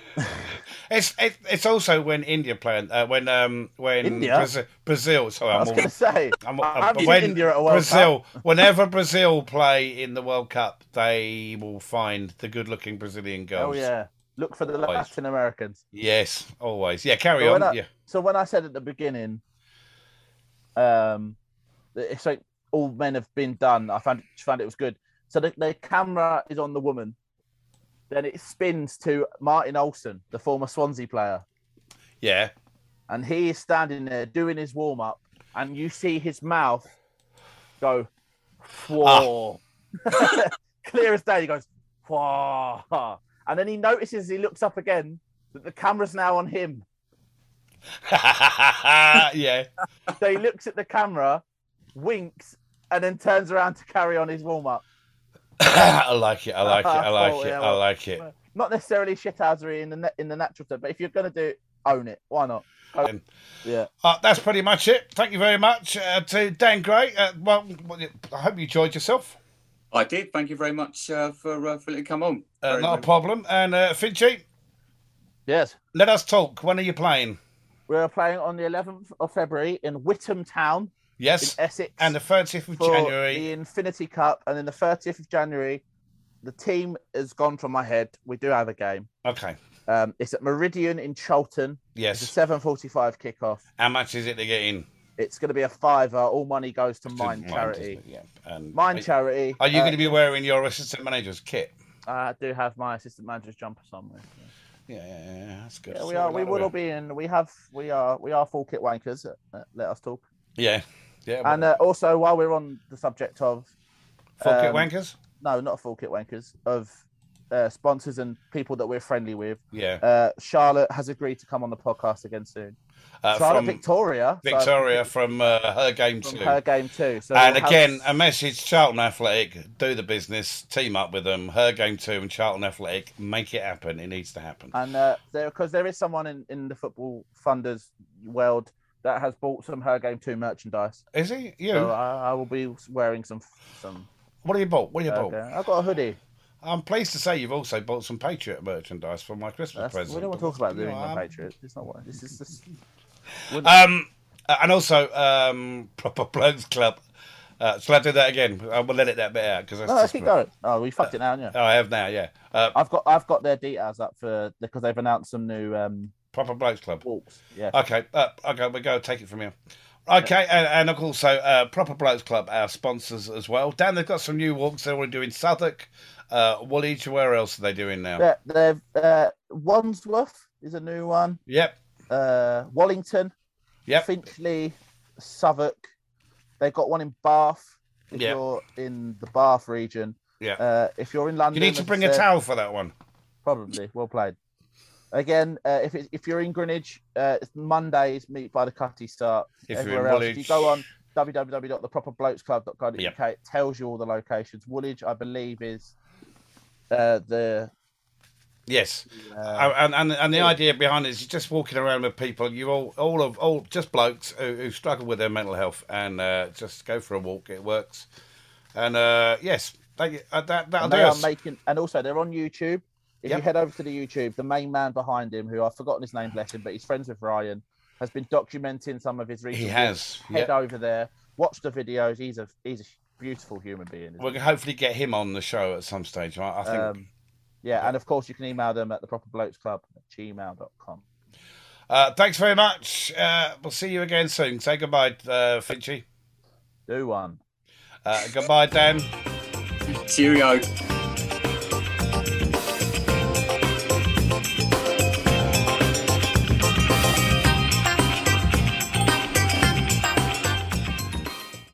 [SPEAKER 1] It's it, it's also when India playing uh, when um when
[SPEAKER 2] India?
[SPEAKER 1] Brazil, Brazil sorry
[SPEAKER 2] I
[SPEAKER 1] I'm
[SPEAKER 2] was
[SPEAKER 1] all-
[SPEAKER 2] going to say,
[SPEAKER 1] I'm,
[SPEAKER 2] I
[SPEAKER 1] I'm-
[SPEAKER 2] haven't seen
[SPEAKER 1] when
[SPEAKER 2] India at a World
[SPEAKER 1] Brazil, whenever Brazil play in the World Cup, they will find the good-looking Brazilian
[SPEAKER 2] oh
[SPEAKER 1] girls.
[SPEAKER 2] yeah, look for the
[SPEAKER 1] Always.
[SPEAKER 2] Latin Americans.
[SPEAKER 1] Yes, always. Yeah, carry
[SPEAKER 2] So
[SPEAKER 1] on.
[SPEAKER 2] when I-
[SPEAKER 1] Yeah,
[SPEAKER 2] So when I said at the beginning, um, that it's like all men have been done. I found just found it was good. So the, the camera is on the woman, then it spins to Martin Olsen, the former Swansea player,
[SPEAKER 1] yeah.
[SPEAKER 2] and he is standing there doing his warm up, and you see his mouth go, whoa, clear as day. He goes, whoa, and then he notices he looks up again that the camera's now on him.
[SPEAKER 1] yeah,
[SPEAKER 2] So he looks at the camera, winks, and then turns around to carry on his warm up.
[SPEAKER 1] I like it. I like it. I like
[SPEAKER 2] Oh,
[SPEAKER 1] it.
[SPEAKER 2] yeah,
[SPEAKER 1] I like it.
[SPEAKER 2] Not necessarily shithousery in the na- in the natural sense, but if you're gonna do it, own it. Why not?
[SPEAKER 1] Um,
[SPEAKER 2] Own- yeah.
[SPEAKER 1] Uh, that's pretty much it. Thank you very much uh, to Dan Gray. Uh, well, I hope you enjoyed yourself.
[SPEAKER 3] I did. Thank you very much uh, for uh, for letting come on.
[SPEAKER 1] Uh,
[SPEAKER 3] Very,
[SPEAKER 1] not
[SPEAKER 3] very-
[SPEAKER 1] a problem. And uh, Finchy,
[SPEAKER 2] Yes.
[SPEAKER 1] let us talk. When are you playing?
[SPEAKER 2] We are playing on the 11th of February in Whittam Town in
[SPEAKER 1] Yes,
[SPEAKER 2] Essex.
[SPEAKER 1] and the 30th of
[SPEAKER 2] for
[SPEAKER 1] January.
[SPEAKER 2] the Infinity Cup, and then the 30th of January, the team has gone from my head. We do have a game,
[SPEAKER 1] Okay.
[SPEAKER 2] Um, it's at Meridian in Cholton. It's a
[SPEAKER 1] Yes.
[SPEAKER 2] 7:45 kickoff.
[SPEAKER 1] How much is it to get in?
[SPEAKER 2] It's going to be a fiver. All money goes to
[SPEAKER 1] To
[SPEAKER 2] Mind Charity.
[SPEAKER 1] isn't it? Yeah. And
[SPEAKER 2] Mind
[SPEAKER 1] are,
[SPEAKER 2] Charity.
[SPEAKER 1] Are you
[SPEAKER 2] uh,
[SPEAKER 1] going to be wearing your assistant manager's kit?
[SPEAKER 2] I do have my assistant manager's jumper somewhere.
[SPEAKER 1] Yeah, yeah, yeah, yeah, that's good.
[SPEAKER 2] Yeah,
[SPEAKER 1] I
[SPEAKER 2] we
[SPEAKER 1] thought
[SPEAKER 2] are.
[SPEAKER 1] we'd like to
[SPEAKER 2] We will
[SPEAKER 1] wear-
[SPEAKER 2] all be in. We have. We are. We are full kit wankers. uh, uh, let us talk.
[SPEAKER 1] Yeah, yeah.
[SPEAKER 2] And uh, also, while we're on the subject of
[SPEAKER 1] full kit
[SPEAKER 2] um,
[SPEAKER 1] wankers.
[SPEAKER 2] no, not full kit wankers of uh, sponsors and people that we're friendly with.
[SPEAKER 1] Yeah,
[SPEAKER 2] Uh, Charlotte has agreed to come on the podcast again soon.
[SPEAKER 1] uh,
[SPEAKER 2] Charlotte
[SPEAKER 1] from
[SPEAKER 2] Victoria. so-
[SPEAKER 1] Victoria from uh, her game
[SPEAKER 2] from
[SPEAKER 1] too.
[SPEAKER 2] her game too. So
[SPEAKER 1] and
[SPEAKER 2] we'll have-
[SPEAKER 1] again, um, a message: Charlton Athletic, do the business, team up with them. Her game two and Charlton Athletic, make it happen. It needs to happen.
[SPEAKER 2] and uh, there because there is someone in, in the football funders world that has bought some her game two merchandise.
[SPEAKER 1] Is he you?
[SPEAKER 2] So uh, I, I will be wearing some some.
[SPEAKER 1] what have you bought? What have you
[SPEAKER 2] Her
[SPEAKER 1] bought?
[SPEAKER 2] Game- I've got a hoodie.
[SPEAKER 1] I'm pleased to say you've also bought some Patriot merchandise for my Christmas
[SPEAKER 2] That's,
[SPEAKER 1] present.
[SPEAKER 2] we don't want to talk about the
[SPEAKER 1] You
[SPEAKER 2] New
[SPEAKER 1] know,
[SPEAKER 2] England
[SPEAKER 1] I'm-
[SPEAKER 2] Patriots. It's not what this is. Just, wouldn't-
[SPEAKER 1] Um, uh, and also, um, proper blokes club. Uh, shall I do that again? I will edit that bit out because
[SPEAKER 2] no, keep going. Oh, we fucked it now, yeah.
[SPEAKER 1] Oh, I have now. Yeah, uh,
[SPEAKER 2] I've got I've got their details up for because they've announced some new um,
[SPEAKER 1] proper blokes club.
[SPEAKER 2] walks. Yeah,
[SPEAKER 1] Okay, uh, okay, we go take it from here. Okay, and, and of course, so uh, proper blokes club our sponsors as well. Dan, they've got some new walks they want to do in Southwark, uh, Woolwich. Where else are they doing now?
[SPEAKER 2] They're- they've uh, Wandsworth is a new one.
[SPEAKER 1] Yep,
[SPEAKER 2] Uh, Wallington,
[SPEAKER 1] yep,
[SPEAKER 2] Finchley, Southwark. They've got one in Bath. If
[SPEAKER 1] Yeah.
[SPEAKER 2] you're in the Bath region,
[SPEAKER 1] yeah.
[SPEAKER 2] uh, if you're in London,
[SPEAKER 1] you need to
[SPEAKER 2] as I
[SPEAKER 1] bring a
[SPEAKER 2] said,
[SPEAKER 1] towel for that one.
[SPEAKER 2] Probably well played. Again, uh, if it, if you're in Greenwich, uh, it's Mondays meet by the cutty start.
[SPEAKER 1] If you're
[SPEAKER 2] Everywhere
[SPEAKER 1] in
[SPEAKER 2] else, if you
[SPEAKER 1] Woolwich-
[SPEAKER 2] go on www.theproperblokesclub.co.uk,
[SPEAKER 1] Yep.
[SPEAKER 2] it tells you all the locations. Woolwich, I believe, is uh, the
[SPEAKER 1] Yes,
[SPEAKER 2] uh,
[SPEAKER 1] and, and and the idea behind it is you're just walking around with people. You all all of all just blokes who, who struggle with their mental health, and uh, just go for a walk. It works. And uh, yes, they, uh, that that'll
[SPEAKER 2] and
[SPEAKER 1] do
[SPEAKER 2] they are
[SPEAKER 1] us.
[SPEAKER 2] making, and also they're on YouTube. If
[SPEAKER 1] Yep.
[SPEAKER 2] you head over to the YouTube, the main man behind him, who I've forgotten his name, bless him, but he's friends with Ryan, has been documenting some of his recent.
[SPEAKER 1] He
[SPEAKER 2] walks.
[SPEAKER 1] has.
[SPEAKER 2] Head
[SPEAKER 1] yeah.
[SPEAKER 2] over there, watch the videos. He's a he's a beautiful human being.
[SPEAKER 1] We'll hopefully get him on the show at some stage. I, I think.
[SPEAKER 2] Um, yeah, and of course you can email them at the proper blokes club at gmail.com.
[SPEAKER 1] Uh, thanks very much. Uh, we'll see you again soon. Say goodbye, uh, Finchy.
[SPEAKER 2] Do one.
[SPEAKER 1] Uh, goodbye, Dan.
[SPEAKER 3] Cheerio.